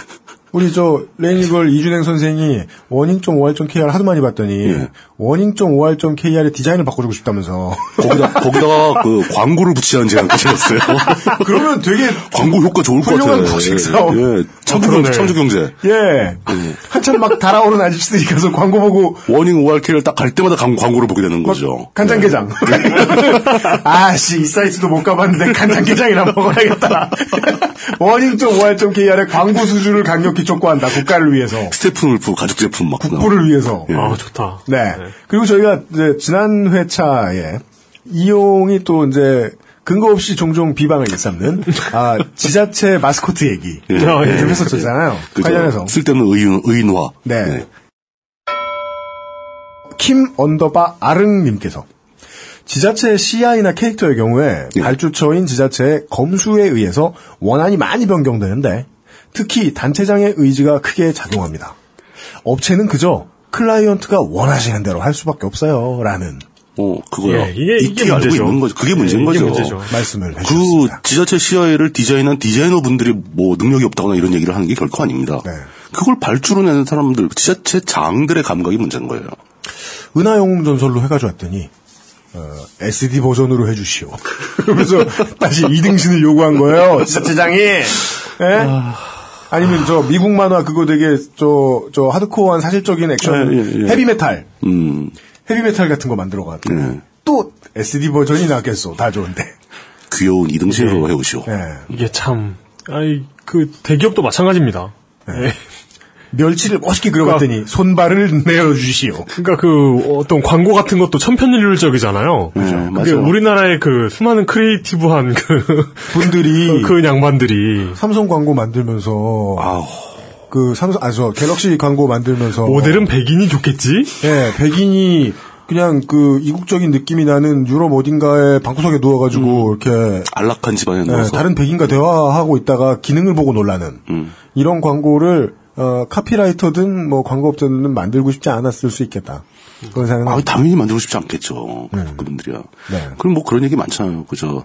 우리 저 레이니걸 이준행 선생이 warning.or.kr 하도 많이 봤더니 예. warning.or.kr의 디자인을 바꿔주고 싶다면서 거기다, 거기다가 그 광고를 붙이자는 그 제안까지 했어요. 그러면 되게 광고 효과 좋을 것 훌륭한 아, 같아요. 거식 사업. 예. 그러네. 참주경제, 참주경제. 예 한참 막 달아오른 아저씨들이 가서 광고 보고 워닝 ORK를 딱 갈 때마다 광- 광고를 보게 되는 거죠. 예. 네. 간장게장. 아씨, 이 사이트도 못 가봤는데 간장게장이나 먹어야겠다. 원인.5할.kr의 광고 수주를 강력히 촉구한다. 국가를 위해서. 스테픈 울프 가죽 제품 막 나와. 국부를 위해서. 아, 좋다. 네. 그리고 저희가 이제 지난 회차에 이용이 또 이제 근거 없이 종종 비방을 일삼는 아, 지자체 마스코트 얘기 아, 예. 좀 했었잖아요. 그죠. 관련해서. 쓸데없는 의인, 의인화. 네. 예. 킴 언더바 아릉님께서 지자체 CI나 캐릭터의 경우에 예. 발주처인 지자체의 검수에 의해서 원안이 많이 변경되는데 특히 단체장의 의지가 크게 작용합니다. 업체는 그저 클라이언트가 원하시는 대로 할 수밖에 없어요. 라는 어, 그거요. 예, 이게- 이게 알고 문제죠. 있는 거죠. 그게 예, 문제인 이게 거죠. 문제죠. 말씀을 그 해주셨습니다. 지자체 CI를 디자인한 디자이너 분들이 뭐 능력이 없다거나 이런 얘기를 하는 게 결코 아닙니다. 네. 그걸 발주로 내는 사람들, 지자체 장들의 감각이 문제인 거예요. 은하영웅 전설로 해가지고 왔더니 어, SD 버전으로 해주시오. 그러면서 다시 이등신을 요구한 거예요. 지자체장이. 예? 아니면 저 미국 만화 그거 되게 저, 저 하드코어한 사실적인 액션 예, 예, 예. 헤비메탈 음, 헤비메탈 같은 거 만들어가지고 예. 또 SD 버전이 나겠어. 다 좋은데. 귀여운 이등신으로 해오시오. 예. 이게 참, 아이, 그, 대기업도 마찬가지입니다. 예. 멸치를 멋있게 그려봤더니 손발을 내어주시오. 그러니까 그 어떤 광고 같은 것도 천편일률적이잖아요. 음. 네, 그게 맞아요. 우리나라의 그 수많은 크리에이티브한 그, 분들이 그 양반들이 삼성 광고 만들면서 아우. 그 삼성 아저 갤럭시 광고 만들면서 모델은 백인이 좋겠지? 예, 백인이 그냥 그 이국적인 느낌이 나는 유럽 어딘가에 방구석에 음. 누워가지고 이렇게 안락한 집안에 예, 넣어서. 다른 백인과 대화하고 있다가 기능을 보고 놀라는 음. 이런 광고를 어, 카피라이터든 뭐 광고업자든 만들고 싶지 않았을 수 있겠다. 그런 생각은 아, 당연히 만들고 싶지 않겠죠. 그분들이야. 음. 네. 그럼 뭐 그런 얘기 많잖아요. 그죠.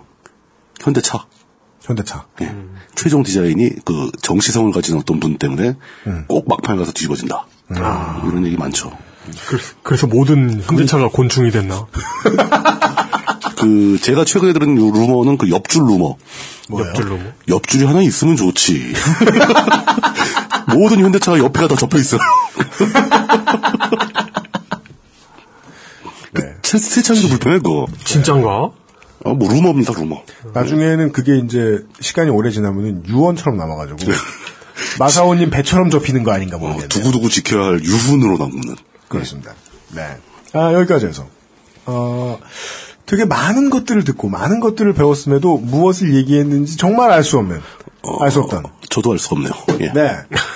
현대차. 현대차. 예. 최종 디자인이 그 정시성을 가진 어떤 분 때문에 음. 꼭 막판에 가서 뒤집어진다. 아. 뭐 이런 얘기 많죠. 그, 래서 모든 현대차가 곤충이 됐나? 그 제가 최근에 들은 요 루머는 그 옆줄 루머. 뭐예요? 옆줄 루머? 네. 옆줄이 하나 있으면 좋지. 모든 현대차가 옆에가 다 접혀 있어요. 그 네. 세, 세차기도 불편해 그거. 진짠가? 아, 뭐 루머입니다 루머. 나중에는 그게 이제 시간이 오래 지나면은 유언처럼 남아가지고 마사오님 배처럼 접히는 거 아닌가 모르겠네요. 어, 네. 두고두고 지켜야 할 유훈으로 남는. 그렇습니다. 네. 아 여기까지 해서 어 되게 많은 것들을 듣고 많은 것들을 배웠음에도 무엇을 얘기했는지 정말 알 수 없는 알 수 없다. 어, 저도 알 수 없네요. 예. 네.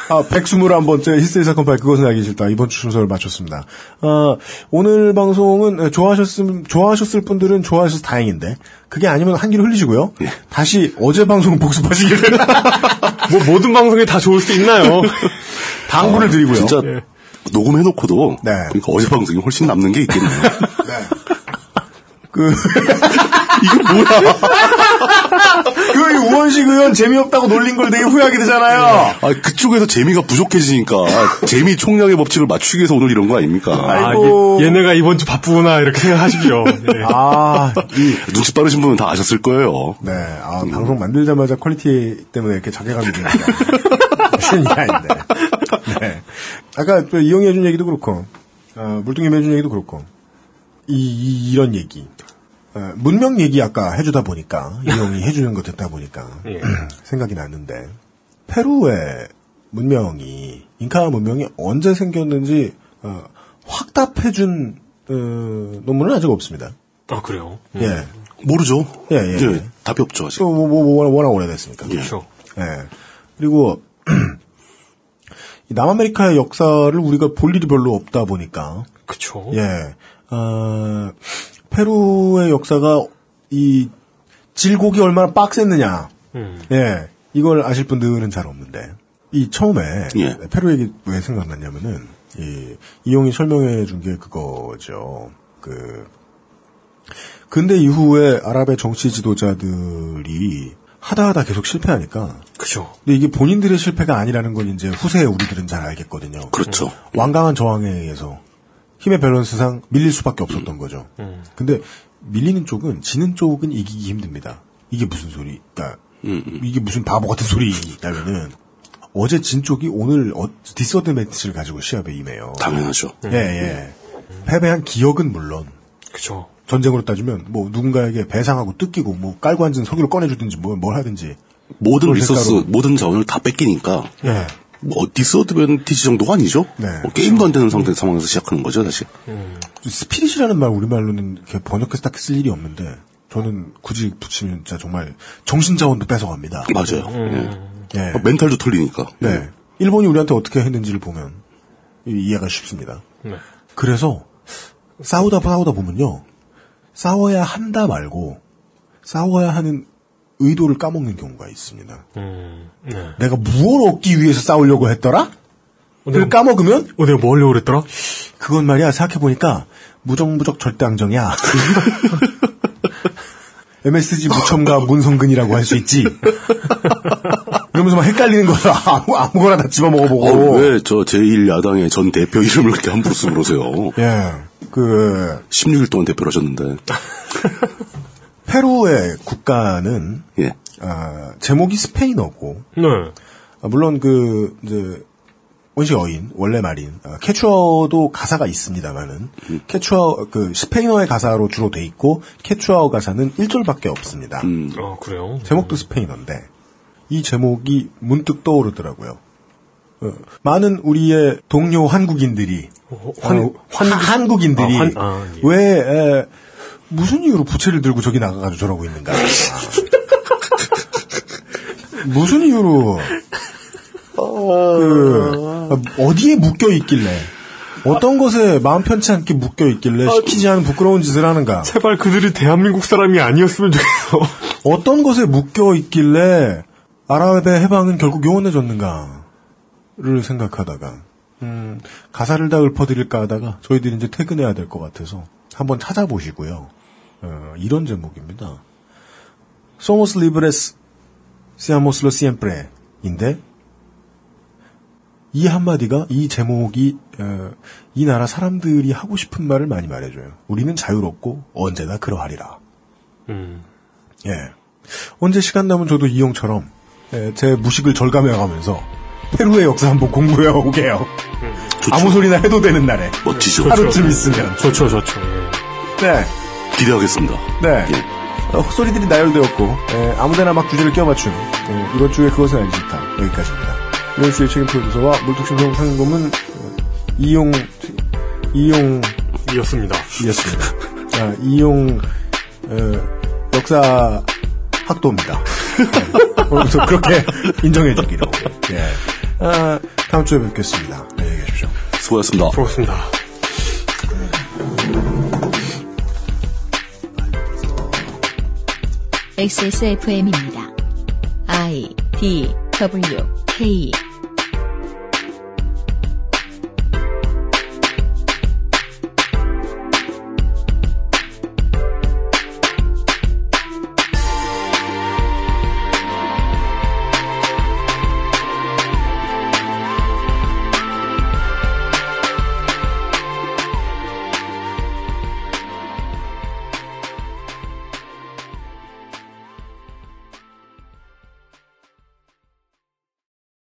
아, 121번째 히스테리 사건 파일 그것은 알기 싫다. 이번 주 순서를 마쳤습니다. 아, 오늘 방송은 좋아하셨음, 좋아하셨을 분들은 좋아하셔서 다행인데, 그게 아니면 한길 흘리시고요. 예. 다시 어제 방송 복습하시기를. 뭐, 모든 방송이 다 좋을 수 있나요? 당부를 드리고요. 네. 아, 진짜 예. 녹음해놓고도. 네. 그러니까 어제 방송이 훨씬 남는 게 있겠네요. 네. 그. 이게 뭐야. 그 우원식 의원 재미없다고 놀린 걸 되게 후회하게 되잖아요. 아, 그쪽에서 재미가 부족해지니까 재미 총량의 법칙을 맞추기 위해서 오늘 이런 거 아닙니까? 아이고. 아, 얘, 네가 이번 주 바쁘구나 이렇게 생각하시죠. 네. 아, 이, 눈치 빠르신 분은 다 아셨을 거예요. 네, 아, 음. 방송 만들자마자 퀄리티 때문에 이렇게 자괴감이 드는 무슨 일이 아닌데. 네. 아까 이용해준 얘기도 그렇고, 어, 물뚱이 해준 얘기도 그렇고, 이, 이 이런 얘기. 문명 얘기 아까 해주다 보니까 이형이 해주는 거 듣다 보니까 예. 생각이 났는데 페루의 문명이 잉카 문명이 언제 생겼는지 어, 확답해준 어, 논문은 아직 없습니다. 아 그래요? 예 음. 모르죠. 예, 예, 예, 네, 답이 없죠 아직. 또, 뭐, 뭐, 뭐, 워낙 오래됐으니까. 그렇죠. 예. 그리고 남아메리카의 역사를 우리가 볼 일이 별로 없다 보니까. 그렇죠. 예. 어, 페루의 역사가 이 질곡이 얼마나 빡셌느냐. 음. 예. 이걸 아실 분들은 잘 없는데. 이 처음에 예. 페루 얘기 왜 생각났냐면은 이 이용이 설명해 준 게 그거죠. 그 근대 이후에 아랍의 정치 지도자들이 하다 하다 계속 실패하니까. 그죠. 근데 이게 본인들의 실패가 아니라는 건 이제 후세에 우리들은 잘 알겠거든요. 그렇죠. 완강한 저항에 의해서 힘의 밸런스상 밀릴 수밖에 없었던 음. 거죠. 음. 근데 밀리는 쪽은 지는 쪽은 이기기 힘듭니다. 이게 무슨 소리? 그러니까 음, 이게 무슨 바보 같은 소리냐면은 어제 진 쪽이 오늘 어, 디서드매치를 가지고 시합에 임해요. 당연하죠. 예, 예. 패배한 기억은 물론. 그죠. 전쟁으로 따지면 뭐 누군가에게 배상하고 뜯기고 뭐 깔고 앉은 석유를 꺼내주든지 뭐, 뭘 하든지 모든 리소스, 모든 자원을 다 뺏기니까. 예. 뭐 디스어드밴티지 정도가 아니죠. 네, 뭐 게임도 안 되는 상태 상황에서 시작하는 거죠, 사실. 음. 스피릿이라는 말 우리말로는 이렇게 번역해서 딱 쓸 일이 없는데 저는 굳이 붙이면 진짜 정말 정신자원도 뺏어갑니다. 예. 맞아요. 음. 네. 네. 멘탈도 털리니까. 네. 일본이 우리한테 어떻게 했는지를 보면 이해가 쉽습니다. 그래서 싸우다 싸우다 보면요. 싸워야 한다 말고 싸워야 하는 의도를 까먹는 경우가 있습니다. 음, 네. 내가 무엇 얻기 위해서 싸우려고 했더라? 어, 를 까먹으면? 어, 내가 뭐 하려고 그랬더라? 그건 말이야, 생각해보니까, 무정부적 절대왕정이야. MSG 무첨가 문성근이라고 할 수 있지. 이러면서 막 헷갈리는 거야. 아무, 아무거나 다 집어먹어보고. 어, 왜저 제1야당의 전 대표 이름을 그렇게 함부로 쓰고 그러세요? 예. 그. 16일 동안 대표를 하셨는데. 페루의 국가는 예. 아, 제목이 스페인어고 네. 아, 물론 그 이제 원시 어인 원래 말인 아, 캐추어도 가사가 있습니다만은 음. 캐추어 그 스페인어의 가사로 주로 돼 있고 캐추어 가사는 1절밖에 없습니다. 음. 아 그래요? 제목도 스페인어인데 이 제목이 문득 떠오르더라고요. 어, 많은 우리의 동료 한국인들이 어, 환, 어, 환, 한, 한국인들이 환, 예. 왜 에, 무슨 이유로 부채를 들고 저기 나가가지고 저러고 있는가? 무슨 이유로 그 어디에 묶여 있길래 어떤 아, 것에 마음 편치 않게 묶여 있길래 아, 시키지 않은 부끄러운 짓을 하는가? 제발 그들이 대한민국 사람이 아니었으면 좋겠어. 어떤 것에 묶여 있길래 아랍의 해방은 결국 요원해졌는가를 생각하다가 음, 가사를 다 읊어드릴까 하다가 저희들이 이제 퇴근해야 될 것 같아서 한번 찾아보시고요. 어, 이런 제목입니다. Somos libres, seamos lo siempre. 인데, 이 한마디가, 이 제목이, 어, 이 나라 사람들이 하고 싶은 말을 많이 말해줘요. 우리는 자유롭고 언제나 그러하리라. 음. 예. 언제 시간 나면 저도 이용처럼 예, 제 무식을 절감해가면서 페루의 역사 한번 공부해 오게요. 좋죠. 아무 소리나 해도 되는 날에. 멋지죠. 하루쯤 있으면. 좋죠, 예. 좋죠. 네. 기대하겠습니다. 네. 예. 어, 헛소리들이 나열되었고 예, 아무데나 막 주제를 끼워맞춘 예, 이번 주에 그것은 알기 싫다 여기까지입니다. 이번 주의 책임 프로듀서와 물뚝심성 상금은 어, 이용 이용 이었습니다. 이었습니다. 자, 아, 이용 어, 역사 학도입니다. 예, 오늘부터 그렇게 인정해주기로. 예. 아, 다음 주에 뵙겠습니다. 안녕히 계십시오. 수고하셨습니다. 수고하셨습니다. XSFM입니다. I D W K